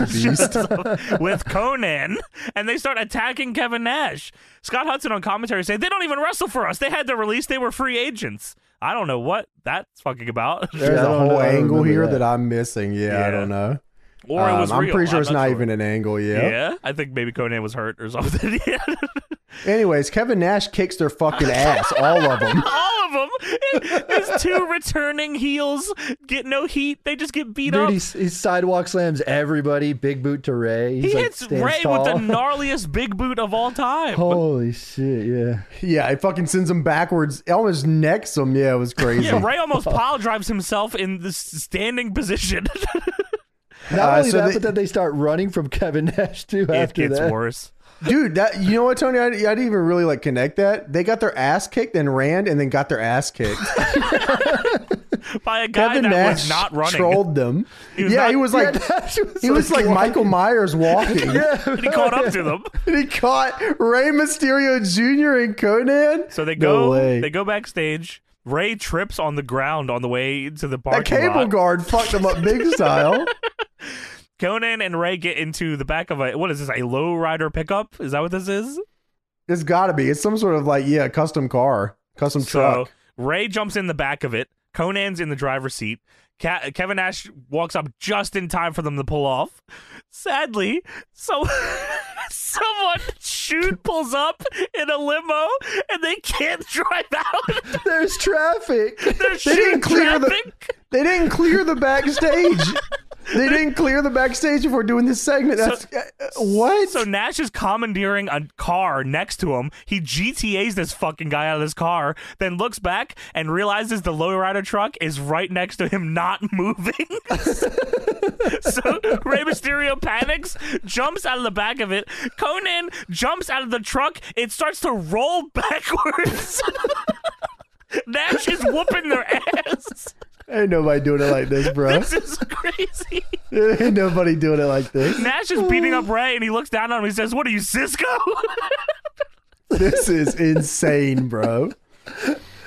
shows up with Conan, and they start attacking Kevin Nash. Scott Hudson on commentary saying they don't even wrestle for us. They had to release. They were free agents. I don't know what that's fucking about. crazy. There's Yeah, a I don't whole know. I angle remember here that. that. I'm missing. Yeah, Yeah. I don't know. or it Um, was I'm real. pretty sure it's I'm not, sure. even an angle. Yeah. Yeah, I think maybe Conan was hurt or something. Yeah. Anyways, Kevin Nash kicks their fucking ass, all of them. all of them. There's two returning heels get no heat. They just get beat Dude, up. he, he sidewalk slams everybody. Big boot to Ray. He's he like, hits stands Ray tall. with the gnarliest big boot of all time. Holy shit! Yeah, Yeah, it fucking sends him backwards. It almost necks him. Yeah, it was crazy. yeah, Ray almost pile drives himself in this standing position. not Uh, only so that, the- but then they start running from Kevin Nash too. it after gets that, worse. Dude, that you know what, Tony? I, I didn't even really like connect that. They got their ass kicked and ran, and then got their ass kicked. By a guy Kevin that Nash was not running. trolled them. He was yeah, not- he was like Nash was he was like Michael Myers walking. Yeah, He caught up to them. And he caught Ray Mysterio Jr. and Conan. So they No go way. they go backstage. Ray trips on the ground on the way to the that parking cable lot. guard fucked them up big style. Conan and Ray get into the back of a what is this? A low rider pickup? Is that what this is? It's gotta be. It's some sort of like yeah, custom car, custom So truck. Ray jumps in the back of it. Conan's in the driver's seat. Ca- Kevin Nash walks up just in time for them to pull off. Sadly, so someone shoot pulls up in a limo and they can't drive out. There's traffic. They're shooting didn't clear the- traffic. They didn't clear the backstage. they didn't clear the backstage before doing this segment. That's uh, what? So Nash is commandeering a car next to him. He GTA's this fucking guy out of this car, then looks back and realizes the lowrider truck is right next to him, not moving. so Rey Mysterio panics, jumps out of the back of it. Conan jumps out of the truck. It starts to roll backwards. Nash is whooping their ass. Ain't nobody doing it like this, bro. This is crazy. Ain't nobody doing it like this. Nash is beating up Ray, and he looks down on him. He says, "What are you, Cisco?" This is insane, bro.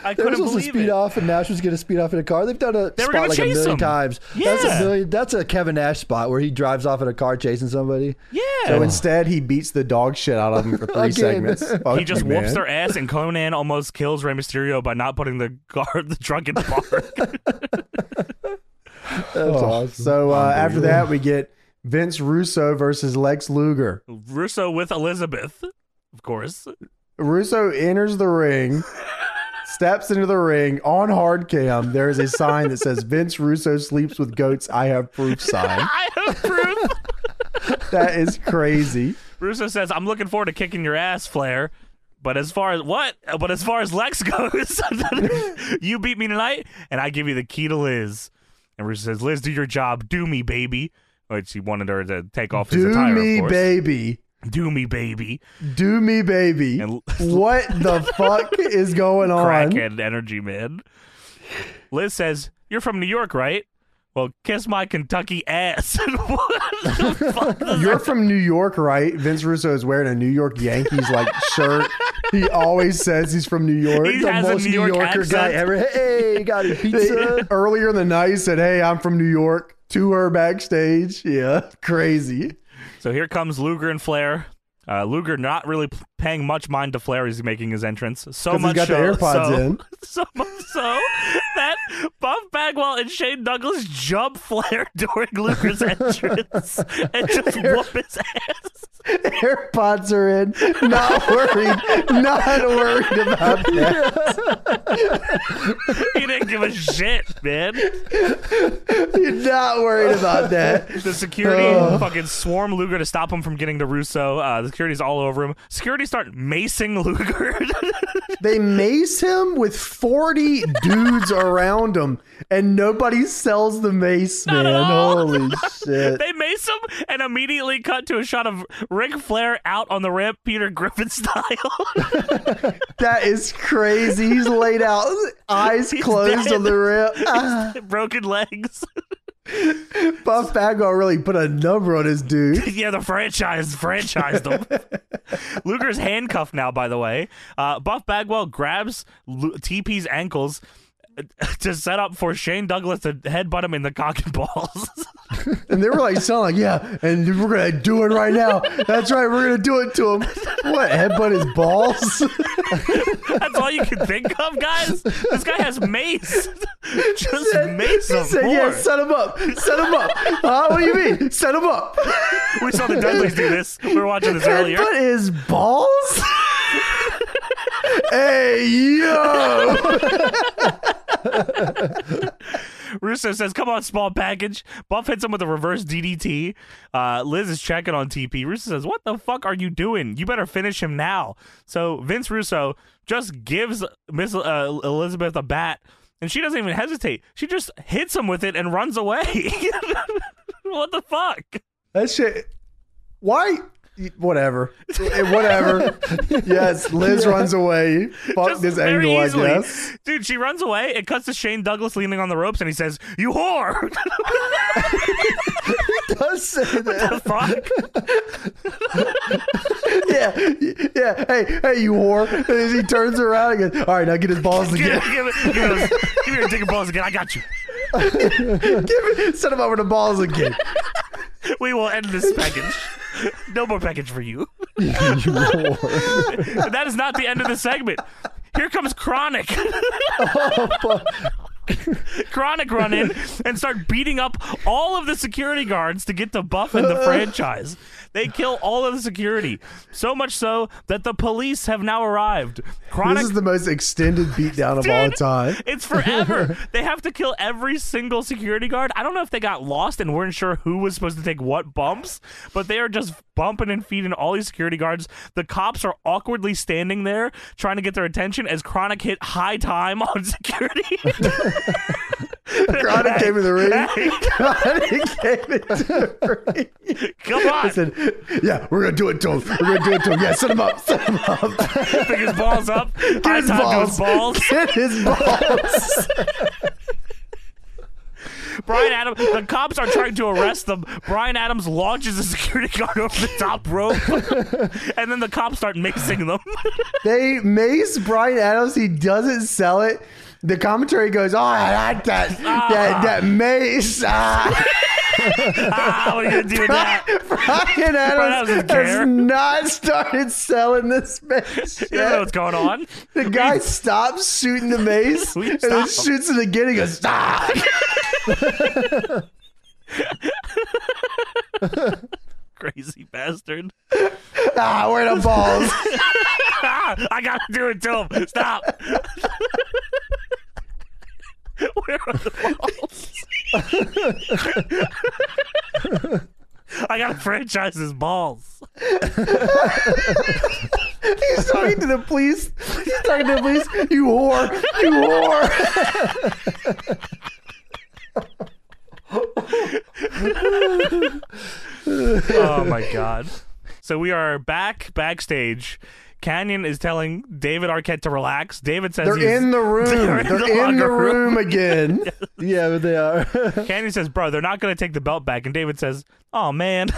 I They were couldn't supposed to believe speed it. off, and Nash was going to speed off in a car. They've done a were spot gonna like a chase million him. times. That's Yeah. a million. That's a Kevin Nash spot where he drives off in a car chasing somebody. Yeah. So instead, he beats the dog shit out of him for three Again. segments. Fuck he just you, whoops man. their ass, and Conan almost kills Rey Mysterio by not putting the guard, the truck in park. That's Oh, awesome. So uh, after that, we get Vince Russo versus Lex Luger. Russo with Elizabeth, of course. Russo enters the ring, steps into the ring on hard cam. There is a sign that says Vince Russo sleeps with goats. I have proof sign. I approve. That is crazy. Russo says, "I'm looking forward to kicking your ass, Flair." But as far as what? But as far as Lex goes, you beat me tonight, and I give you the key to Liz. And Russo says, "Liz, do your job. Do me, baby." Which he wanted her to take off his Do attire, me, of course. baby. do me, baby. Do me, baby. And- what the fuck is going on? crackhead energy, man. Liz says, "You're from New York, right?" Well, kiss my Kentucky ass. What the fuck does You're from New York, right? Vince Russo is wearing a New York Yankees like shirt. He always says he's from New York. He The has a most New York Yorker guy accent. ever. Hey, got a pizza. Earlier in the night, he said, "Hey, I'm from New York." To her backstage, yeah, crazy. So here comes Luger and Flair. Uh, Luger not really p- paying much mind to Flair as he's making his entrance. So 'Cause he's much got the so, AirPods so, in. so much so that Buff Bagwell and Shane Douglas jump Flair during Luger's entrance and just whoop his ass. AirPods are in. Not worried. not worried about that. He didn't give a shit, man. You're not worried about that. The security fucking swarm Luger to stop him from getting to Russo. Uh, the security's all over him. Security start macing Luger. They mace him with 40 dudes around him, and nobody sells the mace, Not man. at all. Holy shit. they mace him and immediately cut to a shot of Ric Flair out on the ramp, Peter Griffin style. That is crazy. He's laid out, eyes He's closed dead. on the rail. Ah. Broken legs. Buff Bagwell really put a number on his dude. yeah, the franchise franchised him. Luger's handcuffed now, by the way. Uh, Buff Bagwell grabs Lu- TP's ankles to set up for Shane Douglas to headbutt him in the cock and balls. And they were like selling, like, yeah, and we're gonna do it right now. That's right, we're gonna do it to him. What, headbutt his balls? That's all you can think of, guys. This guy has mace. Just mace he him. said, more. yeah, set him up. Set him up. Huh? What do you mean? Set him up. We saw the Dudleys do this. We were watching this earlier. Headbutt his balls? hey, yo. Russo says, "Come on, small package." Buff hits him with a reverse DDT. Uh, Liz is checking on TP. Russo says, "What the fuck are you doing? You better finish him now." So Vince Russo just gives Miss uh, Elizabeth a bat, and she doesn't even hesitate. She just hits him with it and runs away. what the fuck? That shit. Why? Whatever. Eh, Whatever. yes, Liz runs away. Fuck Oh, Just this very angle, easily. I guess. Dude, she runs away. It cuts to Shane Douglas leaning on the ropes, and he says, "You whore." Does say that. the fuck? yeah, yeah. Hey, hey, you whore! And then he turns around and goes, "All right, now get his balls give, again. give, give, give, give me your dick and balls again. I got you. Give it, send him over the balls again." We will end this package. No more package for you. that is not the end of the segment. Here comes Chronic. Chronic run in and start beating up all of the security guards to get to Buff and the franchise. They kill all of the security. So much so that the police have now arrived. Chronic This is the most extended beatdown of all Dude. time. it's forever. they have to kill every single security guard. I don't know if they got lost and weren't sure who was supposed to take what bumps, but they are just bumping and feeding all these security guards. The cops are awkwardly standing there trying to get their attention as Chronic hit high time on security. Chronic came in the ring. Hey, Chronic came in the ring. come on. Listen, yeah, we're gonna do it to him. We're gonna do it to him. Yeah, set him up. Set him up. Pick his balls up. Get high his time to balls. his balls. Get his balls. Brian Adams, the cops are trying to arrest them. Brian Adams launches a security guard over the top rope, and then the cops start mixing them. They mace Brian Adams. He doesn't sell it. The commentary goes, "Oh, I like that that that mace." Ah. ah, what are you gonna do with that? Brian Adams doesn't care. has not started selling this mace. You don't know what's Yet. going on. The guy stops shooting the mace We and then stop. shoots it again. He goes, "Ah, "Stop!" Crazy bastard. Ah, where the balls? Ah, I gotta do it to him. Stop. Where are the balls? I gotta franchise his balls. He's talking to the police. He's talking to the police. You whore! You whore! Oh my god. So we are back backstage. Canyon is telling David Arquette to relax. David says They're he's- in the room. They're in the, locker room again. yeah, but they are. Canyon says, "Bro, they're not gonna take the belt back." And David says, "Oh man,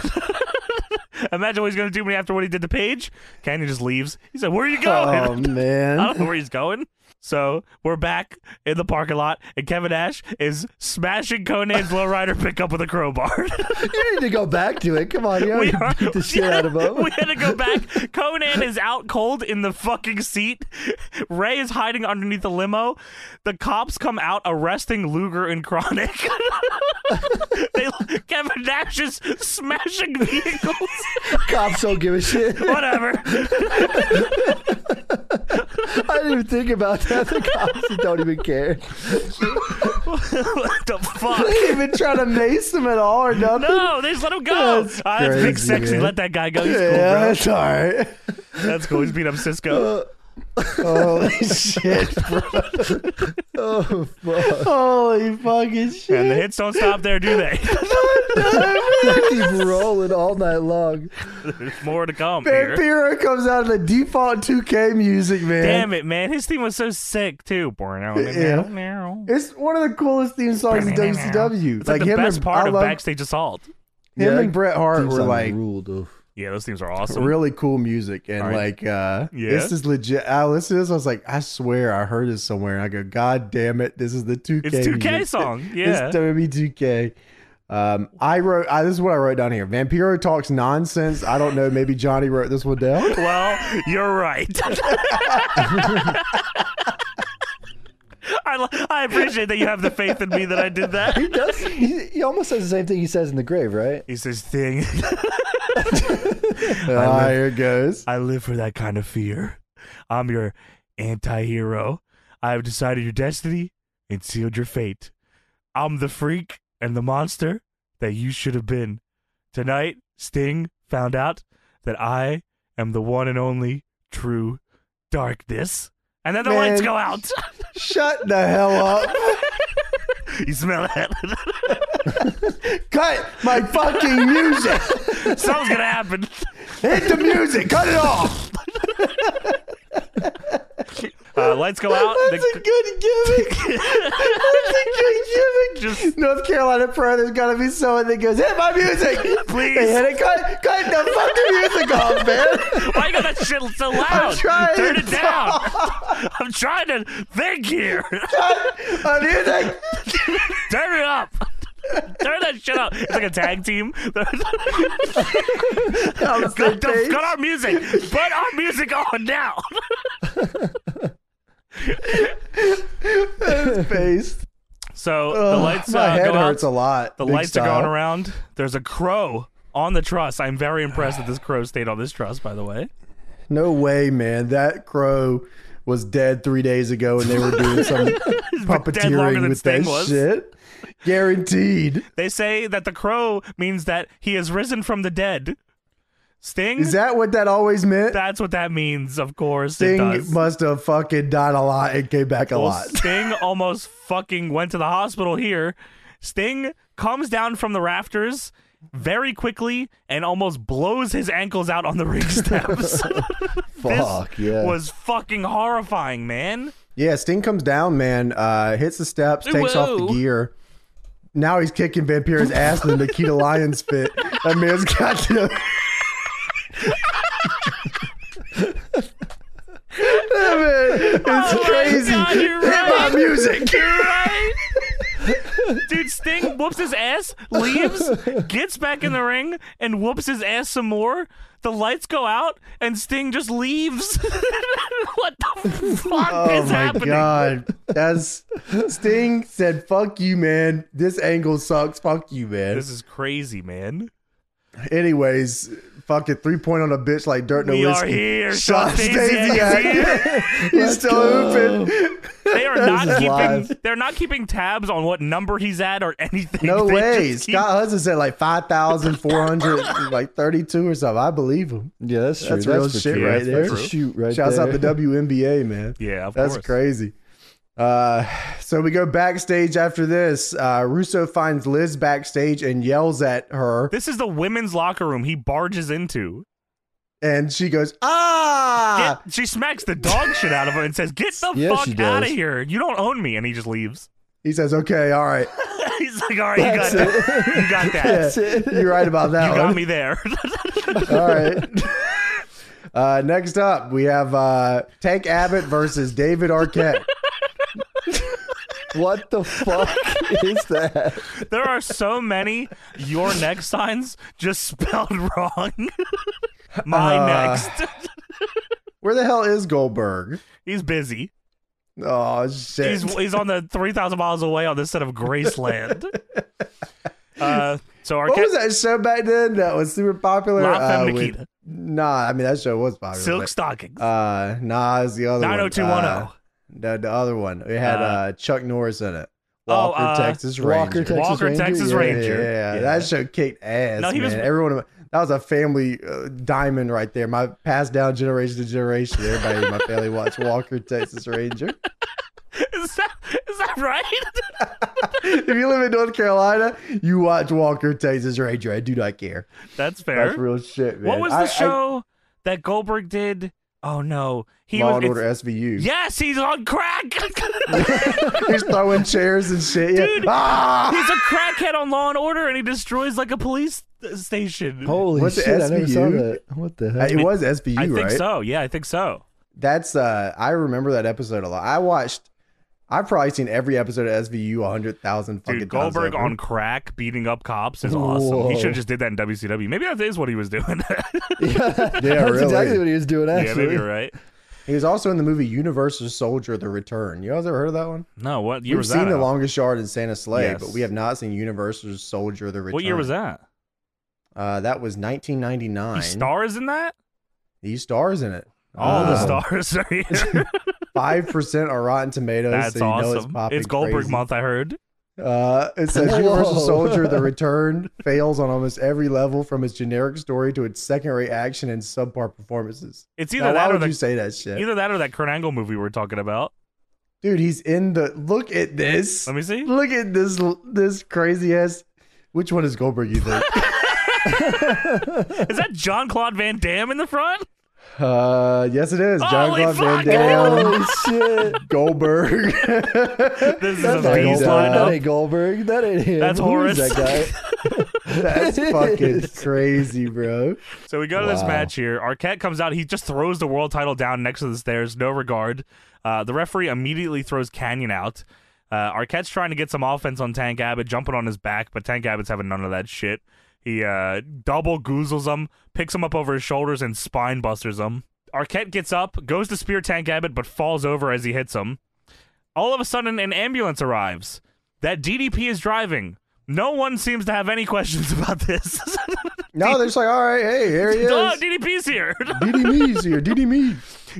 imagine what he's gonna do to me after what he did to Paige." Canyon just leaves. He said, "Where are you going?" Oh I man! don't know where he's going. So we're back in the parking lot, and Kevin Ash is smashing Conan's lowrider pickup with a crowbar. You need to go back to it. Come on, you we already are- beat the shit out of him. We had to go back. Conan is out cold in the fucking seat. Ray is hiding underneath the limo. The cops come out arresting Luger and Chronic. they, Kevin Nash is smashing vehicles. Cops don't give a shit. Whatever. I didn't even think about that. The cops don't even care. what the fuck? They didn't even try to mace him at all or nothing. No, they just let him go. That's Ah, that's big crazy, sexy. man. Let that guy go. He's yeah, cool, bro. that's all right. Uh, That's cool. He's beat up Cisco. Holy shit, bro. Oh fuck! Holy fucking shit. And the hits don't stop there, do they? They keep rolling all night long. There's more to come here. Vampiro comes out of the default 2K music, man. Damn it, man. His theme was so sick, too. Yeah. It's It's one of the coolest theme songs in WCW. like, the him best and, part I of love, Backstage Assault. Him Yeah, and Bret Hart Theme were song like ruled. Oof. Yeah, those themes are awesome. really cool music, and All right. like uh, Yeah. this is legit. I listened to this, I was like, I swear I heard this somewhere. And I go, God damn it, this is the 2K. It's 2K music. song. Yeah. It's WB2K. Um, I wrote. I, this is what I wrote down here. Vampiro talks nonsense. I don't know. Maybe Johnny wrote this one down. well, you're right. I, lo- I appreciate that you have the faith in me that I did that. He does. He, he almost says the same thing he says in the grave, right? He says, thing. Ah, here it goes. I live for that kind of fear. I'm your anti hero. I have decided your destiny and sealed your fate. I'm the freak and the monster that you should have been. Tonight, Sting found out that I am the one and only true darkness. And then the Man. lights go out. Shut the hell up. you smell that? Cut my fucking music. Something's going to happen. Hit the music. Cut it off. Uh, lights go out. That's a good gimmick. That's a good gimmick. Just- North Carolina Pro, there's got to be someone that goes, hit my music. Please. They hit it. Cut, cut the fucking music off, man. Why you got that shit so loud? trying Turn to it down. I'm trying to think here. My music. Turn it up. Turn that shit up. It's like a tag team. I'm Got so got our music. Put our music on now. faced. So the Ugh, lights my uh, head go out. hurts a lot. The big lights are style. going around. There's a crow on the truss. I'm very impressed that this crow stayed on this truss, by the way. No way, man. That crow was dead three days ago, and they were doing some longer than puppeteering with Sting that was. shit. Guaranteed. They say that the crow means that he has risen from the dead. Sting? Is that what that always meant? That's what that means, of course. it does. Sting must have fucking died a lot and came back a Well, lot. Sting almost fucking went to the hospital here. Sting comes down from the rafters very quickly and almost blows his ankles out on the ring steps. Fuck yeah. was fucking horrifying, man. Yeah, Sting comes down, man. Uh, hits the steps, takes off Whoa. the gear. Now he's kicking Vampire's ass in the Nikita Lions fit. That man's got the. that man, it's Oh my crazy. God, you're Hit right. my music. You're right. Dude, Sting whoops his ass, leaves, gets back in the ring, and whoops his ass some more. The lights go out, and Sting just leaves. what the fuck Oh is my happening? god, that's Sting said, "Fuck you, man. This angle sucks. Fuck you, man." This is crazy, man. Anyways, fucking three point on a bitch like dirt no we whiskey. are here. Sean Sean Stasiak. Stasiak. He's still open. They are This not is keeping. live. They're not keeping tabs on what number he's at or anything. No They way. just keep- Scott Hudson said like 5,400, like 32 or something. I believe him. yeah, that's true. That's real for shit true. right That's there. a shoot right Shouts there. out the WNBA, man. Yeah, of That's course. crazy. Uh, so we go backstage after this. Uh, Russo finds Liz backstage and yells at her, This is the women's locker room he barges into. and she goes, "Ah!" Get- she smacks the dog shit out of him and says, "Get the Yeah, she fuck does. out of here! You don't own me!" And he just leaves. He says, "Okay, all right, He's like, "All right, you got that. You got that. That's it. you're right about that You one." got me there." All right. Uh, next up, we have uh, Tank Abbott versus David Arquette. What the fuck is that? there are so many your next signs just spelled wrong. My Uh, next. Where the hell is Goldberg? He's busy. Oh shit! He's he's on the three thousand miles away on this set of Graceland. uh, so our what was that show back then that was super popular? Uh, La Femme with- Nikita. Nah, I mean that show was popular. silk but- stockings, Uh, nah, it's the other one. nine hundred two one oh. Uh, zero. The, the other one. It had uh, Uh, Chuck Norris in it. Oh, Walker, uh, Texas Ranger. Walker, Texas Walker, Ranger. Texas yeah. Yeah, Ranger. yeah, Yeah. that show kicked ass. No, he man. was- everyone. that was a family uh, diamond right there. My passed down generation to generation. Everybody in my family watched Walker Texas Ranger. Is that is that right? If you live in North Carolina, you watch Walker Texas Ranger. I do not care. That's fair. That's real shit, man. what was the I- I- show that Goldberg did? Oh no, he Law was. and Order it's- SVU. Yes, he's on crack. He's throwing chairs and shit. Yeah. Dude. Ah! he's a crackhead on Law and Order, and he destroys like a police station. Holy What's the shit! I never saw SVU? that. What the hell? It was SVU, I think right? so. Yeah, I think so. That's uh I remember that episode a lot. I watched I've probably seen every episode of SVU a hundred thousand fucking Dude, times Goldberg over. on crack beating up cops is awesome. Whoa. He should have just did that in WCW. Maybe that is what he was doing. yeah, that's really. exactly what he was doing. yeah, Actually, maybe you're right. He was also in the movie Universal Soldier: The Return. You guys ever heard of that one? No, what year We've was seen that? The out? Longest Yard and Santa's Sleigh, Yes. but we have not seen Universal Soldier: The Return. what year was that? Uh, that was 1999. He stars in that. He stars in it. All the Uh, stars are here. Five percent on Rotten Tomatoes. That's so you know it's awesome. popping Goldberg crazy. month. I heard. Uh, it says Whoa. Universal Soldier: The Return fails on almost every level, from its generic story to its second-rate action and subpar performances. It's Now, either why that or would the you say that shit, either that or that Kurt Angle movie we're talking about. dude? He's in the. Look at this. Let me see. Look at this. This crazy ass. Which one is Goldberg? You think? Is that John Claude Van Damme in the front? uh, yes, it is. John Holy Claude Van fuck! Damme. Holy shit! Goldberg. This is That's a like, beast uh, that lineup. ain't Goldberg. That ain't him. That's Who is Horace. That That's fucking crazy, bro. So we go to this Wow. match here. Arquette comes out. He just throws the world title down next to the stairs. No regard. Uh, the referee immediately throws Canyon out. Uh, Arquette's trying to get some offense on Tank Abbott, jumping on his back, but Tank Abbott's having none of that shit. He uh, double goozles him, picks him up over his shoulders, and spine busters him. Arquette gets up, goes to spear Tank Abbott, but falls over as he hits him. All of a sudden, an ambulance arrives that DDP is driving. No one seems to have any questions about this. No, they're just like, all right, hey, here he Oh, is. DDP's here. DD me's here. DD me.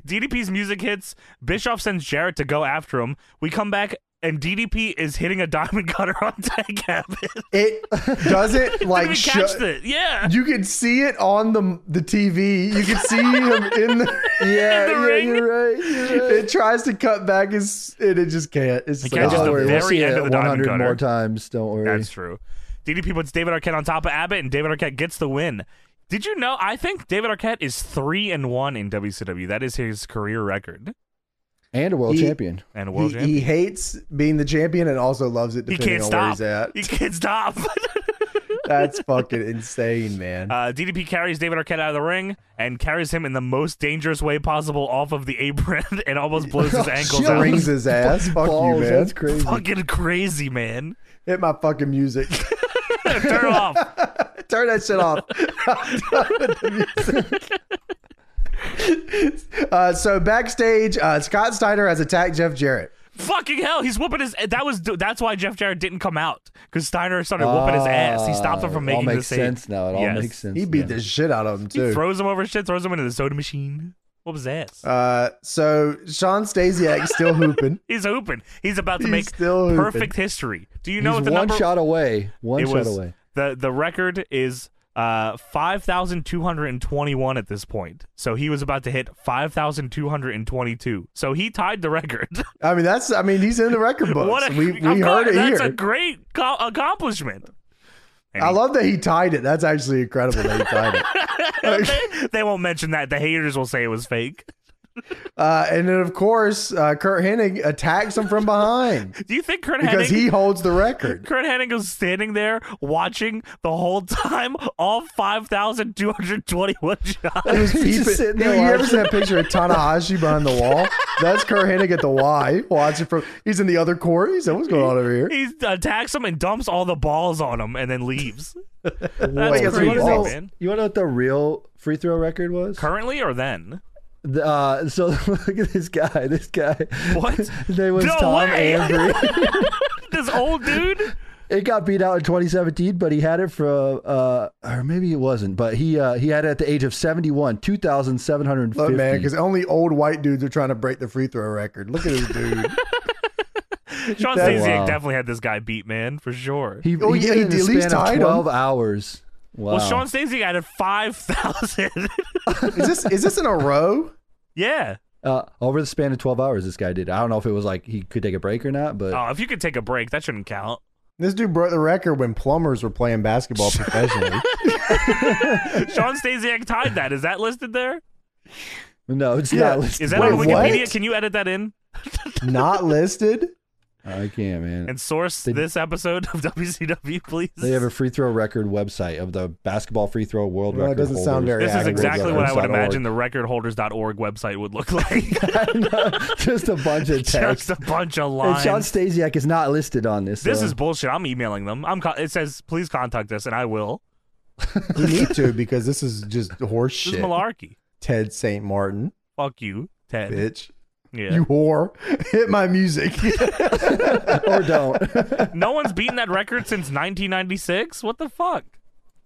DDP's music hits. Bischoff sends Jarrett to go after him. We come back, and DDP is hitting a diamond cutter on Tank Abbott. It doesn't like Didn't sh- even catch it. Yeah. You could see it on the the TV. You could see him in the. guy? Yeah, the yeah, ring. you're right. You're right. It tries to cut back and s- and it just can't. It's just It like, catches oh, the don't worry, very we'll see. end it of the diamond 100 cutter. more times. Don't worry. That's true. DDP puts David Arquette on top of Abbott, and David Arquette gets the win. Did you know? I think David Arquette is three and one in WCW. That is his career record and a world He- champion. and a world He, champion. he hates being the champion and also loves it He, depending can't on stop. where he's at. He can't stop. That's fucking insane, man. Uh, DDP carries David Arquette out of the ring and carries him in the most dangerous way possible off of the apron and almost blows his ankles shit. out. Rings his ass. Fuck Balls, you, man. That's crazy. Fucking crazy, man. Hit my fucking music. Turn it off. Turn that shit off. I'm done with the music. uh, so backstage, uh, Scott Steiner has attacked Jeff Jarrett. Fucking hell, he's whooping his. That was that's why Jeff Jarrett didn't come out because Steiner started whooping his ass. He stopped him from Ah, it all making the makes save. sense now. It all Yes. makes sense. He beat now. the shit out of him He too. throws him over shit. Throws him into the soda machine. What was that? uh, so Sean Stasiak still hooping. he's hooping. He's about to He's make still hooping. perfect history. Do you know He's what the one number? shot away. One it shot was away. the the record is uh 5221 at this point so he was about to hit 5222 so he tied the record I mean, that's. I mean, he's in the record books. what a, we I'm we glad- heard it that's a here. great co- accomplishment I love that he tied it. That's actually incredible that he tied it. they, they won't mention that the haters will say it was fake Uh, and then, of course, uh, Kurt Hennig attacks him from behind do you think kurt because hennig he holds the record. Kurt Hennig was standing there watching the whole time, all 5,221 shots. He was He's peeping. just sitting Dude, there you ever watching. seen that picture of Tanahashi behind the wall? That's Kurt Hennig at the Y watching from. He's in the other court. He's like, "What's going on over here?" He attacks him and dumps all the balls on him and then leaves. Like, That's it's crazy, balls. man. You want to know what the real free throw record was? Currently or then? The, uh, so look at this guy. This guy. What? His name was No Tom way! Ambry. this old dude? it got beat out in 2017, but he had it from, uh, or maybe it wasn't, but he uh, he had it at the age of 71, 2,750. Look, man, because only old white dudes are trying to break the free throw record. Look at this dude. Sean That- Stasiak Wow. definitely had this guy beat, man, for sure. he, Oh, he yeah, did it he in the at least span of tied him. 12 hours. Wow. Well, Sean Stacey added five thousand. Is this is this in a row? yeah. uh, over the span of 12 hours, this guy did. I don't know if it was like he could take a break or not, but Oh, if you could take a break, that shouldn't count. This dude broke the record when plumbers were playing basketball professionally. Sean Stasiak tied that. Is that listed there? no, it's Yeah. not listed. Is that on Wait, Wikipedia? what? Can you edit that in Not listed. I can't, man. and source They- this episode of WCW, please? They have a free throw record website of the basketball free throw world Well, that record. doesn't sound holders. very this is Yeah, exactly what I would recordholders.org. imagine the recordholders.org website would look like. Just a bunch of text. Just a bunch of and Sean uh, lines. Stasiak is not listed on this. This so- is bullshit. I'm emailing them. I'm. Con- it says, please contact us, and I will. You need to because this is just horse This shit. is malarkey. Ted St. Martin, Fuck you, Ted. bitch. Yeah. You whore. Hit my music. or don't. no one's beaten that record since 1996. What the fuck?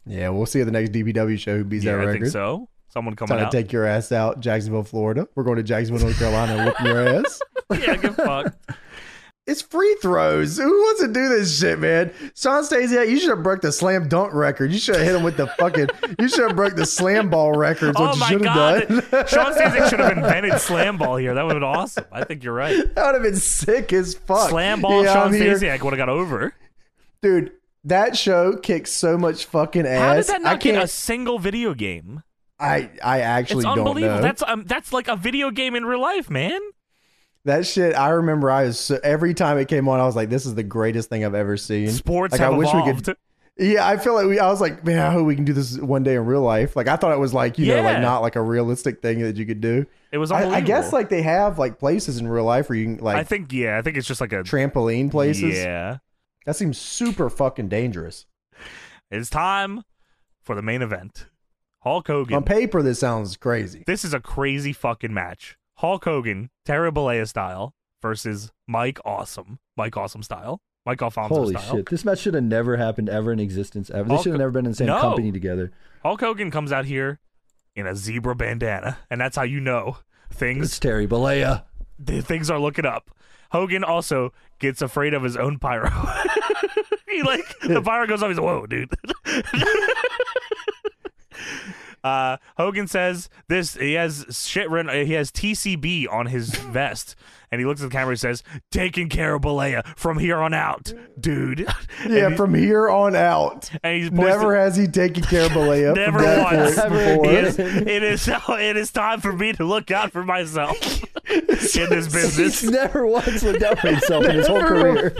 yeah, we'll see at the next DBW show who beats yeah, that I record. think so. Someone coming Time out. to take your ass out, Jacksonville, Florida. We're going to Jacksonville, North Carolina, and whoop your ass. yeah, get fucked. It's free throws. Who wants to do this shit, man? Sean Stasiak, you should have broke the slam dunk record. You should have hit him with the fucking. You should have broke the slam ball records. Oh what you my should god, have done. Sean Stasiak should have invented slam ball here. That would have been awesome. I think you're right. That would have been sick as fuck. Slam ball, Yeah, Sean I'm here. Stasiak would have got over. dude. That show kicks so much fucking ass. How did that I not can't. get a single video game? I I actually It's don't unbelievable. know. That's um, that's like a video game in real life, man. that shit. I remember. I was so, every time it came on, I was like, "This is the greatest thing I've ever seen." Sports Like, have I wish evolved. we could Yeah, I feel like we. I was like, man, I hope we can do this one day in real life. Like, I thought it was like you know, Yeah. like not like a realistic thing that you could do. It was I, unbelievable. I guess like they have like places in real life where you can like I think yeah, I think it's just like a trampoline places. Yeah, That seems super fucking dangerous. it's time for the main event. Hulk Hogan. On paper, this sounds crazy. This is a crazy fucking match. Hulk Hogan, Terry Bollea style, versus Mike Awesome, Mike Awesome style, Mike Alfonso Holy style. shit. This match should have never happened ever in existence ever. They Hulk- should have never been in the same No. company together. Hulk Hogan comes out here in a zebra bandana, and that's how you know It's things Terry Bollea. th- things are looking up. Hogan also gets afraid of his own pyro. he like the pyro goes off. He's like, "Whoa, dude!" uh, Hogan says this. He has shit written. He has TCB on his vest, and he looks at the camera. and says, "Taking care of Balea from here on out, dude." Yeah, and, he- from here on out, and he's points never to- has he taken care of Balea. Never once. Never before. It is, it is it is time for me to look out for myself in this business. He's never once looked out for himself in his whole Never career.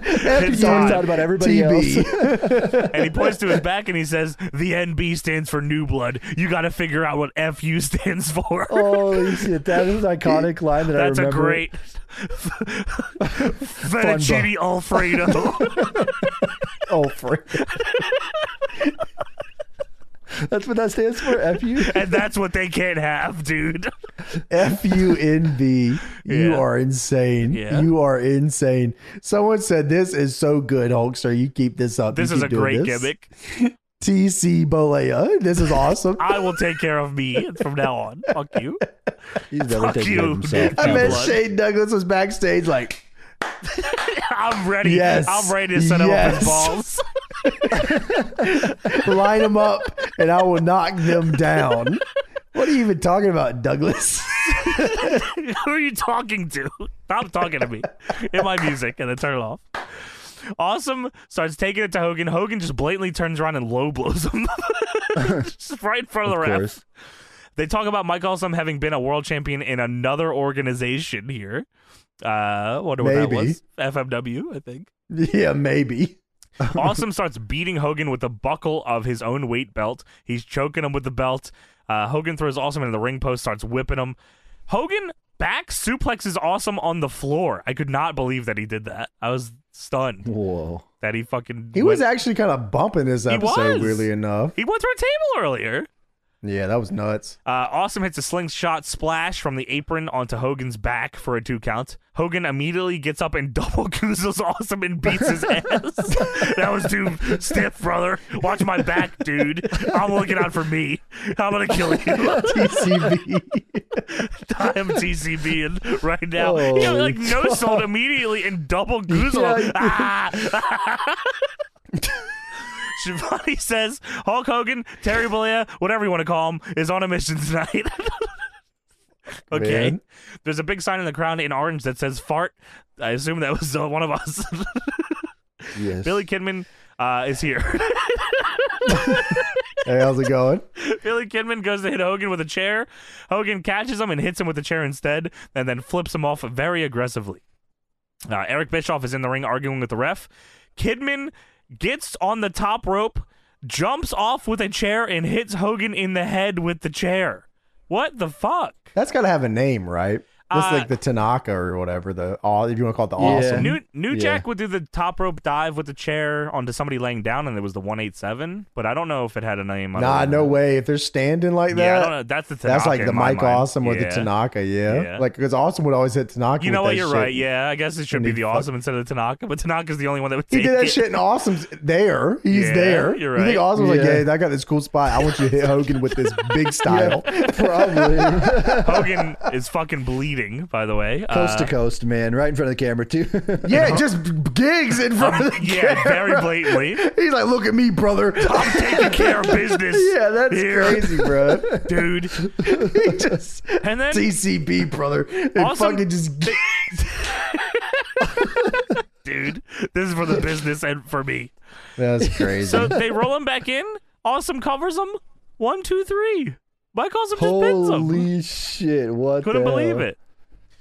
Every It's time. on He's thought about everybody TB. else. and he points to his back and he says, "The NB stands for new blood. You got to figure out what FU stands for." Oh, Holy shit. That is an iconic line that That's I a remember. great fettuccine Alfredo. Oh, frick. That's what that stands for. F you. and that's what they can't have, dude. F U N B. You Yeah. are insane. Yeah. You are insane. Someone said this is so good, Hulkster. You keep this up. This You is keep a doing great this. gimmick. TC Balea. This is awesome. I, I will take care of me from now on. Fuck you. He's never Fuck taken care you. of himself. I bet blood. Shane Douglas was backstage like, I'm ready. Yes. I'm ready to set him up Yes. his balls. line them up and I will knock them down. What are you even talking about, Douglas? Who are you talking to? Stop talking to me. Hit my music and then turn it off. Awesome starts taking it to Hogan. Hogan just blatantly turns around and low blows him. just right in front of, Of the ref. course. They talk about Mike Awesome having been a world champion in another organization here. Uh wonder what Maybe. that was. FMW, I think. yeah, maybe. Awesome starts beating Hogan with the buckle of his own weight belt. He's choking him with the belt. Uh, Hogan throws Awesome into the ring post, starts whipping him. Hogan back suplexes Awesome on the floor. I could not believe that he did that. I was stunned Whoa. that he fucking. He was went- actually kind of bumping this episode, was. weirdly enough. he went through a table earlier. Yeah, that was nuts. Uh, awesome hits a slingshot splash from the apron onto Hogan's back for a two count. Hogan immediately gets up and double goozles Awesome and beats his ass. that was too stiff, brother. Watch my back, dude. I'm looking out for me. I'm gonna kill you. TCB. I'm TCBing right now. he Holy like no sold immediately and double goozle. Yeah. Ah! Shivani says Hulk Hogan, Terry Bollea, whatever you want to call him, is on a mission tonight. okay. Man. There's a big sign in the crowd in orange that says fart. I assume that was uh, one of us. Yes. Billy Kidman uh, is here. Hey, how's it going? Billy Kidman goes to hit Hogan with a chair. Hogan catches him and hits him with the chair instead, and then flips him off very aggressively. Uh, Eric Bischoff is in the ring arguing with the ref. Kidman gets on the top rope, jumps off with a chair, and hits Hogan in the head with the chair. What the fuck? That's got to have a name, right? Just Uh, like the Tanaka or whatever. The aw- if you want to call it the Yeah. awesome. New New Yeah. Jack would do the top rope dive with the chair onto somebody laying down, and it was the one eight seven. But I don't know if it had a name. I Nah, don't no know. way. If they're standing like that, Yeah, I don't know. That's the that's Tanaka like in the my Mike mind. Awesome or the Yeah. Tanaka. Yeah, Yeah. like because Awesome would always hit Tanaka. You know with what? that You're shit. right. Yeah, I guess it should And be he the fuck- awesome instead of Tanaka, but Tanaka's the only one that would He take did that it. shit, and Awesome's there. He's Yeah, there. you're You think right. Awesome's like, Yeah. yeah, I got this cool spot. I want you to hit Hogan with this big style. Probably. Hogan is fucking bleeding, by the way. coast Uh, to coast, man. Right in front of the camera, too. Yeah, just b- gigs in front of the yeah, very camera. blatantly. He's like, look at me, brother. I'm taking care of business. yeah, that's here, crazy, bro. dude. he just And then TCB, brother. It Awesome- fucking just dude, this is for the business and for me. that's crazy. So they roll him back in. Awesome covers him. One, two, three. Mike Awesome just pins him. Holy shit! What? Couldn't the believe hell? it.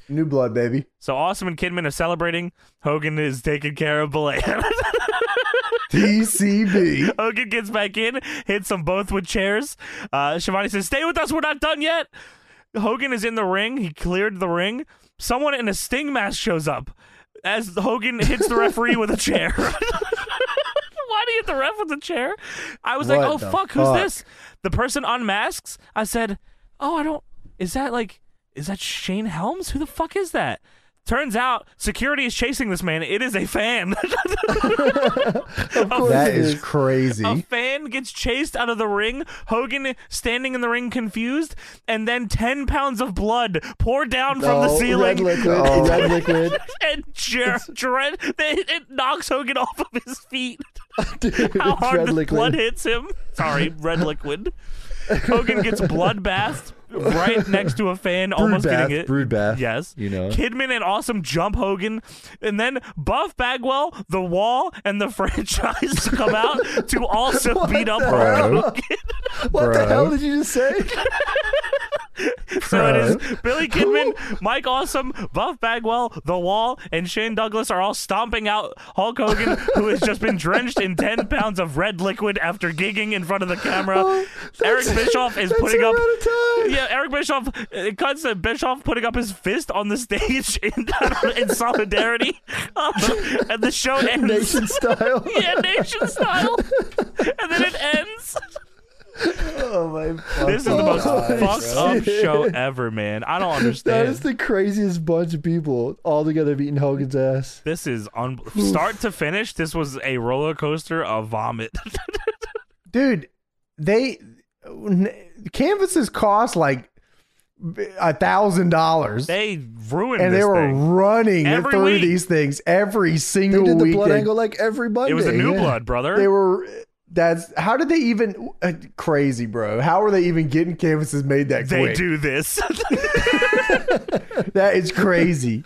New blood, baby. So Awesome and Kidman are celebrating. Hogan is taking care of Belair. TCB. Hogan gets back in, hits them both with chairs. Uh, Shivani says, "Stay with us. We're not done yet." Hogan is in the ring. He cleared the ring. Someone in a sting mask shows up as Hogan hits the referee with a chair. Why do you hit the ref with a chair? I was like, What "Oh the fuck?" fuck, who's this?" The person unmasks. I said, "Oh, I don't. Is that like? Is that Shane Helms? Who the fuck is that?" Turns out security is chasing this man. It is a fan. Of course That it is crazy. A fan gets chased out of the ring. Hogan standing in the ring confused, and then ten pounds of blood pour down from the Oh, Red ceiling. liquid. Oh. Red liquid. And jer- dren- it, it knocks Hogan off of his feet. Dude, How it's hard red the liquid. blood hits him. Sorry, red liquid. Hogan gets bloodbathed right next to a fan, almost Broodbath. getting it. Broodbath. Yes. You know. Kidman and Awesome jump Hogan, and then Buff Bagwell, The Wall, and the franchise come out to also beat up hell? Hogan. What the Bro. hell did you just say? so it is Billy Kidman, Mike Awesome, Buff Bagwell, The Wall, and Shane Douglas are all stomping out Hulk Hogan, who has just been drenched in 10 pounds of red liquid after gigging in front of the camera. Eric Oh, That's- Bischoff is that's putting a up. run of time. Yeah, Eric Bischoff. It cuts to Bischoff putting up his fist on the stage in, in solidarity, Um, and the show ends. Nation style. Yeah, nation style, and then it ends. oh my This is the most God, fucked bro. up show ever, man. I don't That understand. is the craziest bunch of people all together beating Hogan's ass. this is on start to finish. This was a roller coaster of vomit. dude. They canvases cost like a thousand dollars, and they ruined. they this were thing. running Every through week. these things every They single did the week. blood They- angle like every Monday. It was a new yeah. blood, brother. They were. That's how did they even uh, crazy, bro? How are they even getting canvases made that they quick? do this. That is crazy.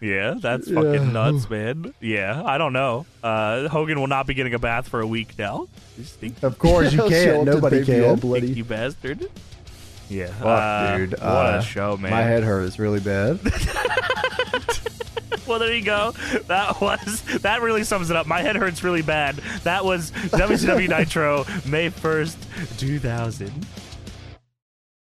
Yeah, that's fucking nuts, man. Yeah, I don't know. Uh, Hogan will not be getting a bath for a week now. You stink, Of course, you Show up can't. to the Nobody baby all can. bloody. you bastard. Yeah, Fuck, uh, dude. What Uh, a show, man. My head hurts really bad. Well, there you go. That was that really sums it up. My head hurts really bad. That was WCW Nitro, May first, two thousand.